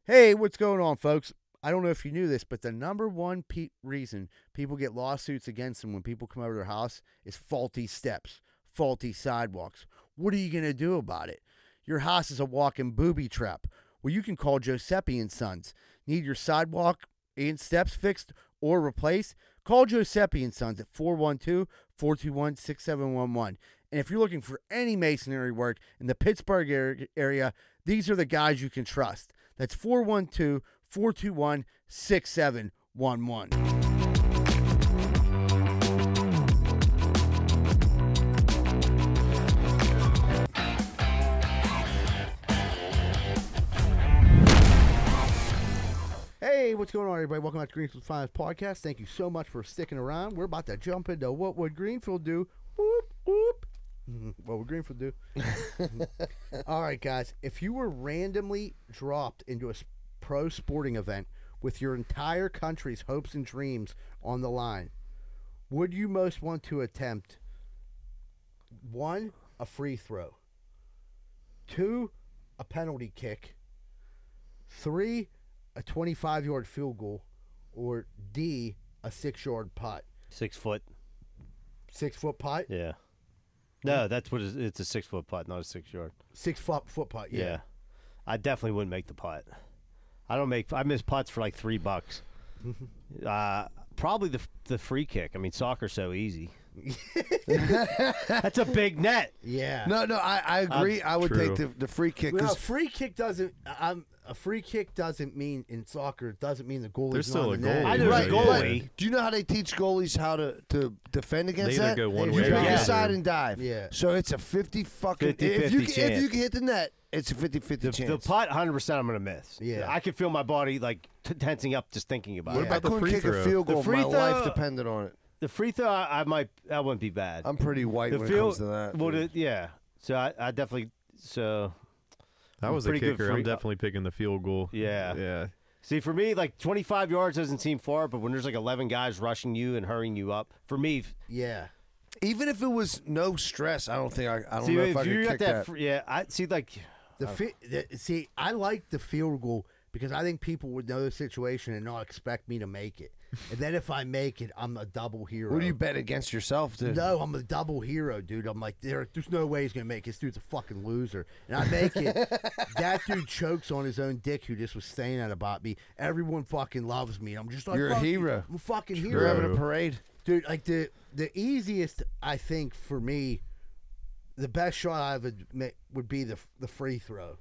A: Hey, what's going on, folks? I don't know if you knew this, but the number one pe- reason people get lawsuits against them when people come over to their house is faulty steps, faulty sidewalks. What are you going to do about it? Your house is a walking booby trap. Well, you can call Giuseppe and Sons. Need your sidewalk and steps fixed or replaced? Call Giuseppe and Sons at 412 421 6711. And if you're looking for any masonry work in the Pittsburgh ar- area, these are the guys you can trust. That's 412 421 6711. Hey, what's going on, everybody? Welcome back to Greenfield Finance Podcast. Thank you so much for sticking around. We're about to jump into what would Greenfield do? Whoop whoop. Mm-hmm. what would Greenfield do? All right, guys. If you were randomly dropped into a s- pro sporting event with your entire country's hopes and dreams on the line, would you most want to attempt one, a free throw, two, a penalty kick, three, a 25 yard field goal, or D, a six yard putt?
B: Six foot.
A: Six foot putt?
B: Yeah. No, that's what it is. it's a six foot putt, not a six yard.
A: Six foot, foot putt,
B: Yeah.
A: yeah.
B: I definitely wouldn't make the putt. I don't make. I miss putts for like
D: (laughs)
B: three bucks. uh, probably the the free kick. I mean, soccer's
D: (laughs)
B: so easy. that's a big net.
A: Yeah.
D: No, no, I, I agree. I would take the, the free kick
A: Well, a
D: 'cause
A: free kick doesn't. Um, a free kick doesn't mean in soccer. It doesn't mean the goalie's
C: There's
A: not
C: still a
A: in the net.
C: goalie.
B: I know
C: Right,
B: there's a goalie.
D: But do you know how they teach goalies how to, to defend against
C: either
D: that?
C: go one
D: you
A: way or
D: go
A: the
D: inside
C: other.
D: and dive.
A: Yeah.
D: So it's a 50 fucking
B: 50-50
D: if you can, if
B: chance.
D: you can hit the net, it's a 50-50
B: The,
D: chance.
B: the putt, hundred percent, I'm gonna miss.
A: Yeah.
B: I can feel my body like t- tensing up just thinking about
A: What
B: it.
D: I
A: about
C: the
D: couldn't
C: free
D: kick
C: throw?
D: a field
B: The
D: goal.
B: free
D: My life
B: throw-
D: depended on it.
B: The free throw, I, I might that wouldn't be bad.
D: I'm pretty white
B: the
D: when
B: field,
D: it comes to that.
B: Well, the- yeah. So I, I definitely so
C: I was a
B: pretty good
C: kicker. I'm
B: free-
C: definitely picking the field goal.
B: (laughs) Yeah.
C: Yeah.
B: see for me like 25 yards doesn't seem far, but when there's like 11 guys rushing you and hurrying you up, for me,
A: Yeah.
D: Even if it was no stress, I don't think I, I don't
B: see
D: know
B: if,
D: if I
B: you
D: could
B: got
D: kick
B: that,
D: that.
B: fr- yeah, I see like
A: The, fi- the see, I like the field goal because I think people would know the situation and not expect me to make it. And then if I make it, I'm a double hero.
D: What do you bet against yourself, dude?
A: No, I'm a double hero, dude. I'm like, there, there's no way he's gonna make it. This dude's a fucking loser, and I make
B: (laughs)
A: it. that dude chokes on his own dick, who just was saying that about me. Everyone fucking loves me. I'm just like,
D: You're a
A: "Fuck you.
D: hero.
A: I'm a fucking hero.
D: You're having a parade.
A: dude like the the easiest i think for me the best shot i would make would be the the free throw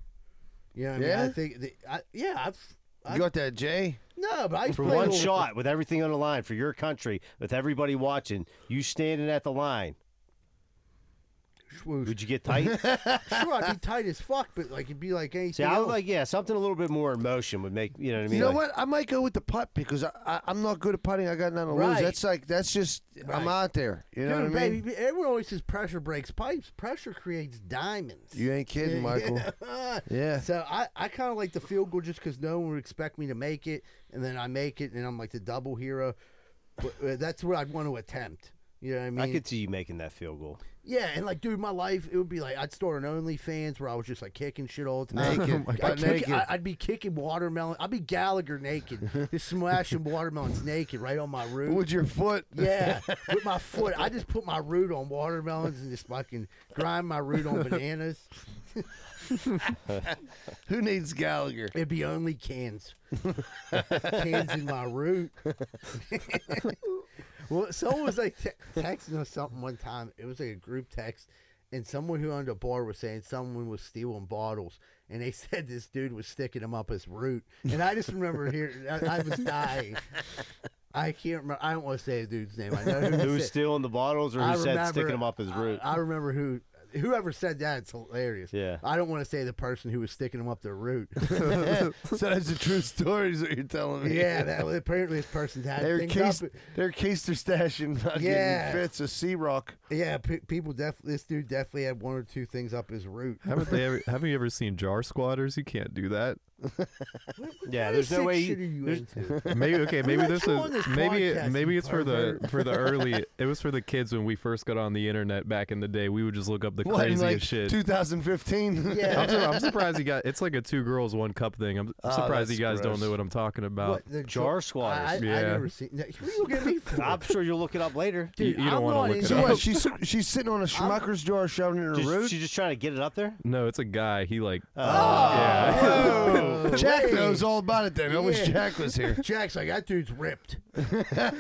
A: you know what i mean
D: Yeah?
A: i think the, I, yeah i've I,
D: You got that, Jay?
A: no but i
B: for
A: played
B: one
A: all-
B: shot with everything on the line for your country, with everybody watching, you standing at the line,
A: swoosh.
B: would you get tight?
A: sure
B: (laughs)
A: i'd be tight as fuck but like it'd be like anything
B: See, I would
A: else.
B: like yeah, something a little bit more emotion would make you know what I mean.
D: you know
B: Like,
D: what? I might go with the putt because I, I, I'm not good at putting. I got nothing to lose.
A: Right.
D: That's like that's just I'm
A: Right.
D: out there. You know
A: Dude,
D: what I mean?
A: baby, everyone always says pressure breaks pipes. Pressure creates diamonds. (laughs) Ah.
D: You ain't kidding,
B: (laughs)
D: Michael. Yeah.
A: So I, I kind of like the field goal just because no one would expect me to make it, and then I make it, and I'm like the double hero. But, uh, that's what I'd want to attempt. You know what I mean?
B: I could see you making that field goal.
A: yeah, and like, dude, my life it would be like I'd start an OnlyFans where I was just like kicking shit all the time.
D: Naked. (laughs) Oh my
A: I'd,
D: God,
A: kick-
D: naked.
A: I- I'd be kicking watermelon. I'd be Gallagher
D: (laughs)
A: naked, just smashing watermelons naked right on my roof.
D: With your foot.
A: Yeah, (laughs) with my foot. I just put my root on watermelons and just fucking grind my root on bananas.
D: Who needs
B: (laughs)
D: Gallagher?
A: It'd be only cans. (laughs) cans in my root. (laughs) well, someone was like te- texting us something one time. It was like a group text. And someone who owned a bar was saying someone was stealing bottles, and they (laughs) said this dude was sticking them up his root. And I just remember hearing, I, I was dying. I can't remember. I don't want to say the dude's name. I know who
B: Who was
A: said-
B: stealing the bottles or who
A: I
B: said
A: remember,
B: sticking them up his root?
A: I, I remember who whoever said that. It's hilarious.
B: Yeah.
A: I don't want to say the person who was sticking them up their root.
D: so that's a true story, is what you're telling me.
A: yeah, that was, apparently this person's had
D: They're
A: things
D: cased,
A: up.
D: they're cased or stashing fucking
A: Yeah.
D: fits of Sea Rock.
A: Yeah, pe people definitely. This dude definitely had one or two things up his root.
C: Haven't they ever? Haven't you ever seen jar squatters? You can't do that.
B: yeah,
A: What
B: there's
A: sick
B: no way.
A: Shit are
B: You,
A: you
B: there's-
C: (laughs)
A: into?
C: Maybe okay. Maybe
A: let
C: this
A: you
C: is
A: on this
C: maybe
A: podcast,
C: it, maybe
A: you
C: it's for the for the early. It was for the kids when we first got on the internet back in the day. We would just look up the
D: What, in
C: craziest
D: like
C: shit.
D: 2015?
C: I'm,
A: Yeah.
C: sur- I'm surprised you guys. It's like a two girls one cup thing. I'm surprised you guys
D: that's
C: don't know what I'm talking about.
A: What, the
B: jar squatters.
A: I, I, I
C: Yeah.
A: never seen. No, what are you looking at me for?
B: I'm sure you'll look it up later.
C: You-
A: Dude,
C: you don't
A: I'm
C: wanna
A: not
C: look it
A: into
D: (laughs) So
A: (laughs)
C: up.
D: what? She's she's sitting on a Schmucker's jar, shoving it in her
B: Just-
D: root.
B: she's just trying to get it up there.
C: No, it's a guy. He like
A: Oh,
D: (laughs) Jack
A: wait.
D: knows all about it. Then I wish
A: Yeah.
D: Jack was
A: (laughs)
D: here.
A: Jack's like that dude's ripped.
D: Yeah,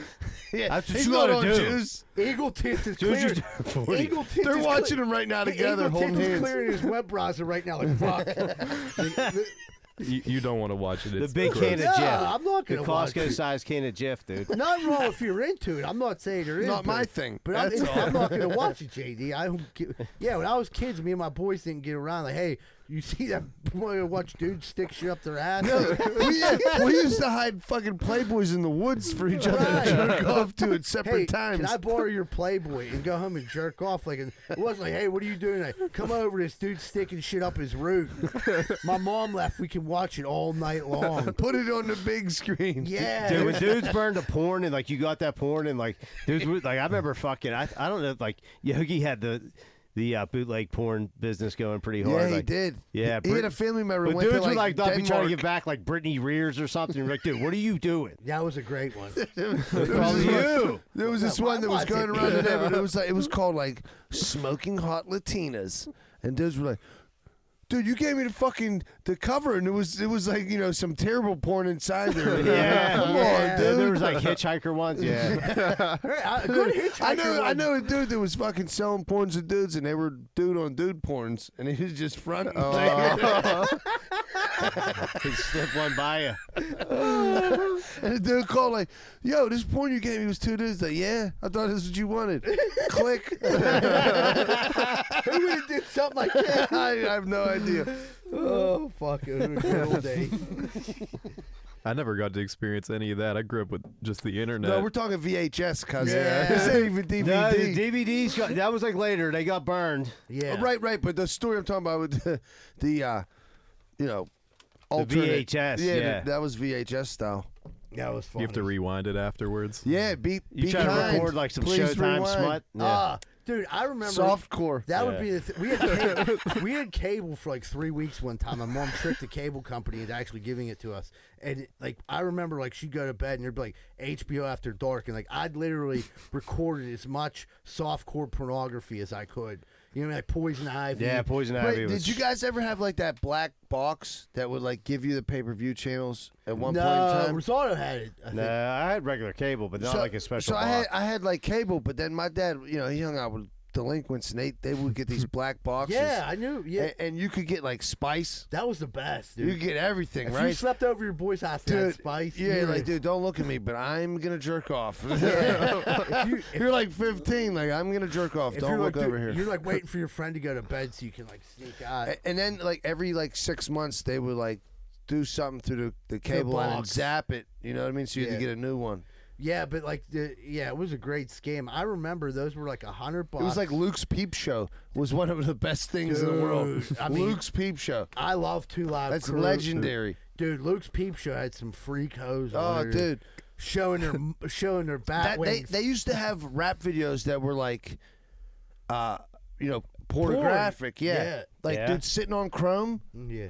B: That's what
D: he's
B: you
D: not
B: gotta
D: on
A: (laughs)
B: do.
D: juice.
A: Eagle tits is
B: Dude,
A: clear.
B: you're-
A: Eagle tits.
D: They're
A: is
D: watching
A: clear.
D: him right now
A: The
D: together,
A: Eagle
D: holding
A: tits is
D: hands.
A: clearing his web browser right now. Like fuck. The-
C: (laughs) you, you don't want to watch it.
B: The
C: It's
B: big
C: gross.
B: can of
A: No,
B: Jif.
A: I'm not
B: The
A: gonna watch
B: Costco
A: it.
B: size can of Jif, dude.
A: the- Not wrong if you're into it. I'm not saying there is.
D: Not my
A: but-
D: thing.
A: But I'm,
D: That's (laughs)
A: I'm not going to watch it, JD. I don't get, yeah, when I was kids, me and my boys didn't get around. Like, hey, You see that? (laughs) Want to watch dudes stick shit up their ass?
D: (laughs) No, (laughs) we, we used to hide fucking Playboys in the woods for each other to
A: Right. (laughs)
D: jerk off to at separate
A: hey,
D: times.
A: Can I borrow
D: (laughs)
A: your Playboy and go home and jerk off? Like and it wasn't like, hey, what are you doing? Like, come over, this dude's sticking shit up his
D: (laughs)
A: root. My mom left. We can watch it all night
D: (laughs)
A: long.
D: Put it on the big screen.
A: Yeah,
B: Dude,
D: (laughs)
B: when dudes burned to porn and like you got that porn and like dudes would- like I remember fucking I I don't know like Yogi had the the uh, bootleg porn business going pretty hard.
D: Yeah, he
B: like-
D: did.
B: Yeah,
D: he had a family member.
B: But
D: went
B: dudes
D: to,
B: would like
D: like,
B: not be trying to
D: Denmark.
B: get back like Brittany Rears or something. You're like, dude, what are you
D: (laughs)
B: doing?
A: that was a great one.
D: There was
B: Probably
D: this one-
B: you.
D: (laughs) There was this
A: Why
D: one that was
A: was
D: going
A: it?
D: around the neighborhood. It was like
A: (laughs)
D: it was called like smoking hot Latinas, and dudes were like, "Dude, you gave me the fucking the cover, and it was it was like you know some terrible porn inside
B: (laughs)
D: there."
B: Yeah,
D: come
B: yeah.
D: on,
B: Dude,
D: dude.
B: There was like hitchhiker
D: (laughs)
B: ones. Yeah,
A: Hey, I, good hitchhiker
D: I know, I
A: one.
D: know a dude that was fucking selling porns to dudes, and they were dude on dude porns, and he was just
B: (laughs)
D: fronting.
B: He slipped one by you.
D: And the dude called like, "Yo, this porn you gave me was two dudes." Like, yeah, I thought this is what you wanted. Click. (laughs)
A: Who would have did something like
D: (laughs)
A: that?
D: I, I have no idea.
A: Oh fuck! It was a good old
D: (laughs)
A: day.
C: I never got to experience any of that. I grew up with just the internet.
D: No, we're talking VHS, cousin.
A: Yeah.
D: (laughs) This ain't even DVD.
B: No, the DVDs got, that was like later. They got burned.
A: Yeah,
D: Uh, Right, right. But the story I'm talking about with the, the uh, you know, alternate.
B: VHS,
D: Yeah,
B: yeah.
D: th- that was VHS style.
A: That was fun.
C: you have to rewind it afterwards.
D: Yeah, be
B: You
D: be
B: try
D: kind.
B: to record like some
D: Please
B: Showtime
D: rewind.
B: smut. Yeah.
A: Ah, dude, I remember
D: Softcore.
A: That would
B: Yeah.
A: be the th- we had cable, we had cable for like three weeks one time. My mom tricked the cable company into actually giving it to us, and like I remember, like she'd go to bed and there'd be like HBO after dark, and like I'd literally (laughs) recorded as much softcore pornography as I could. You know, like Poison Ivy.
B: Yeah, Poison Ivy.
D: Wait,
B: was-
D: did you guys ever have like that black box that would like give you the pay per view channels at one point in
A: no,
D: time?
A: Rosato had it. I think.
B: No, I had regular cable, but not like a special.
D: So
B: box.
D: I had I had like cable, but then my dad, you know, he hung out with delinquents, and they they would get
B: (laughs)
D: these black boxes.
A: Yeah, I knew. Yeah,
D: and, and you could get like spice.
A: that was the best,
D: You
A: dude.
D: could get everything,
A: if
D: right?
A: you slept over your boy's house, and had
D: dude,
A: spice. you
D: Yeah,
A: were-
D: like, dude, don't look at me, but I'm gonna
A: (laughs)
D: jerk off. (laughs)
A: If you,
D: You're like 15, like I'm gonna jerk off.
A: if
D: don't
A: you're
D: look
A: like,
D: over
A: dude,
D: here.
A: You're like
D: (laughs)
A: waiting for your friend to go to bed so you can like sneak out.
D: A- and then like every like six months they would like do something through the, the cable line and
A: box.
D: zap it you know what i mean so you had to
A: Yeah.
D: get a new one
A: Yeah, but like the yeah, it was a great scam. I remember those were like a hundred bucks.
D: it was like luke's peep show was one of the best things in the world
A: Dude, I mean-
D: luke's peep show
A: I love Two Live.
D: that's
A: Crew.
D: legendary
A: dude. Luke's Peep Show had some freak hoes. on
D: oh
A: there,
D: dude
A: showing
D: (laughs)
A: their showing their back
D: that, they,
A: wings.
D: they used to have rap videos that were like uh you know pornographic yeah.
A: Yeah.
D: like
B: Yeah.
D: dude sitting on chrome
A: Mm, yeah,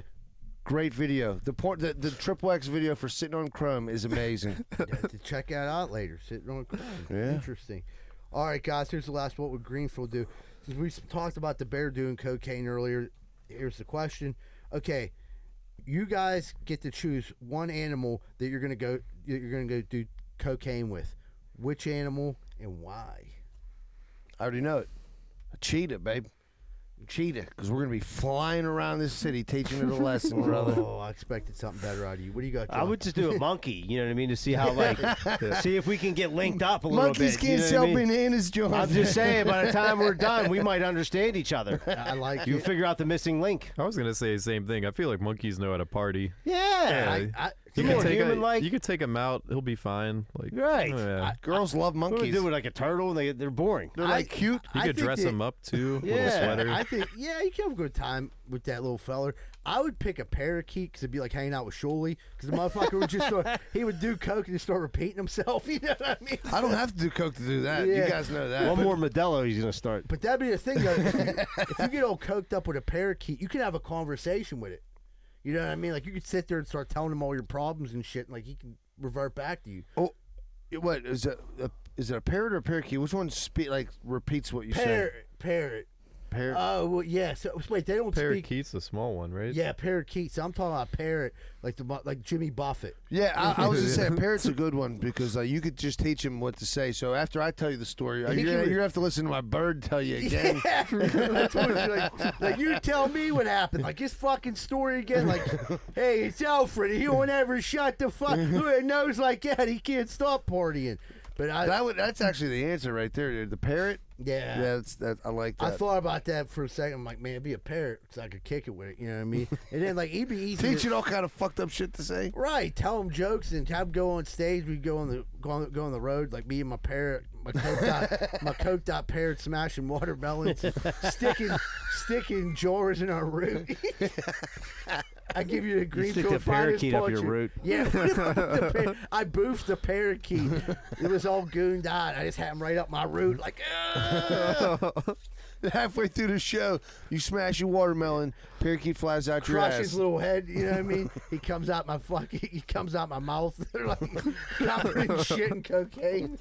D: great video the porn the, the triple x video for sitting on chrome is amazing
A: Yeah, to check that out later. Sitting on a
D: Yeah.
A: interesting. All right, guys. Here's the last. What would Greenfield do? Since we talked about the bear doing cocaine earlier, here's the question. Okay, you guys get to choose one animal that you're gonna go that you're gonna go do cocaine with. Which animal and why?
D: I already know it. A cheetah, babe. Cheetah, because we're gonna be flying around this city teaching it a lesson, brother.
A: Oh, I expected something better out of you. What do you got?
B: I
A: John?
B: would just do a monkey, you know what I mean, to see
D: (laughs)
B: how like see if we can get linked up a little
D: Monkeys
B: bit. you
D: can't
B: know
D: sell
B: what I mean?
D: bananas, John.
B: I'm
D: (laughs)
B: just saying, by the time we're done, we might understand each other.
A: I like
B: You
A: you.
B: figure out the missing link.
C: I was gonna say the same thing. I feel like monkeys know how to party. Uh,
B: Yeah,
A: I, I,
B: You
C: You
B: more
C: could take a,
B: human-like.
C: you could take him out. He'll be fine. Like oh,
B: Right.
C: yeah.
D: Girls love
B: what would we
D: monkeys.
B: do with like a turtle? They they're boring.
D: They're like
A: I-
D: cute.
C: you
A: I
C: could
A: think
C: dress
A: that-
C: him up too. Little
B: Yeah.
C: sweater.
A: I think yeah, you can have a good time with that little feller. I would pick a parakeet because it'd be like hanging out with Shuley because the motherfucker would just start, he would do coke and just start repeating himself. (laughs) You know what I mean?
D: I don't have to do coke to do that.
A: Yeah.
D: You guys know that.
B: One more Modelo, he's gonna start.
A: But that'd be the thing though. If you, if you get all coked up with a parakeet, you can have a conversation with it. You know what I mean? Like you could sit there and start telling him all your problems and shit, and like he can revert back to you.
D: But what is it? A, is it a parrot or a parakeet? Which one speak like repeats what you say?
A: Parrot, parrot.
D: Parrot.
A: Oh well, yeah. So wait, they don't speak.
C: Parakeet's a small one, right?
A: Yeah, parakeet. So I'm talking about parrot, like the mo- like Jimmy Buffett.
D: yeah, I, I was just
A: (laughs)
D: saying, a parrot's a good one because uh, you could just teach him what to say. So after I tell you the story, uh,
A: think
D: you're,
A: he
D: gonna-
A: would-
D: you're gonna have to listen to my bird tell you again.
A: (laughs) Yeah. That's what it's like, like you tell me what happened. Like his fucking story again. Like,
D: (laughs)
A: hey, it's Alfred. He won't ever shut the fuck. Who knows like that? He can't stop partying. But I,
D: that would, that's actually the answer right there, dude. The parrot.
A: Yeah.
D: that's that. I like that.
A: I thought about that for a second. I'm like, man, it'd be a parrot because I could kick it with it. You know what I mean? And then like it'd be easy.
D: Teaching all kind of fucked up shit to say.
A: (laughs) Right, tell them jokes and have 'em go on stage. We go on the go on, go on the road like me and my parrot, my coked out,
B: (laughs)
A: my coked out parrot smashing watermelons, and sticking sticking jars in our
B: (laughs)
A: root. I give you the
B: stick
A: Greenfield
B: the
A: finest
B: parakeet up your
A: poultry.
B: root.
A: Yeah, (laughs) the
B: (laughs)
A: par- I boofed the parakeet. It was all gooned out. I just had him right up my root, like.
B: (laughs)
A: "Ugh."
D: (laughs) Halfway through the show, you smash your watermelon, parakeet flies out your
A: crush
D: ass.
A: his little head. You know what I mean? He comes out my fucking. He comes out my mouth. (laughs) They're like covered in shit and cocaine.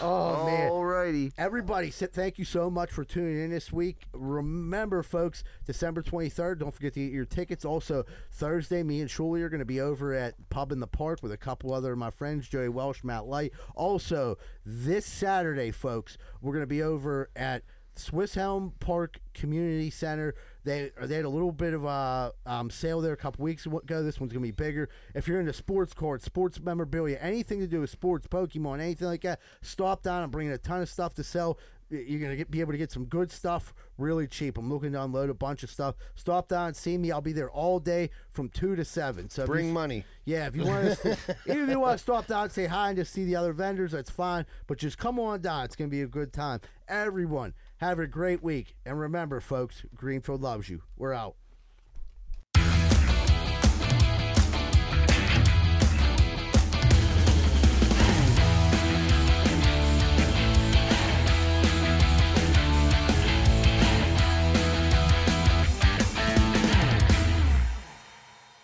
A: oh man.
D: Alrighty.
A: Everybody, sa- thank you so much for tuning in this week. Remember, folks, December 23rd, don't forget to get your tickets. Also, Thursday, me and Shuley are going to be over at Pub in the Park with a couple other of my friends, Joey Welsh, Matt Light. Also, this Saturday, folks, we're going to be over at Swiss Helm Park Community Center. They they had a little bit of a um, sale there a couple weeks ago. This one's gonna be bigger. If you're into sports cards, sports memorabilia, anything to do with sports, Pokemon, anything like that, stop down. I'm bringing a ton of stuff to sell. Y- You're gonna get, be able to get some good stuff really cheap. I'm looking to unload a bunch of stuff. Stop down, see me. I'll be there all day from two to seven. So if you-
D: Bring money.
A: yeah, if you want us to, even if you want to stop down and say hi and just see the other vendors, that's fine. But just come on down. It's going to be a good time. Everyone, have a great week. And remember, folks, Greenfield loves you. We're out.